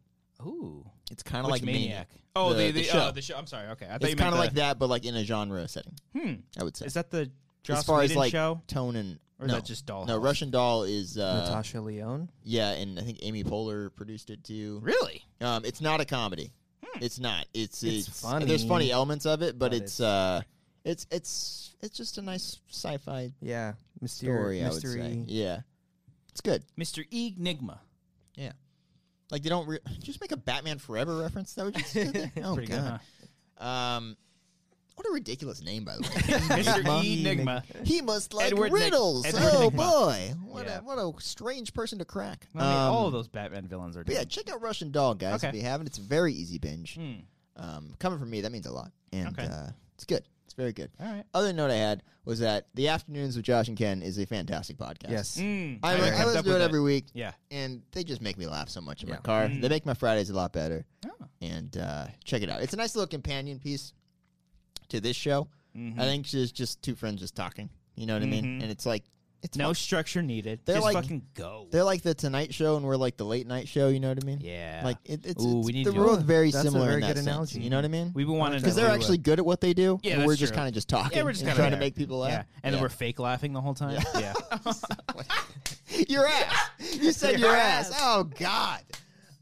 Speaker 3: Ooh.
Speaker 2: It's kind of
Speaker 3: Which
Speaker 2: like
Speaker 3: maniac? Oh, the, the,
Speaker 2: show.
Speaker 3: uh, the show. I'm sorry. Okay, I thought
Speaker 2: it's
Speaker 3: you
Speaker 2: kind
Speaker 3: meant
Speaker 2: of
Speaker 3: the,
Speaker 2: like that, but like in a genre setting.
Speaker 3: Hmm.
Speaker 2: I would say.
Speaker 3: Is that the Joss
Speaker 2: as far
Speaker 3: Whedon
Speaker 2: as like
Speaker 3: show?
Speaker 2: tone and
Speaker 3: Or is
Speaker 2: no.
Speaker 3: that just Dollhouse?
Speaker 2: No, Russian Doll is uh,
Speaker 4: Natasha Leone.
Speaker 2: Yeah, and I think Amy Poehler produced it too.
Speaker 3: Really?
Speaker 2: Um, it's not a comedy.
Speaker 3: Hmm.
Speaker 2: It's not. It's
Speaker 4: It's
Speaker 2: it's,
Speaker 4: funny,
Speaker 2: There's funny elements of it, but,
Speaker 4: but
Speaker 2: it's, uh, it's it's it's just a nice sci-fi
Speaker 4: Yeah,
Speaker 2: story.
Speaker 4: mystery.
Speaker 2: I would
Speaker 4: mystery.
Speaker 2: say. Yeah, it's good.
Speaker 3: Mr. Enigma.
Speaker 2: Yeah, like they don't re- just make a Batman Forever reference. That would just [laughs]
Speaker 3: [laughs]
Speaker 2: oh
Speaker 3: Pretty
Speaker 2: god. um, what a ridiculous name by
Speaker 3: [laughs]
Speaker 2: the way.
Speaker 3: good, huh? Mr.
Speaker 4: Enigma.
Speaker 3: Enigma.
Speaker 2: He must like
Speaker 3: Edward Nic-
Speaker 2: riddles.
Speaker 3: Edward
Speaker 2: oh
Speaker 3: Nigma.
Speaker 2: boy, what
Speaker 3: Yeah.
Speaker 2: a what a strange person to crack.
Speaker 3: I mean, all
Speaker 2: Um,
Speaker 3: of those Batman villains are.
Speaker 2: But yeah,
Speaker 3: doing-
Speaker 2: check out Russian Doll, guys.
Speaker 3: Okay.
Speaker 2: If you haven't, it's a very easy binge.
Speaker 3: Hmm.
Speaker 2: Um, coming from me, that means a lot, and
Speaker 3: Okay.
Speaker 2: uh, it's good. It's very good.
Speaker 3: All right.
Speaker 2: Other note I had was that the afternoons with Josh and Ken is a fantastic podcast.
Speaker 4: Yes.
Speaker 3: Mm.
Speaker 2: I,
Speaker 3: never
Speaker 2: I,
Speaker 3: kept
Speaker 2: listen
Speaker 3: up
Speaker 2: to
Speaker 3: with
Speaker 2: it
Speaker 3: that.
Speaker 2: every week,
Speaker 3: Yeah. Mm-hmm.
Speaker 2: and they just make me laugh so much in
Speaker 4: Yeah.
Speaker 2: my car. They make my Fridays a lot better.
Speaker 3: Oh.
Speaker 2: And uh, check it out. It's a nice little companion piece to this show.
Speaker 3: Mm-hmm.
Speaker 2: I think it's just, just two friends just talking. You know what I mean? And it's like it's
Speaker 3: No
Speaker 2: fun.
Speaker 3: structure needed.
Speaker 2: They're
Speaker 3: Just
Speaker 2: like-
Speaker 3: fucking go.
Speaker 2: They're like the Tonight Show, and we're like the late night show. You know what I mean?
Speaker 3: Yeah.
Speaker 2: Like it, it's,
Speaker 3: Ooh,
Speaker 2: it's
Speaker 3: we need
Speaker 2: the
Speaker 3: to-
Speaker 2: world very
Speaker 4: That's a
Speaker 2: similar
Speaker 4: very
Speaker 2: in that
Speaker 4: good
Speaker 2: sense.
Speaker 4: analogy.
Speaker 2: You know what I mean?
Speaker 3: We've been wanting
Speaker 2: because
Speaker 3: to
Speaker 2: they're
Speaker 3: do
Speaker 2: actually
Speaker 3: it.
Speaker 2: good at what they do.
Speaker 3: Yeah,
Speaker 2: and
Speaker 3: that's
Speaker 2: we're just
Speaker 3: true.
Speaker 2: kind of just talking.
Speaker 3: we're just
Speaker 2: and
Speaker 3: kinda
Speaker 2: trying
Speaker 3: there.
Speaker 2: to make people laugh.
Speaker 3: Yeah. And then we're fake laughing the whole time. Yeah.
Speaker 2: your ass. You said
Speaker 3: Your
Speaker 2: your ass.
Speaker 3: ass.
Speaker 2: Oh God.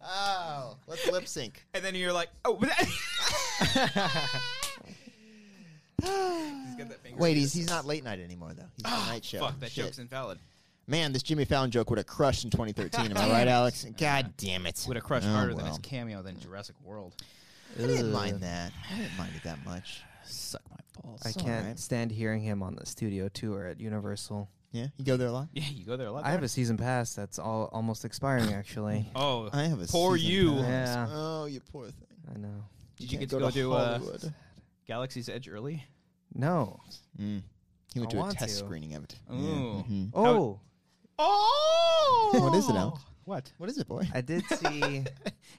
Speaker 2: Oh, let's lip sync.
Speaker 3: [laughs] and then you're like,
Speaker 2: [laughs]
Speaker 3: oh, [laughs] but that- he's got that finger. Ah,
Speaker 2: Wait, he's he's not late night anymore though. He's the night show.
Speaker 3: Fuck, that
Speaker 2: Shit.
Speaker 3: joke's invalid.
Speaker 2: Man, this Jimmy Fallon joke would have crushed in
Speaker 3: [laughs]
Speaker 2: 2013. Am I right, Alex? God damn it.
Speaker 3: Would have crushed
Speaker 2: Oh,
Speaker 3: harder than
Speaker 2: well.
Speaker 3: his cameo than Jurassic World.
Speaker 2: I didn't mind that. I didn't mind it that much.
Speaker 3: Suck my balls.
Speaker 4: I
Speaker 2: It's all
Speaker 4: can't
Speaker 2: right.
Speaker 4: stand hearing him on the studio tour at Universal.
Speaker 2: Yeah, you go there a lot.
Speaker 3: Yeah, you go there a lot.
Speaker 4: I have
Speaker 3: don't
Speaker 4: a season pass that's all almost expiring. Actually,
Speaker 3: you? Oh,
Speaker 2: I have a
Speaker 3: poor
Speaker 2: season
Speaker 3: you.
Speaker 2: pass.
Speaker 4: Yeah.
Speaker 2: Oh, you poor thing.
Speaker 4: I know.
Speaker 3: Did you
Speaker 2: Can't
Speaker 3: get to go, do uh,
Speaker 2: Hollywood.
Speaker 3: Galaxy's Edge early?
Speaker 4: No.
Speaker 2: Mm. He went
Speaker 4: I
Speaker 2: to a
Speaker 4: want
Speaker 2: test
Speaker 4: to.
Speaker 2: screening of it. Yeah,
Speaker 3: Ooh.
Speaker 2: mhm.
Speaker 4: Oh,
Speaker 3: Oh,
Speaker 2: What is it, Al?
Speaker 3: What?
Speaker 2: What is it, boy?
Speaker 4: I did see.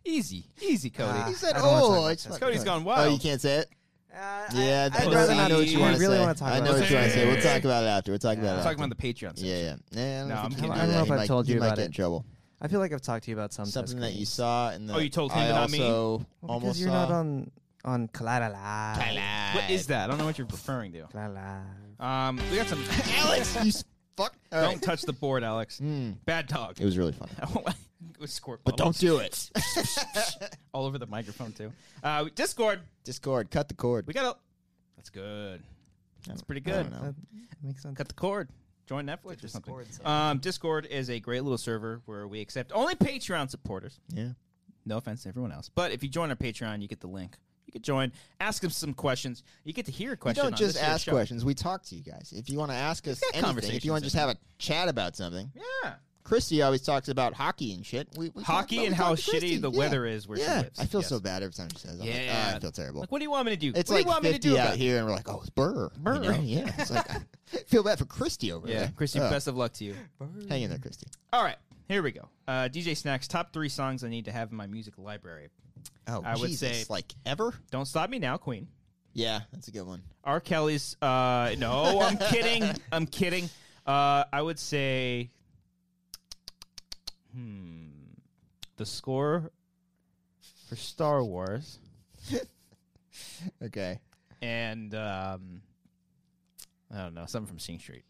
Speaker 3: Easy, easy, Cody.
Speaker 4: Uh,
Speaker 2: He said,
Speaker 4: I don't wanna talk
Speaker 2: "Oh,
Speaker 4: about
Speaker 2: it's
Speaker 4: this.
Speaker 2: not
Speaker 3: Cody's
Speaker 2: good."
Speaker 3: gone
Speaker 2: Oh, you
Speaker 3: wild.
Speaker 2: can't say it.
Speaker 4: Uh,
Speaker 2: Yeah,
Speaker 4: I,
Speaker 2: I,
Speaker 4: would
Speaker 3: know
Speaker 4: rather
Speaker 3: what
Speaker 4: not.
Speaker 2: I know what you
Speaker 3: I
Speaker 2: want to
Speaker 4: really
Speaker 2: say.
Speaker 4: want to talk
Speaker 2: I
Speaker 4: about
Speaker 2: know
Speaker 4: it.
Speaker 2: what you want to say. We'll talk about it after. We'll talk about
Speaker 3: We're
Speaker 2: it.
Speaker 3: talking
Speaker 2: after.
Speaker 3: about the Patreon. section.
Speaker 2: Yeah, yeah. yeah
Speaker 3: No,
Speaker 2: I
Speaker 3: I'm
Speaker 2: don't think
Speaker 3: kidding.
Speaker 2: you
Speaker 3: I
Speaker 2: can
Speaker 3: don't
Speaker 2: do
Speaker 4: know
Speaker 2: that.
Speaker 4: if
Speaker 2: You
Speaker 4: I've
Speaker 2: might-
Speaker 4: told
Speaker 2: you
Speaker 4: you
Speaker 2: might
Speaker 4: about
Speaker 2: get in
Speaker 4: it.
Speaker 2: trouble.
Speaker 4: I feel like I've talked to you about some
Speaker 2: Something
Speaker 4: test
Speaker 2: that you
Speaker 4: screenings.
Speaker 2: saw and
Speaker 3: Oh, you told him,
Speaker 2: I
Speaker 3: but not me?
Speaker 2: also
Speaker 4: Well,
Speaker 2: almost
Speaker 4: because you're
Speaker 2: saw.
Speaker 4: not on on Clara Live.
Speaker 3: What is that? I don't know what you're referring to.
Speaker 4: Clara Live.
Speaker 3: Um, we [laughs] got some.
Speaker 2: Alex, you s- fuck. All
Speaker 3: don't
Speaker 2: right.
Speaker 3: touch the board, Alex.
Speaker 2: Mm,
Speaker 3: Bad dog. [laughs]
Speaker 2: it was really funny.
Speaker 3: It was squirt
Speaker 2: But
Speaker 3: bubbles
Speaker 2: don't do it. [laughs]
Speaker 3: all over the microphone too. Uh, Discord.
Speaker 2: Discord, cut the cord.
Speaker 3: We got a. That's good. That's pretty
Speaker 2: I don't
Speaker 3: good.
Speaker 2: know.
Speaker 4: That makes sense.
Speaker 3: Cut the cord. Join Netflix or something.
Speaker 4: Discord sound.
Speaker 3: Um, Discord is a great little server where we accept only Patreon supporters.
Speaker 2: Yeah.
Speaker 3: No offense to everyone else, but if you join our Patreon, you get the link. You could join, ask them some questions. You get to hear a
Speaker 2: We
Speaker 3: question.
Speaker 2: don't
Speaker 3: on
Speaker 2: just
Speaker 3: this year's
Speaker 2: ask
Speaker 3: show.
Speaker 2: questions. We talk to you guys. If you want to ask us
Speaker 3: got
Speaker 2: anything, if you
Speaker 3: conversations
Speaker 2: want to just have a chat about something,
Speaker 3: Yeah.
Speaker 2: Christy always talks about hockey and shit. We, we talk
Speaker 3: Hockey
Speaker 2: about- we
Speaker 3: and
Speaker 2: talk
Speaker 3: how
Speaker 2: to
Speaker 3: shitty
Speaker 2: Christy.
Speaker 3: the
Speaker 2: Yeah.
Speaker 3: weather is where
Speaker 2: yeah.
Speaker 3: she lives.
Speaker 2: I feel
Speaker 3: Yes.
Speaker 2: so bad every time she says that. I'm like,
Speaker 3: Yeah.
Speaker 2: "Ah, I feel terrible.
Speaker 3: Like, what do you want me to do?
Speaker 2: it's
Speaker 3: what
Speaker 2: like
Speaker 3: do you want
Speaker 2: 50
Speaker 3: me to do
Speaker 2: out
Speaker 3: about it?
Speaker 2: here, and we're like, oh, it's Burr. You
Speaker 3: Burr.
Speaker 2: know? Yeah. It's like, I [laughs] feel bad for Christy over
Speaker 3: Yeah,
Speaker 2: there.
Speaker 3: Christy,
Speaker 2: Oh,
Speaker 3: best of luck to you.
Speaker 2: Hang in there, Christy.
Speaker 3: All right, here we go. Uh, DJ Snacks, top three songs I need to have in my music library.
Speaker 2: Oh,
Speaker 3: I would
Speaker 2: Jesus,
Speaker 3: say-
Speaker 2: like ever.
Speaker 3: Don't Stop Me Now, Queen.
Speaker 2: Yeah, that's a good one.
Speaker 3: R. Kelly's. Uh,
Speaker 2: [laughs]
Speaker 3: no, I'm kidding. I'm kidding. Uh, I would say, hmm, the score for Star Wars
Speaker 2: Okay.
Speaker 3: and um, I don't know something from Sing Street.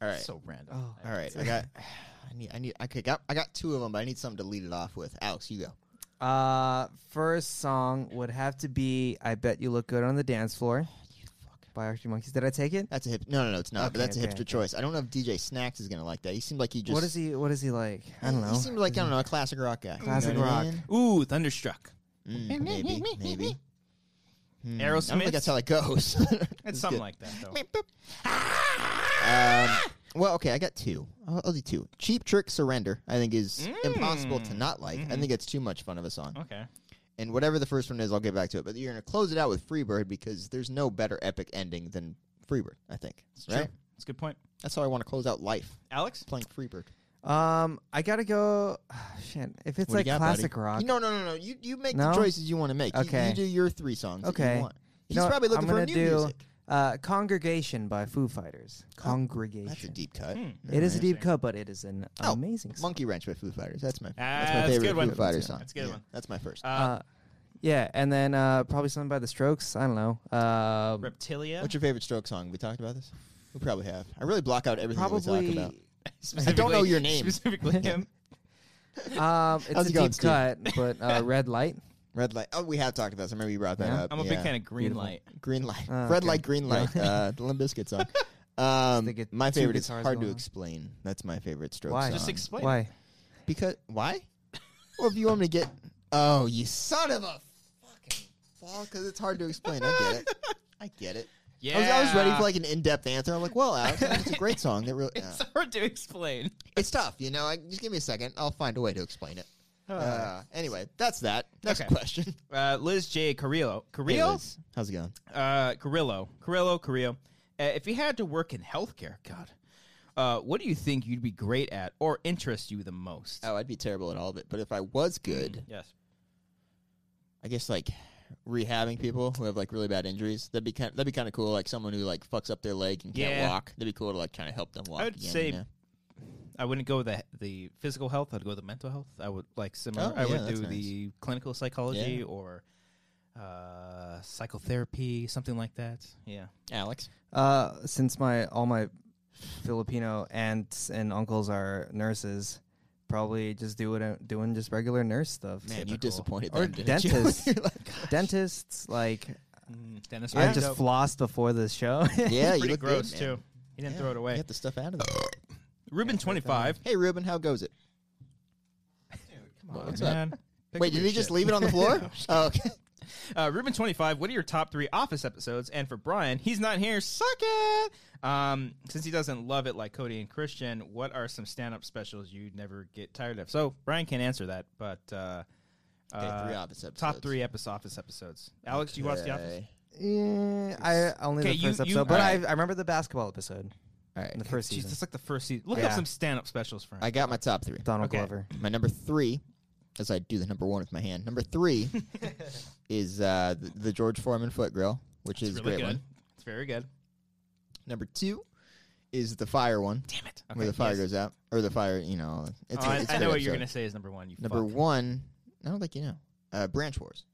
Speaker 2: All right.
Speaker 3: So random.
Speaker 4: Oh.
Speaker 2: All right. I got. [sighs] I need. I need. I could got. I got two of them, but I need something to lead it off with. Alex, you go.
Speaker 4: Uh, first song would have to be "I Bet You Look Good on the Dance Floor"
Speaker 2: Oh,
Speaker 4: by Arctic Monkeys. Did I take it?
Speaker 2: That's a hip. No, no, no. It's not. but
Speaker 4: Okay,
Speaker 2: that's a
Speaker 4: okay,
Speaker 2: hipster
Speaker 4: okay.
Speaker 2: choice. I don't know if DJ Snacks is gonna like that. He seemed like he just.
Speaker 4: what is he? What is he like? I don't know.
Speaker 2: He seemed like I don't know a classic rock guy. You know
Speaker 4: Classic
Speaker 2: what I
Speaker 4: rock.
Speaker 2: mean?
Speaker 3: Ooh, Thunderstruck.
Speaker 2: Mm,
Speaker 4: [laughs]
Speaker 2: maybe. Maybe. Hmm, I don't
Speaker 3: Aerosmith?
Speaker 2: think that's how it goes. [laughs]
Speaker 3: It's
Speaker 2: It's
Speaker 3: something
Speaker 2: good.
Speaker 3: like that though.
Speaker 2: Um, well, okay, I got two. I'll, I'll do two. Cheap Trick Surrender, I think, is
Speaker 3: Mm.
Speaker 2: impossible to not like. I
Speaker 3: Mm-hmm.
Speaker 2: think it's too much fun of a song.
Speaker 3: Okay.
Speaker 2: And whatever the first one is, I'll get back to it. But you're going to close it out with Freebird because there's no better epic ending than Freebird, I think.
Speaker 3: It's
Speaker 2: Right?
Speaker 3: true. That's a good point.
Speaker 2: That's how I want to close out life,
Speaker 3: Alex?
Speaker 2: playing Freebird.
Speaker 4: Um, I gotta go. [sighs] Shit, if it's
Speaker 2: What do you
Speaker 4: like
Speaker 2: got,
Speaker 4: classic
Speaker 2: buddy?
Speaker 4: rock,
Speaker 2: No, no, no, no. You, you make
Speaker 4: No?
Speaker 2: the choices you want to make. You- You,
Speaker 4: Okay.
Speaker 2: do your three songs. that you
Speaker 4: Okay.
Speaker 2: want.
Speaker 4: You
Speaker 2: He's
Speaker 4: know what?
Speaker 2: probably looking
Speaker 4: I'm
Speaker 2: for
Speaker 4: gonna
Speaker 2: new
Speaker 4: do
Speaker 2: music. Oh,
Speaker 4: uh, "Congregation" by Foo Fighters. Congregation.
Speaker 2: That's a deep cut.
Speaker 3: Hmm.
Speaker 4: It is a deep
Speaker 3: Interesting.
Speaker 4: cut, but it is an
Speaker 2: Oh,
Speaker 4: amazing song.
Speaker 2: Monkey Wrench by Foo Fighters. That's my,
Speaker 3: Ah,
Speaker 2: that's
Speaker 3: that's
Speaker 2: my
Speaker 3: a
Speaker 2: favorite
Speaker 3: good one.
Speaker 2: Foo Fighters song.
Speaker 3: That's a good
Speaker 2: Yeah,
Speaker 3: one.
Speaker 2: That's my first.
Speaker 3: Uh,
Speaker 4: Uh, yeah, and then uh, probably something by The Strokes. I don't know. Um,
Speaker 3: Reptilia?
Speaker 2: What's your favorite stroke song? We talked about this? We probably have. I really block out everything that we talk about.
Speaker 4: probably.
Speaker 2: I don't know
Speaker 3: Specifically-
Speaker 2: your
Speaker 3: [laughs]
Speaker 2: name. [laughs]
Speaker 3: Specifically him.
Speaker 4: [laughs] Um, it's
Speaker 2: How's
Speaker 4: a
Speaker 2: it going,
Speaker 4: deep
Speaker 2: Steve?
Speaker 4: cut, but
Speaker 2: [laughs]
Speaker 4: uh, "Red Light."
Speaker 2: Red light. Oh, we have talked about this. I remember you brought that
Speaker 4: Yeah?
Speaker 2: up.
Speaker 3: I'm a big
Speaker 2: Yeah.
Speaker 3: fan of Green
Speaker 4: Beautiful.
Speaker 3: Light.
Speaker 2: Green light.
Speaker 4: Ah,
Speaker 2: Red
Speaker 4: okay.
Speaker 2: light, green light. Uh, the Limp Bizkit
Speaker 4: [laughs]
Speaker 2: song. Um,
Speaker 4: They get
Speaker 2: my
Speaker 4: two
Speaker 2: favorite is
Speaker 4: guitars
Speaker 2: hard
Speaker 4: going
Speaker 2: to
Speaker 4: on.
Speaker 2: explain. That's my favorite stroke
Speaker 4: Why?
Speaker 2: song.
Speaker 4: Just
Speaker 3: explain.
Speaker 4: Why?
Speaker 2: because why? Well, if you want me to get. Oh, you son of a fucking ball! Because it's hard to explain. I get it. I get it.
Speaker 3: Yeah.
Speaker 2: I, was, I was ready for like an in-depth answer. I'm like, well, Alex, I think it's a great song. That really.
Speaker 3: [laughs] It's hard to explain.
Speaker 2: It's tough, you know. I, just give me a second. I'll find a way to explain it. Uh, anyway, that's that. Next
Speaker 3: Okay. [laughs]
Speaker 2: question.
Speaker 3: Uh, Liz J. Carrillo.
Speaker 2: Hey,
Speaker 3: Carrillo?
Speaker 2: Liz. How's it going?
Speaker 3: uh, Carrillo. Carrillo, Carrillo. Uh, if you had to work in healthcare, God, uh, what do you think you'd be great at or interest you the most?
Speaker 2: Oh, I'd be terrible at all of it. But if I was good,
Speaker 3: Yes.
Speaker 2: I guess like rehabbing people who have like really bad injuries. That'd be kind. That'd be kind of cool. Like someone who like fucks up their leg and can't
Speaker 3: Yeah.
Speaker 2: walk. That'd be cool to like trying to help them walk.
Speaker 3: I would
Speaker 2: again,
Speaker 3: say
Speaker 2: you know?
Speaker 3: I wouldn't go with the, the physical health. I'd go with the mental health. I would like similar.
Speaker 2: Oh,
Speaker 3: I
Speaker 2: yeah,
Speaker 3: would
Speaker 2: that's
Speaker 3: do the clinical psychology or uh, psychotherapy, something like that. Yeah.
Speaker 2: Alex.
Speaker 4: Uh, since my all my Filipino aunts and uncles are nurses. Probably just do it, doing just regular nurse stuff.
Speaker 2: Man,
Speaker 3: Typical.
Speaker 2: you disappointed
Speaker 4: Or
Speaker 2: them, didn't you?
Speaker 3: [laughs]
Speaker 4: dentist.
Speaker 2: You're like,
Speaker 4: Dentists, like
Speaker 3: Mm, Dennis,
Speaker 4: I just flossed before this show.
Speaker 2: [laughs]
Speaker 4: [laughs]
Speaker 2: yeah, you
Speaker 3: pretty
Speaker 2: look
Speaker 3: gross
Speaker 2: good, man.
Speaker 3: too. He didn't
Speaker 2: Yeah,
Speaker 3: throw it away.
Speaker 2: Get the stuff out of there. [laughs]
Speaker 3: Ruben twenty five.
Speaker 2: hey, Ruben, how goes it? What- what's up?
Speaker 3: Pick
Speaker 2: Wait,
Speaker 3: up
Speaker 2: did
Speaker 3: your
Speaker 2: he just
Speaker 3: shit.
Speaker 2: leave it on
Speaker 3: [laughs]
Speaker 2: the floor? [laughs] oh, okay.
Speaker 3: Uh, Ruben twenty five. What are your top three Office episodes? And for Brian, he's not here. Suck it. Um, since he doesn't love it like Cody and Christian, what are some stand up specials you'd never get tired of? So Brian can't answer that, but uh,
Speaker 2: okay three
Speaker 3: uh,
Speaker 2: office episodes.
Speaker 3: top three epi- Office episodes. Alex, do you watch The Office?
Speaker 2: Okay.
Speaker 4: yeah, I only
Speaker 3: Okay,
Speaker 4: the
Speaker 3: you-
Speaker 4: first
Speaker 3: you-
Speaker 4: episode, but
Speaker 3: alright.
Speaker 4: I, I remember the basketball episode
Speaker 2: All
Speaker 4: in
Speaker 2: right.
Speaker 4: the first
Speaker 3: Jeez,
Speaker 4: season.
Speaker 3: that's like the first season. Look up
Speaker 4: Yeah.
Speaker 3: some stand up specials for him.
Speaker 2: I got my top three.
Speaker 4: Donald
Speaker 3: okay.
Speaker 4: Glover.
Speaker 2: My number three, as I do the number one with my hand.
Speaker 3: [laughs]
Speaker 2: Number three [laughs] is uh, the, the George Foreman foot grill, which
Speaker 3: it's
Speaker 2: is a
Speaker 3: really
Speaker 2: great
Speaker 3: good.
Speaker 2: one.
Speaker 3: It's very good.
Speaker 2: Number two is the fire one,
Speaker 3: Damn it.
Speaker 2: where the
Speaker 3: Okay,
Speaker 2: fire
Speaker 3: yes.
Speaker 2: goes out, or the fire. You know, it's.
Speaker 3: Oh,
Speaker 2: a-
Speaker 3: I,
Speaker 2: it's
Speaker 3: I
Speaker 2: a
Speaker 3: know
Speaker 2: great
Speaker 3: what you're
Speaker 2: episode.
Speaker 3: gonna say is number one. You
Speaker 2: Number
Speaker 3: fuck.
Speaker 2: one, I don't think you know. Uh, branch Wars,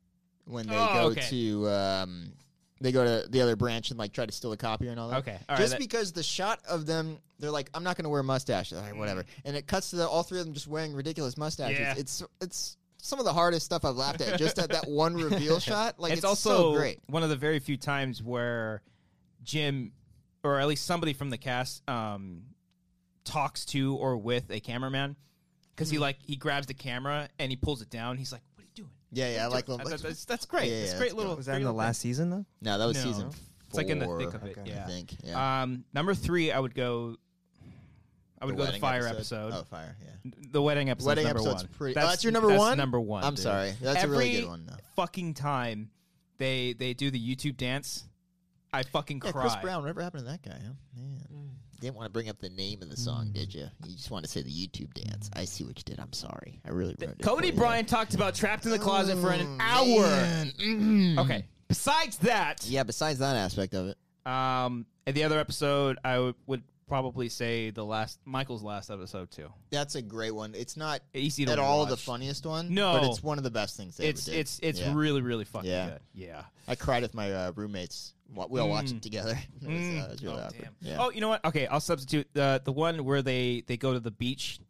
Speaker 2: when they
Speaker 3: Oh,
Speaker 2: go
Speaker 3: okay.
Speaker 2: to um, they go to the other branch and like try to steal a copier and all that.
Speaker 3: Okay, all right,
Speaker 2: just
Speaker 3: that-
Speaker 2: because the shot of them, they're like, I'm not gonna wear mustaches, all right, whatever, and it cuts to the, all three of them just wearing ridiculous mustaches.
Speaker 3: Mm. Yeah.
Speaker 2: It's it's some of the hardest stuff I've laughed at. Just at that one
Speaker 3: [laughs]
Speaker 2: reveal shot, like it's,
Speaker 3: it's, also
Speaker 2: so great.
Speaker 3: one of the very few times where Jim, or at least somebody from the cast, um, talks to or with a cameraman because
Speaker 2: Mm-hmm.
Speaker 3: he like he grabs the camera and he pulls it down. He's like, "What are you doing?"
Speaker 2: Yeah, yeah, I like
Speaker 3: Doing-
Speaker 2: them. Like, [laughs]
Speaker 3: that's, that's great.
Speaker 2: Yeah, yeah,
Speaker 3: it's
Speaker 2: that's
Speaker 3: great
Speaker 2: good.
Speaker 3: little.
Speaker 4: Was that
Speaker 3: great
Speaker 4: in the
Speaker 3: little
Speaker 4: last season though?
Speaker 2: no, that was
Speaker 3: No.
Speaker 2: season.
Speaker 3: It's It's like in the thick
Speaker 2: four,
Speaker 3: of it.
Speaker 4: Okay.
Speaker 2: I
Speaker 3: Yeah.
Speaker 2: think. Yeah.
Speaker 3: Um, number three, I would go. I would go the
Speaker 2: wedding
Speaker 3: fire episode.
Speaker 2: Oh, fire. Yeah.
Speaker 3: The wedding episode.
Speaker 2: Wedding
Speaker 3: number
Speaker 2: episode's
Speaker 3: one.
Speaker 2: pretty- oh, that's your number one?
Speaker 3: Number one.
Speaker 2: I'm
Speaker 3: dude.
Speaker 2: sorry. That's a really
Speaker 3: Every
Speaker 2: good one, though.
Speaker 3: Fucking time, they they do the YouTube dance. I fucking
Speaker 2: Yeah,
Speaker 3: cry.
Speaker 2: Chris Brown. Whatever happened to that guy? Huh? Man,
Speaker 3: Mm.
Speaker 2: Mm. didn't want to bring up the name of the song, did you? You just want to say the YouTube dance. I see what you did. I'm sorry. I really ruined it.
Speaker 3: Cody
Speaker 2: for you.
Speaker 3: Bryant talked about trapped in the closet for
Speaker 2: Mm.
Speaker 3: an hour.
Speaker 2: Man. Mm.
Speaker 3: Okay. Besides that,
Speaker 2: Yeah. Besides that aspect of it,
Speaker 3: um, in the other episode, I would would probably say the last Michael's last episode too.
Speaker 2: that's a great one. It's not
Speaker 3: Easy to
Speaker 2: at all the
Speaker 3: watch.
Speaker 2: funniest one.
Speaker 3: No.
Speaker 2: but it's one of the best things. They
Speaker 3: It's
Speaker 2: ever did.
Speaker 3: it's it's
Speaker 2: Yeah.
Speaker 3: really really fucking
Speaker 2: Yeah.
Speaker 3: good. Yeah.
Speaker 2: I cried with my uh, roommates. Wa- We all watched
Speaker 3: Mm.
Speaker 2: it together. [laughs] It was, uh, it was really
Speaker 3: oh,
Speaker 2: awkward.
Speaker 3: damn.
Speaker 2: Yeah.
Speaker 3: Oh, you know what? Okay, I'll substitute the the one where they they go to the beach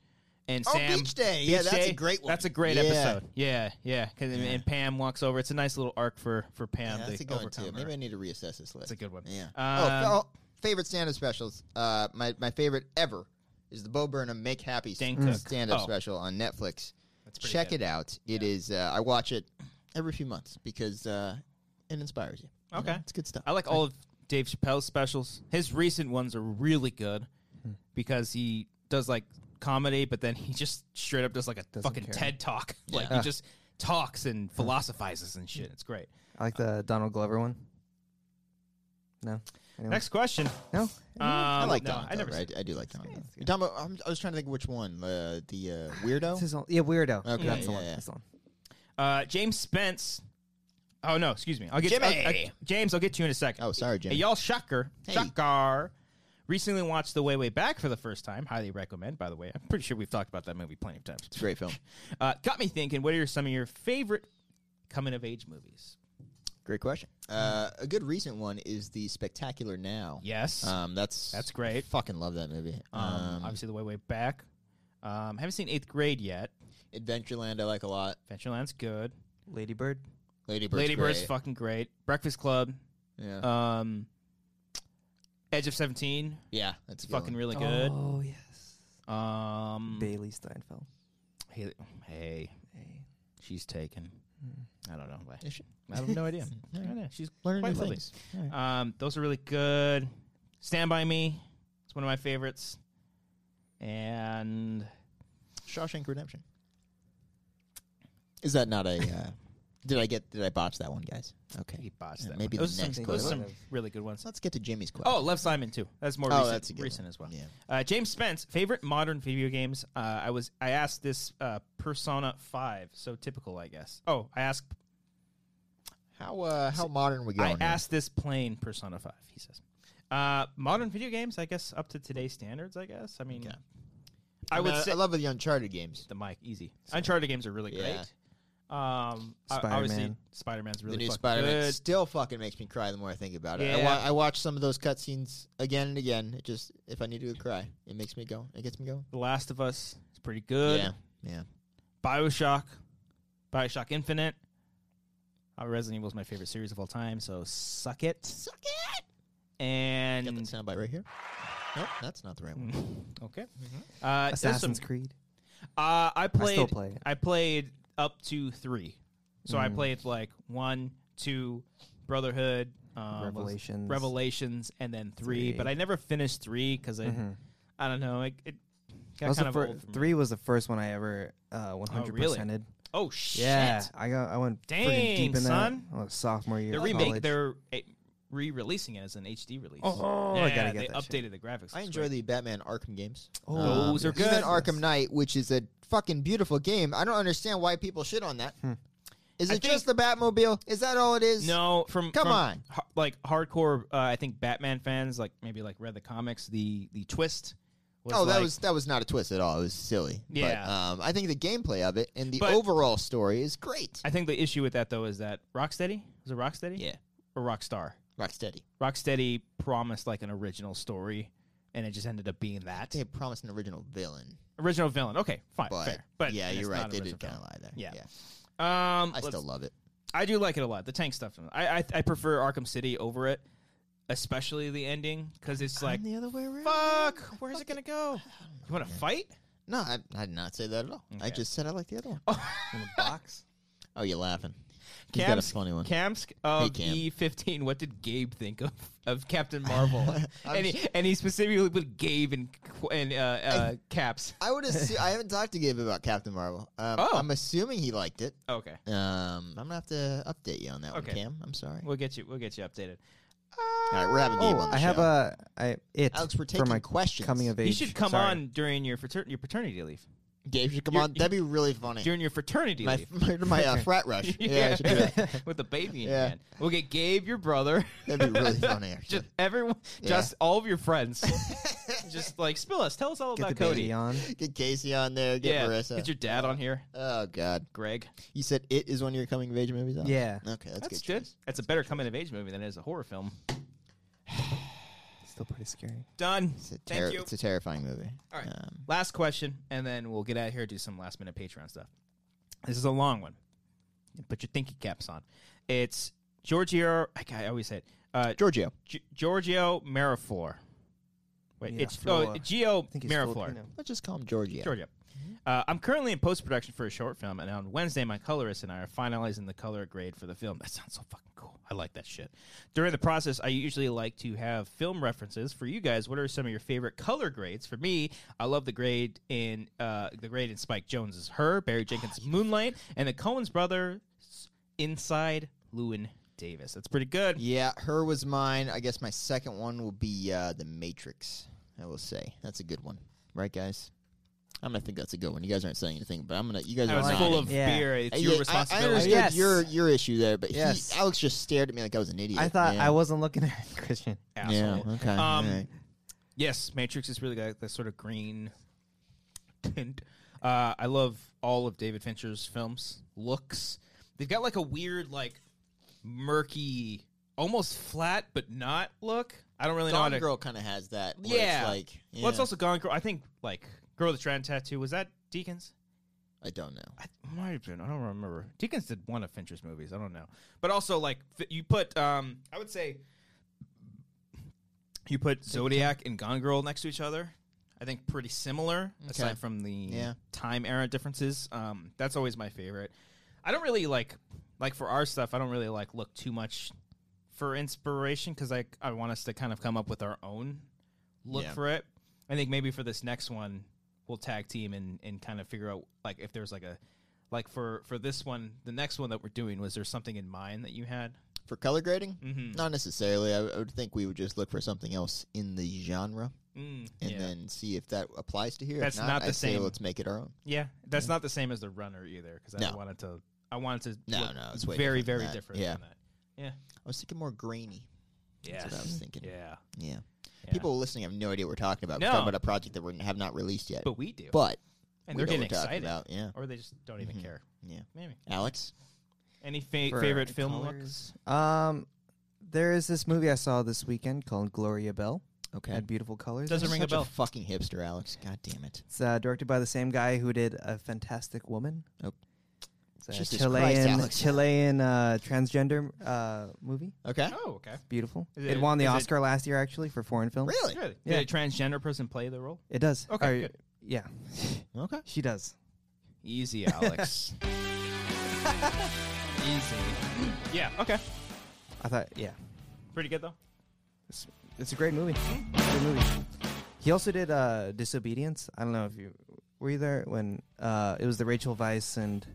Speaker 3: and
Speaker 2: Oh,
Speaker 3: Sam
Speaker 2: Beach Day. Yeah, that's a great one.
Speaker 3: That's a great
Speaker 2: Yeah.
Speaker 3: episode. Yeah, yeah. 'Cause- and- And Pam walks over. It's a nice little arc for for
Speaker 2: Yeah,
Speaker 3: Pam.
Speaker 2: that's
Speaker 3: to
Speaker 2: a good one
Speaker 3: overcome
Speaker 2: too.
Speaker 3: her.
Speaker 2: Maybe I need to reassess this list.
Speaker 3: That's a good one.
Speaker 2: Yeah.
Speaker 3: Um,
Speaker 2: oh, f- oh, favorite stand-up specials. Uh, my my favorite ever is the Bo Burnham Make Happy
Speaker 3: Dan
Speaker 2: st-
Speaker 3: Cook.
Speaker 2: stand-up
Speaker 3: Oh.
Speaker 2: special on Netflix.
Speaker 3: pretty
Speaker 2: Check
Speaker 3: good.
Speaker 2: it out. It is. Uh, I watch it every few months because uh, it inspires you. You know,
Speaker 3: Okay.
Speaker 2: it's good stuff.
Speaker 3: I like all of Dave Chappelle's specials. His recent ones are really good
Speaker 2: Hmm.
Speaker 3: because he does like comedy, but then he just straight up does like a fucking
Speaker 4: care.
Speaker 3: TED talk. Like
Speaker 2: Yeah. Hmm.
Speaker 3: he just talks and philosophizes and shit. It's great.
Speaker 4: I like the Donald Glover one. No. Anyone?
Speaker 3: Next question.
Speaker 4: No.
Speaker 3: Um,
Speaker 2: Eh, I like
Speaker 3: no,
Speaker 2: Donald.
Speaker 3: I never
Speaker 2: Glover.
Speaker 3: seen
Speaker 2: I, I do like Donald. Glover. You're talking about- I'm- I was trying to think which one. Uh, the uh,
Speaker 3: [sighs]
Speaker 4: It's
Speaker 2: weirdo.
Speaker 4: his own- yeah, weirdo.
Speaker 2: Okay,
Speaker 4: that's the
Speaker 2: yeah,
Speaker 4: one.
Speaker 2: yeah.
Speaker 4: That's the one.
Speaker 3: Uh, James Spence. Oh no, excuse me. I'll get
Speaker 2: Jimmy!
Speaker 3: I'll- I- James. I'll get to you in a second.
Speaker 2: Oh, sorry, Jimmy.
Speaker 3: Hey, y'all, shocker,
Speaker 2: Hey.
Speaker 3: shocker. Recently watched The Way Way Back for the first time. Highly recommend. By the way, I'm pretty sure we've talked about that movie plenty of times.
Speaker 2: It's a great film.
Speaker 3: Uh, got me thinking. What are some of your favorite coming of age movies? [laughs]
Speaker 2: Great question. Uh, a good recent one is the Spectacular Now.
Speaker 3: Yes.
Speaker 2: Um, that's
Speaker 3: That's great.
Speaker 2: Fucking love that movie.
Speaker 3: um, obviously, The Way Way Back. Um, haven't seen Eighth Grade yet.
Speaker 2: Adventureland, I like a lot.
Speaker 3: Adventureland's good.
Speaker 4: Ladybird.
Speaker 2: Lady Bird's
Speaker 3: Lady Bird's
Speaker 2: great.
Speaker 3: fucking great. Breakfast Club.
Speaker 2: yeah.
Speaker 3: Um, Edge of Seventeen.
Speaker 2: yeah, that's a good
Speaker 3: Fucking
Speaker 2: one.
Speaker 3: really good.
Speaker 4: Oh yes.
Speaker 3: Um,
Speaker 4: Bailey Steinfeld.
Speaker 3: hey, hey, she's taken. I don't know. why.
Speaker 2: Is she?
Speaker 3: I have no [laughs] idea. I
Speaker 2: Alright.
Speaker 3: don't know. She's
Speaker 2: Learn
Speaker 3: quite
Speaker 2: new
Speaker 3: lovely.
Speaker 2: things.
Speaker 3: Um, those are really good. Stand by Me. It's one of my favorites. And
Speaker 2: Shawshank Redemption. Is that not a? Uh, [laughs] did I get? Did I botch that one, guys?
Speaker 3: I think
Speaker 2: Okay.
Speaker 3: he botched
Speaker 2: Yeah,
Speaker 3: that.
Speaker 2: maybe
Speaker 3: one.
Speaker 2: the
Speaker 3: those are
Speaker 2: next
Speaker 3: some, those are some
Speaker 4: one.
Speaker 3: really good ones.
Speaker 2: So let's get to Jimmy's question.
Speaker 3: Oh, Love Simon too. That's more
Speaker 2: Oh,
Speaker 3: recent,
Speaker 2: that's a good
Speaker 3: recent
Speaker 2: one.
Speaker 3: as well.
Speaker 2: Yeah.
Speaker 3: Uh, James Spence, favorite modern video games. Uh, I was I asked this uh, Persona Five, so typical, I guess. Oh, I asked
Speaker 2: how uh, how modern we going?
Speaker 3: I
Speaker 2: here?
Speaker 3: asked this plain Persona Five. He says, uh, modern video games, I guess, up to today's standards. I guess. I mean,
Speaker 2: Okay.
Speaker 3: I would
Speaker 2: mean,
Speaker 3: say
Speaker 2: I love the Uncharted games.
Speaker 3: the mic easy. Uncharted games are really
Speaker 2: Yeah.
Speaker 3: great. Um, o- obviously,
Speaker 4: Spider-Man.
Speaker 3: Spider Man's really
Speaker 2: the new
Speaker 3: fucking
Speaker 2: Spider Man
Speaker 3: good.
Speaker 2: still fucking makes me cry the more I think about it. I,
Speaker 3: Yeah.
Speaker 2: wa- I watch some of those cutscenes again and again. It just if I need to cry, it makes me go. It gets me going.
Speaker 3: The Last of Us is pretty good.
Speaker 2: Yeah, yeah.
Speaker 3: Bioshock, Bioshock Infinite. Uh, Resident Evil is my favorite series of all time, so suck it.
Speaker 2: Suck it.
Speaker 3: And
Speaker 2: Got that soundbite right here. Nope, that's not the right one.
Speaker 3: [laughs] okay, uh, there's some-
Speaker 4: Mm-hmm. Assassin's Creed.
Speaker 3: Uh, I played.
Speaker 4: still play Mm. it.
Speaker 3: I played up to three. So I played like one, two, Brotherhood, um, what was-
Speaker 4: Revelations.
Speaker 3: Revelations, and then three.
Speaker 4: Three.
Speaker 3: But I never finished three because I, I don't know. It, it
Speaker 4: Mm-hmm. That
Speaker 3: got
Speaker 4: was
Speaker 3: kind
Speaker 4: the
Speaker 3: of
Speaker 4: fir-
Speaker 3: old for me.
Speaker 4: three was the first one I ever uh, 100
Speaker 3: really?
Speaker 4: percented.
Speaker 3: Oh shit!
Speaker 4: Yeah, I got I went
Speaker 3: Dang,
Speaker 4: pretty deep in
Speaker 3: son.
Speaker 4: that. I was sophomore year.
Speaker 3: They're
Speaker 4: of
Speaker 3: remake.
Speaker 4: college.
Speaker 3: They're eh, re-releasing it as an HD release.
Speaker 4: Oh, I
Speaker 3: Yeah,
Speaker 4: gotta get
Speaker 3: they
Speaker 4: that
Speaker 3: updated
Speaker 4: shit.
Speaker 3: the graphics.
Speaker 2: I
Speaker 3: It's
Speaker 2: enjoy
Speaker 3: great.
Speaker 2: the Batman Arkham games. Um,
Speaker 4: Oh,
Speaker 3: Those are
Speaker 4: yes.
Speaker 3: good.
Speaker 2: Even Arkham Knight, which is a fucking beautiful game. I don't understand why people shit on that. Is
Speaker 3: Hmm. I
Speaker 2: it just the Batmobile? Is that all it is?
Speaker 3: No, from
Speaker 2: Come
Speaker 3: from
Speaker 2: on.
Speaker 3: ha- like hardcore. Uh, I think Batman fans, like maybe like read the comics. The the twist. Was
Speaker 2: Oh, that
Speaker 3: like-
Speaker 2: was that was not a twist at all. It was silly. But,
Speaker 3: Yeah.
Speaker 2: um, I think the gameplay of it and the
Speaker 3: But-
Speaker 2: overall story is great.
Speaker 3: I think the issue with that though is that Rocksteady was it Rocksteady?
Speaker 2: Yeah.
Speaker 3: or Rockstar.
Speaker 2: Rocksteady.
Speaker 3: Rocksteady promised like an original story, and it just ended up being that
Speaker 2: They had promised an original villain,
Speaker 3: original villain. Okay, fine,
Speaker 2: but,
Speaker 3: fair. But
Speaker 2: yeah,
Speaker 3: and
Speaker 2: you're
Speaker 3: it's
Speaker 2: right.
Speaker 3: not
Speaker 2: They
Speaker 3: original
Speaker 2: did kind of
Speaker 3: villain.
Speaker 2: lie there.
Speaker 3: Yeah. Um,
Speaker 2: I
Speaker 3: let's-
Speaker 2: still love it.
Speaker 3: I do like it a lot. The tank stuff. I I, I prefer Arkham City over it, especially the ending because it's like
Speaker 2: the other way around.
Speaker 3: fuck. Where's it gonna go? You want to
Speaker 2: [laughs]
Speaker 3: fight?
Speaker 2: No, I, I did not say that at all. I
Speaker 3: Okay.
Speaker 2: just said I like the other one.
Speaker 4: In the box.
Speaker 2: Oh, you're laughing. He's got a
Speaker 3: Cam's-
Speaker 2: funny one.
Speaker 3: Camsk of
Speaker 2: Cam.
Speaker 3: E15. What did Gabe think of, of Captain
Speaker 2: [laughs]
Speaker 3: Marvel? [laughs] and, he, and he specifically put Gabe in qu- in uh, uh, caps.
Speaker 2: I would assume I haven't talked to Gabe about Captain Marvel. Um,
Speaker 3: Oh.
Speaker 2: I'm assuming he liked it.
Speaker 3: Okay,
Speaker 2: Um, I'm gonna have to update you on that
Speaker 3: Okay.
Speaker 2: one, Cam. I'm sorry.
Speaker 3: we'll get you. We'll get you updated. Uh,
Speaker 2: All right, we're having Gabe
Speaker 4: Oh,
Speaker 2: on the
Speaker 4: I have
Speaker 2: show.
Speaker 4: a I it
Speaker 2: Alex, we're
Speaker 4: for my
Speaker 2: taking questions.
Speaker 4: coming of age.
Speaker 3: You should come
Speaker 4: Sorry.
Speaker 3: on during your frater- your paternity leave.
Speaker 2: Gabe should come
Speaker 3: You're-
Speaker 2: on. That'd be really funny.
Speaker 3: During your fraternity
Speaker 2: My
Speaker 3: leave.
Speaker 2: my, [laughs]
Speaker 3: [laughs]
Speaker 2: my uh, frat rush. Yeah, I should do that.
Speaker 3: with the baby in
Speaker 2: Yeah.
Speaker 3: your hand. We'll get Gabe, your brother.
Speaker 2: That'd be really funny. Actually.
Speaker 3: [laughs] just everyone, just all of your friends. just like spill us, tell us all
Speaker 4: Get
Speaker 3: about
Speaker 4: the
Speaker 3: Cody.
Speaker 2: [laughs]
Speaker 4: baby on.
Speaker 2: Get Casey on there. Get
Speaker 3: yeah,
Speaker 2: Marissa.
Speaker 3: get your dad on here,
Speaker 2: oh God,
Speaker 3: Greg.
Speaker 2: you said it is one of your coming of age movies. Alex?
Speaker 4: Yeah.
Speaker 2: Okay, that's,
Speaker 3: That's
Speaker 2: good.
Speaker 3: good.
Speaker 2: choice.
Speaker 3: That's a better coming of age movie than it is a horror film.
Speaker 4: Still pretty scary.
Speaker 3: Done.
Speaker 2: It's a, terri-
Speaker 3: Thank you.
Speaker 2: it's a terrifying movie.
Speaker 3: All right.
Speaker 2: Um,
Speaker 3: Last question, and then we'll get out of here and do some last minute Patreon stuff. This is a long one. Put your thinking caps on. It's Giorgio. I ca- I always say it. Uh,
Speaker 2: Giorgio.
Speaker 3: G- Giorgio Miraflor. Wait, it's oh,
Speaker 4: Miraflor.
Speaker 3: Gio
Speaker 4: I think he's
Speaker 3: Miraflor.
Speaker 4: Filipino.
Speaker 2: Let's just call him Giorgio.
Speaker 3: Giorgio. Uh, I'm currently in post production for a short film, and on Wednesday, my colorist and I are finalizing the color grade for the film. That sounds so fucking cool. I like that shit. During the process, I usually like to have film references for you guys. What are some of your favorite color grades? For me, I love the grade in uh, the grade in Spike Jones's Her, Barry Jenkins' Moonlight, and the Cohen's brothers Inside Lewin Davis. That's pretty good.
Speaker 2: Yeah, her was mine. I guess my second one will be uh, The Matrix, I will say. That's a good one. Right, guys? I'm gonna think that's a good one. You guys aren't saying anything, but I'm gonna you guys
Speaker 3: I
Speaker 2: are
Speaker 3: was
Speaker 2: nodding.
Speaker 3: full of
Speaker 4: Yeah.
Speaker 3: beer. It's
Speaker 2: I-
Speaker 3: your
Speaker 2: Uh, I- I,
Speaker 3: responsibility.
Speaker 2: understood
Speaker 4: Yes.
Speaker 2: your your issue there, but
Speaker 4: Yes.
Speaker 2: he, Alex just stared at me like I was an idiot.
Speaker 4: I thought
Speaker 2: man.
Speaker 4: I wasn't looking at [laughs] Christian.
Speaker 2: Yeah,
Speaker 3: Asshole.
Speaker 2: okay.
Speaker 3: Um,
Speaker 2: alright.
Speaker 3: Yes, Matrix is really like that sort of green tint. Uh, I love all of David Fincher's films. Looks they've got like a weird, like murky, almost flat but not look. I don't really know. How
Speaker 2: Gone
Speaker 3: to,
Speaker 2: Girl kinda has that. where
Speaker 3: yeah.
Speaker 2: It's like yeah.
Speaker 3: Well, it's also Gone Girl. I think like Girl with the Tran tattoo was that Deacons.
Speaker 2: I don't know.
Speaker 3: I might have been. I don't remember. Deacons did one of Fincher's movies. I don't know. But also, like fi- you put, um, I would say, you put Zodiac and Gone Girl next to each other. I think pretty similar, aside from the
Speaker 2: Yeah.
Speaker 3: time era differences. Um, that's always my favorite. I don't really like, like for our stuff. I don't really like look too much for inspiration because I I want us to kind of come up with our own look
Speaker 2: Yeah.
Speaker 3: for it. I think maybe for this next one, we'll tag team and, and kind of figure out like if there's like a like for for this one, the next one that we're doing, was there something in mind that you had?
Speaker 2: For color grading?
Speaker 4: Mm-hmm.
Speaker 3: Mhm.
Speaker 2: Not necessarily. I, I would think we would just look for something else in the genre
Speaker 3: Mm,
Speaker 2: and
Speaker 3: yeah,
Speaker 2: then see if that applies to here. If
Speaker 3: That's not the
Speaker 2: I'd say
Speaker 3: same.
Speaker 2: let's make it our own.
Speaker 3: yeah, that's not the same as the runner either because I
Speaker 2: No.
Speaker 3: wanted to. I wanted to.
Speaker 2: No,
Speaker 3: look
Speaker 2: no, it's way
Speaker 3: very
Speaker 2: different
Speaker 3: very
Speaker 2: than that.
Speaker 3: different.
Speaker 2: Yeah.
Speaker 3: than that. Yeah,
Speaker 2: I was thinking more grainy.
Speaker 3: yeah,
Speaker 2: That's what I was thinking.
Speaker 3: yeah.
Speaker 2: Yeah.
Speaker 3: Yeah.
Speaker 2: People listening have no idea what we're talking about. We're
Speaker 3: No.
Speaker 2: talking about a project that we have not released yet.
Speaker 3: But we do.
Speaker 2: But
Speaker 3: and
Speaker 2: We
Speaker 3: they're getting
Speaker 2: know what we're talking
Speaker 3: excited,
Speaker 2: about, yeah.
Speaker 3: or they just don't even
Speaker 2: Mhm.
Speaker 3: care.
Speaker 2: Yeah.
Speaker 3: Maybe
Speaker 2: Alex?
Speaker 3: any fa-
Speaker 4: For
Speaker 3: favorite film
Speaker 4: colors?
Speaker 3: looks?
Speaker 4: Um, there is this movie I saw this weekend called Gloria Bell.
Speaker 2: Okay.
Speaker 4: Had beautiful colors.
Speaker 3: Doesn't
Speaker 4: in it.
Speaker 3: ring a
Speaker 2: Such
Speaker 3: bell.
Speaker 2: fucking hipster, Alex. God damn it.
Speaker 4: It's uh, directed by the same guy who did A Fantastic Woman.
Speaker 2: Oh.
Speaker 4: It's a
Speaker 2: Jesus Christ,
Speaker 4: Chilean
Speaker 2: Alex.
Speaker 4: Chilean uh, transgender uh, movie.
Speaker 2: Okay.
Speaker 3: Oh, okay.
Speaker 4: It's beautiful.
Speaker 3: Is
Speaker 4: It,
Speaker 3: it-
Speaker 4: won the
Speaker 3: is it-
Speaker 4: Oscar last year actually for foreign film.
Speaker 2: Really?
Speaker 3: Good.
Speaker 4: Yeah.
Speaker 3: Did a transgender person play the role?
Speaker 4: It does.
Speaker 3: Okay,
Speaker 4: Or-
Speaker 3: good.
Speaker 4: Yeah,
Speaker 2: Okay.
Speaker 4: she does.
Speaker 3: Easy, Alex. Easy. [laughs] Yeah. Okay.
Speaker 4: I thought. Yeah,
Speaker 3: Pretty good though.
Speaker 4: it's, it's a great movie. Great movie. He also did uh, Disobedience. I don't know if you were you there when uh, it was the Rachel Weisz and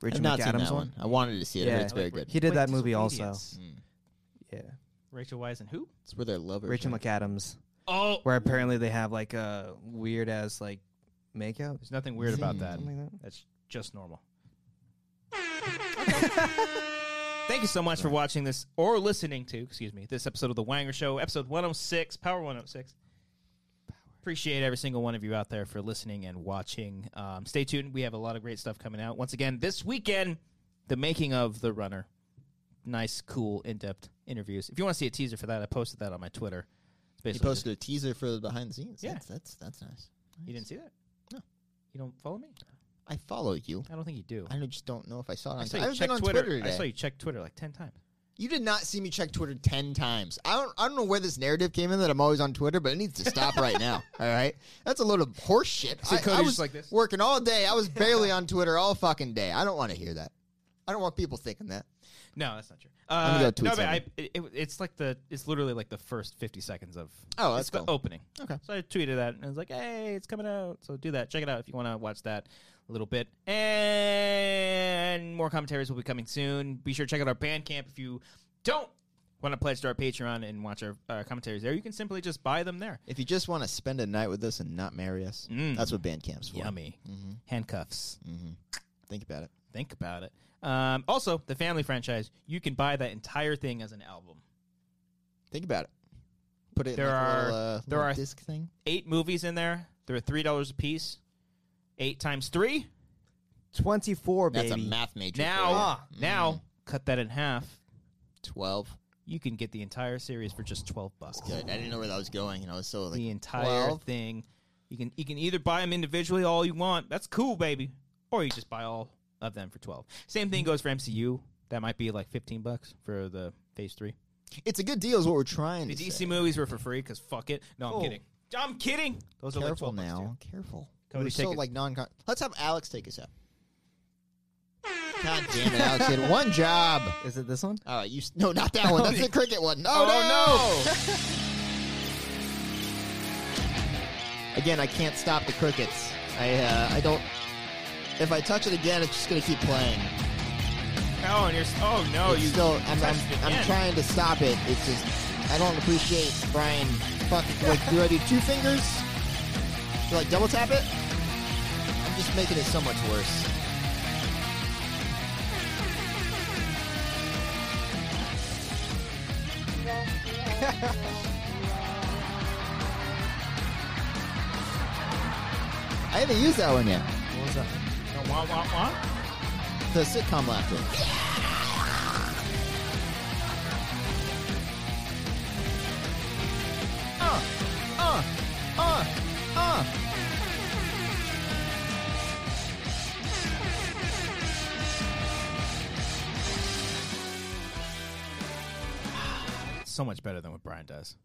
Speaker 4: Rachel
Speaker 2: I've not seen
Speaker 4: McAdams
Speaker 2: that one. I wanted to see it. I heard
Speaker 4: Yeah.
Speaker 2: It's very good.
Speaker 4: He did
Speaker 3: Wait,
Speaker 4: that movie also.
Speaker 3: Disobedience.
Speaker 2: Mm.
Speaker 4: Yeah,
Speaker 3: Rachel Weisz and who?
Speaker 2: It's where they're lovers.
Speaker 4: Rachel
Speaker 2: right?
Speaker 4: McAdams.
Speaker 3: Oh,
Speaker 4: where apparently they have like a weird ass like makeout.
Speaker 3: there's nothing weird about
Speaker 2: Mm.
Speaker 3: that.
Speaker 4: Something like that.
Speaker 3: That's just normal. Thank you so much for watching this or listening to, excuse me, this episode of The Wanger Show, episode 106, Power 106. Appreciate every single one of you out there for listening and watching. Um, stay tuned. We have a lot of great stuff coming out. Once again, this weekend, the making of The Runner. Nice, cool, in depth interviews. If you want to see a teaser for that, I posted that on my Twitter. It's
Speaker 2: He
Speaker 3: basically just-
Speaker 2: posted a teaser for the behind the scenes.
Speaker 3: Yeah.
Speaker 2: That's, that's, that's nice.
Speaker 3: you didn't see that?
Speaker 2: No.
Speaker 3: You don't follow me?
Speaker 2: I follow you.
Speaker 3: I don't think you do.
Speaker 2: I just don't know if I saw it on
Speaker 3: I saw
Speaker 2: I
Speaker 3: you
Speaker 2: haven't been
Speaker 3: check
Speaker 2: on
Speaker 3: Twitter.
Speaker 2: Twitter,
Speaker 3: I
Speaker 2: today.
Speaker 3: saw you check Twitter like 10 times.
Speaker 2: You did not see me check Twitter ten times. I don't. I don't know where this narrative came in that I'm always on Twitter, but it needs to stop right [laughs] now. All right, that's a load of horse shit.
Speaker 3: See,
Speaker 2: I,
Speaker 3: Cody's
Speaker 2: I was
Speaker 3: just like this.
Speaker 2: working all day. I was [laughs] barely on Twitter all fucking day. I don't want to hear that. I don't want people thinking that.
Speaker 3: No, that's not true.
Speaker 2: I'm gonna
Speaker 3: Uh,
Speaker 2: go
Speaker 3: no,
Speaker 2: tweet
Speaker 3: but I,
Speaker 2: something.
Speaker 3: it, it- it's like the it's literally like the first fifty seconds of
Speaker 2: Oh,
Speaker 3: it's
Speaker 2: that's
Speaker 3: the
Speaker 2: cool.
Speaker 3: opening.
Speaker 2: Okay.
Speaker 3: so I tweeted that and I was like, "Hey, it's coming out!" So do that. Check it out if you want to watch that a little bit. And more commentaries will be coming soon. Be sure to check out our Bandcamp if you don't want to pledge to our Patreon and watch our uh, commentaries there. You can simply just buy them there.
Speaker 2: If you just want to spend a night with us and not marry us,
Speaker 3: Mm.
Speaker 2: that's what Bandcamp's for.
Speaker 3: Yummy
Speaker 2: Mm-hmm.
Speaker 3: handcuffs.
Speaker 2: Think about it.
Speaker 3: Think about it. Um, also, the family franchise. You can buy that entire thing as an album.
Speaker 2: Think about it. Put it.
Speaker 3: There
Speaker 2: in like a
Speaker 3: are-
Speaker 2: little, uh,
Speaker 3: there
Speaker 2: little
Speaker 3: are-
Speaker 2: disc thing.
Speaker 3: eight movies in there. They're three dollars a piece. Eight times three.
Speaker 4: Twenty four
Speaker 2: That's
Speaker 4: baby.
Speaker 2: a math major.
Speaker 3: Now,
Speaker 2: for you.
Speaker 3: now,
Speaker 2: Mm,
Speaker 3: cut that in half.
Speaker 2: twelve.
Speaker 3: You can get the entire series for just twelve bucks.
Speaker 2: Good. I didn't know where that was going, and I was so like
Speaker 3: the entire
Speaker 2: 12?
Speaker 3: thing. You can you can either buy them individually all you want. That's cool, baby. Or you just buy all of them for twelve. Same thing goes for MCU. That might be like fifteen bucks for the Phase Three.
Speaker 2: It's a good deal, is what we're trying
Speaker 3: The
Speaker 2: to
Speaker 3: DC
Speaker 2: say.
Speaker 3: movies were for free because fuck it. No, I'm
Speaker 4: Oh.
Speaker 3: kidding. I'm kidding. Those are like
Speaker 2: Careful
Speaker 3: twelve bucks, too.
Speaker 2: now. Careful.
Speaker 3: Cody,
Speaker 2: We're
Speaker 3: take
Speaker 2: so
Speaker 3: it.
Speaker 2: like non. Let's have Alex take us out. God damn it, Alex had one job.
Speaker 4: Is it this one?
Speaker 2: All right, you s- no, not
Speaker 3: [laughs]
Speaker 2: that one. That's the cricket one. No,
Speaker 3: Oh,
Speaker 2: no. again, I can't stop the crickets. I uh, I don't. If I touch it again, it's just gonna keep playing.
Speaker 3: Oh, and you're s- oh [laughs] no,
Speaker 2: It's
Speaker 3: you
Speaker 2: still. I'm, I'm,
Speaker 3: touched it
Speaker 2: I'm
Speaker 3: again.
Speaker 2: trying to stop it. It's just I don't appreciate Brian. Fuck. Like, do I do two fingers? Do I like, double tap it? I'm just making it so much worse. [laughs] I haven't used that one yet.
Speaker 4: What was that?
Speaker 3: No, wah, wah, wah.
Speaker 2: The sitcom laughter.
Speaker 3: Uh, uh, uh, uh. So much better than what Brian does.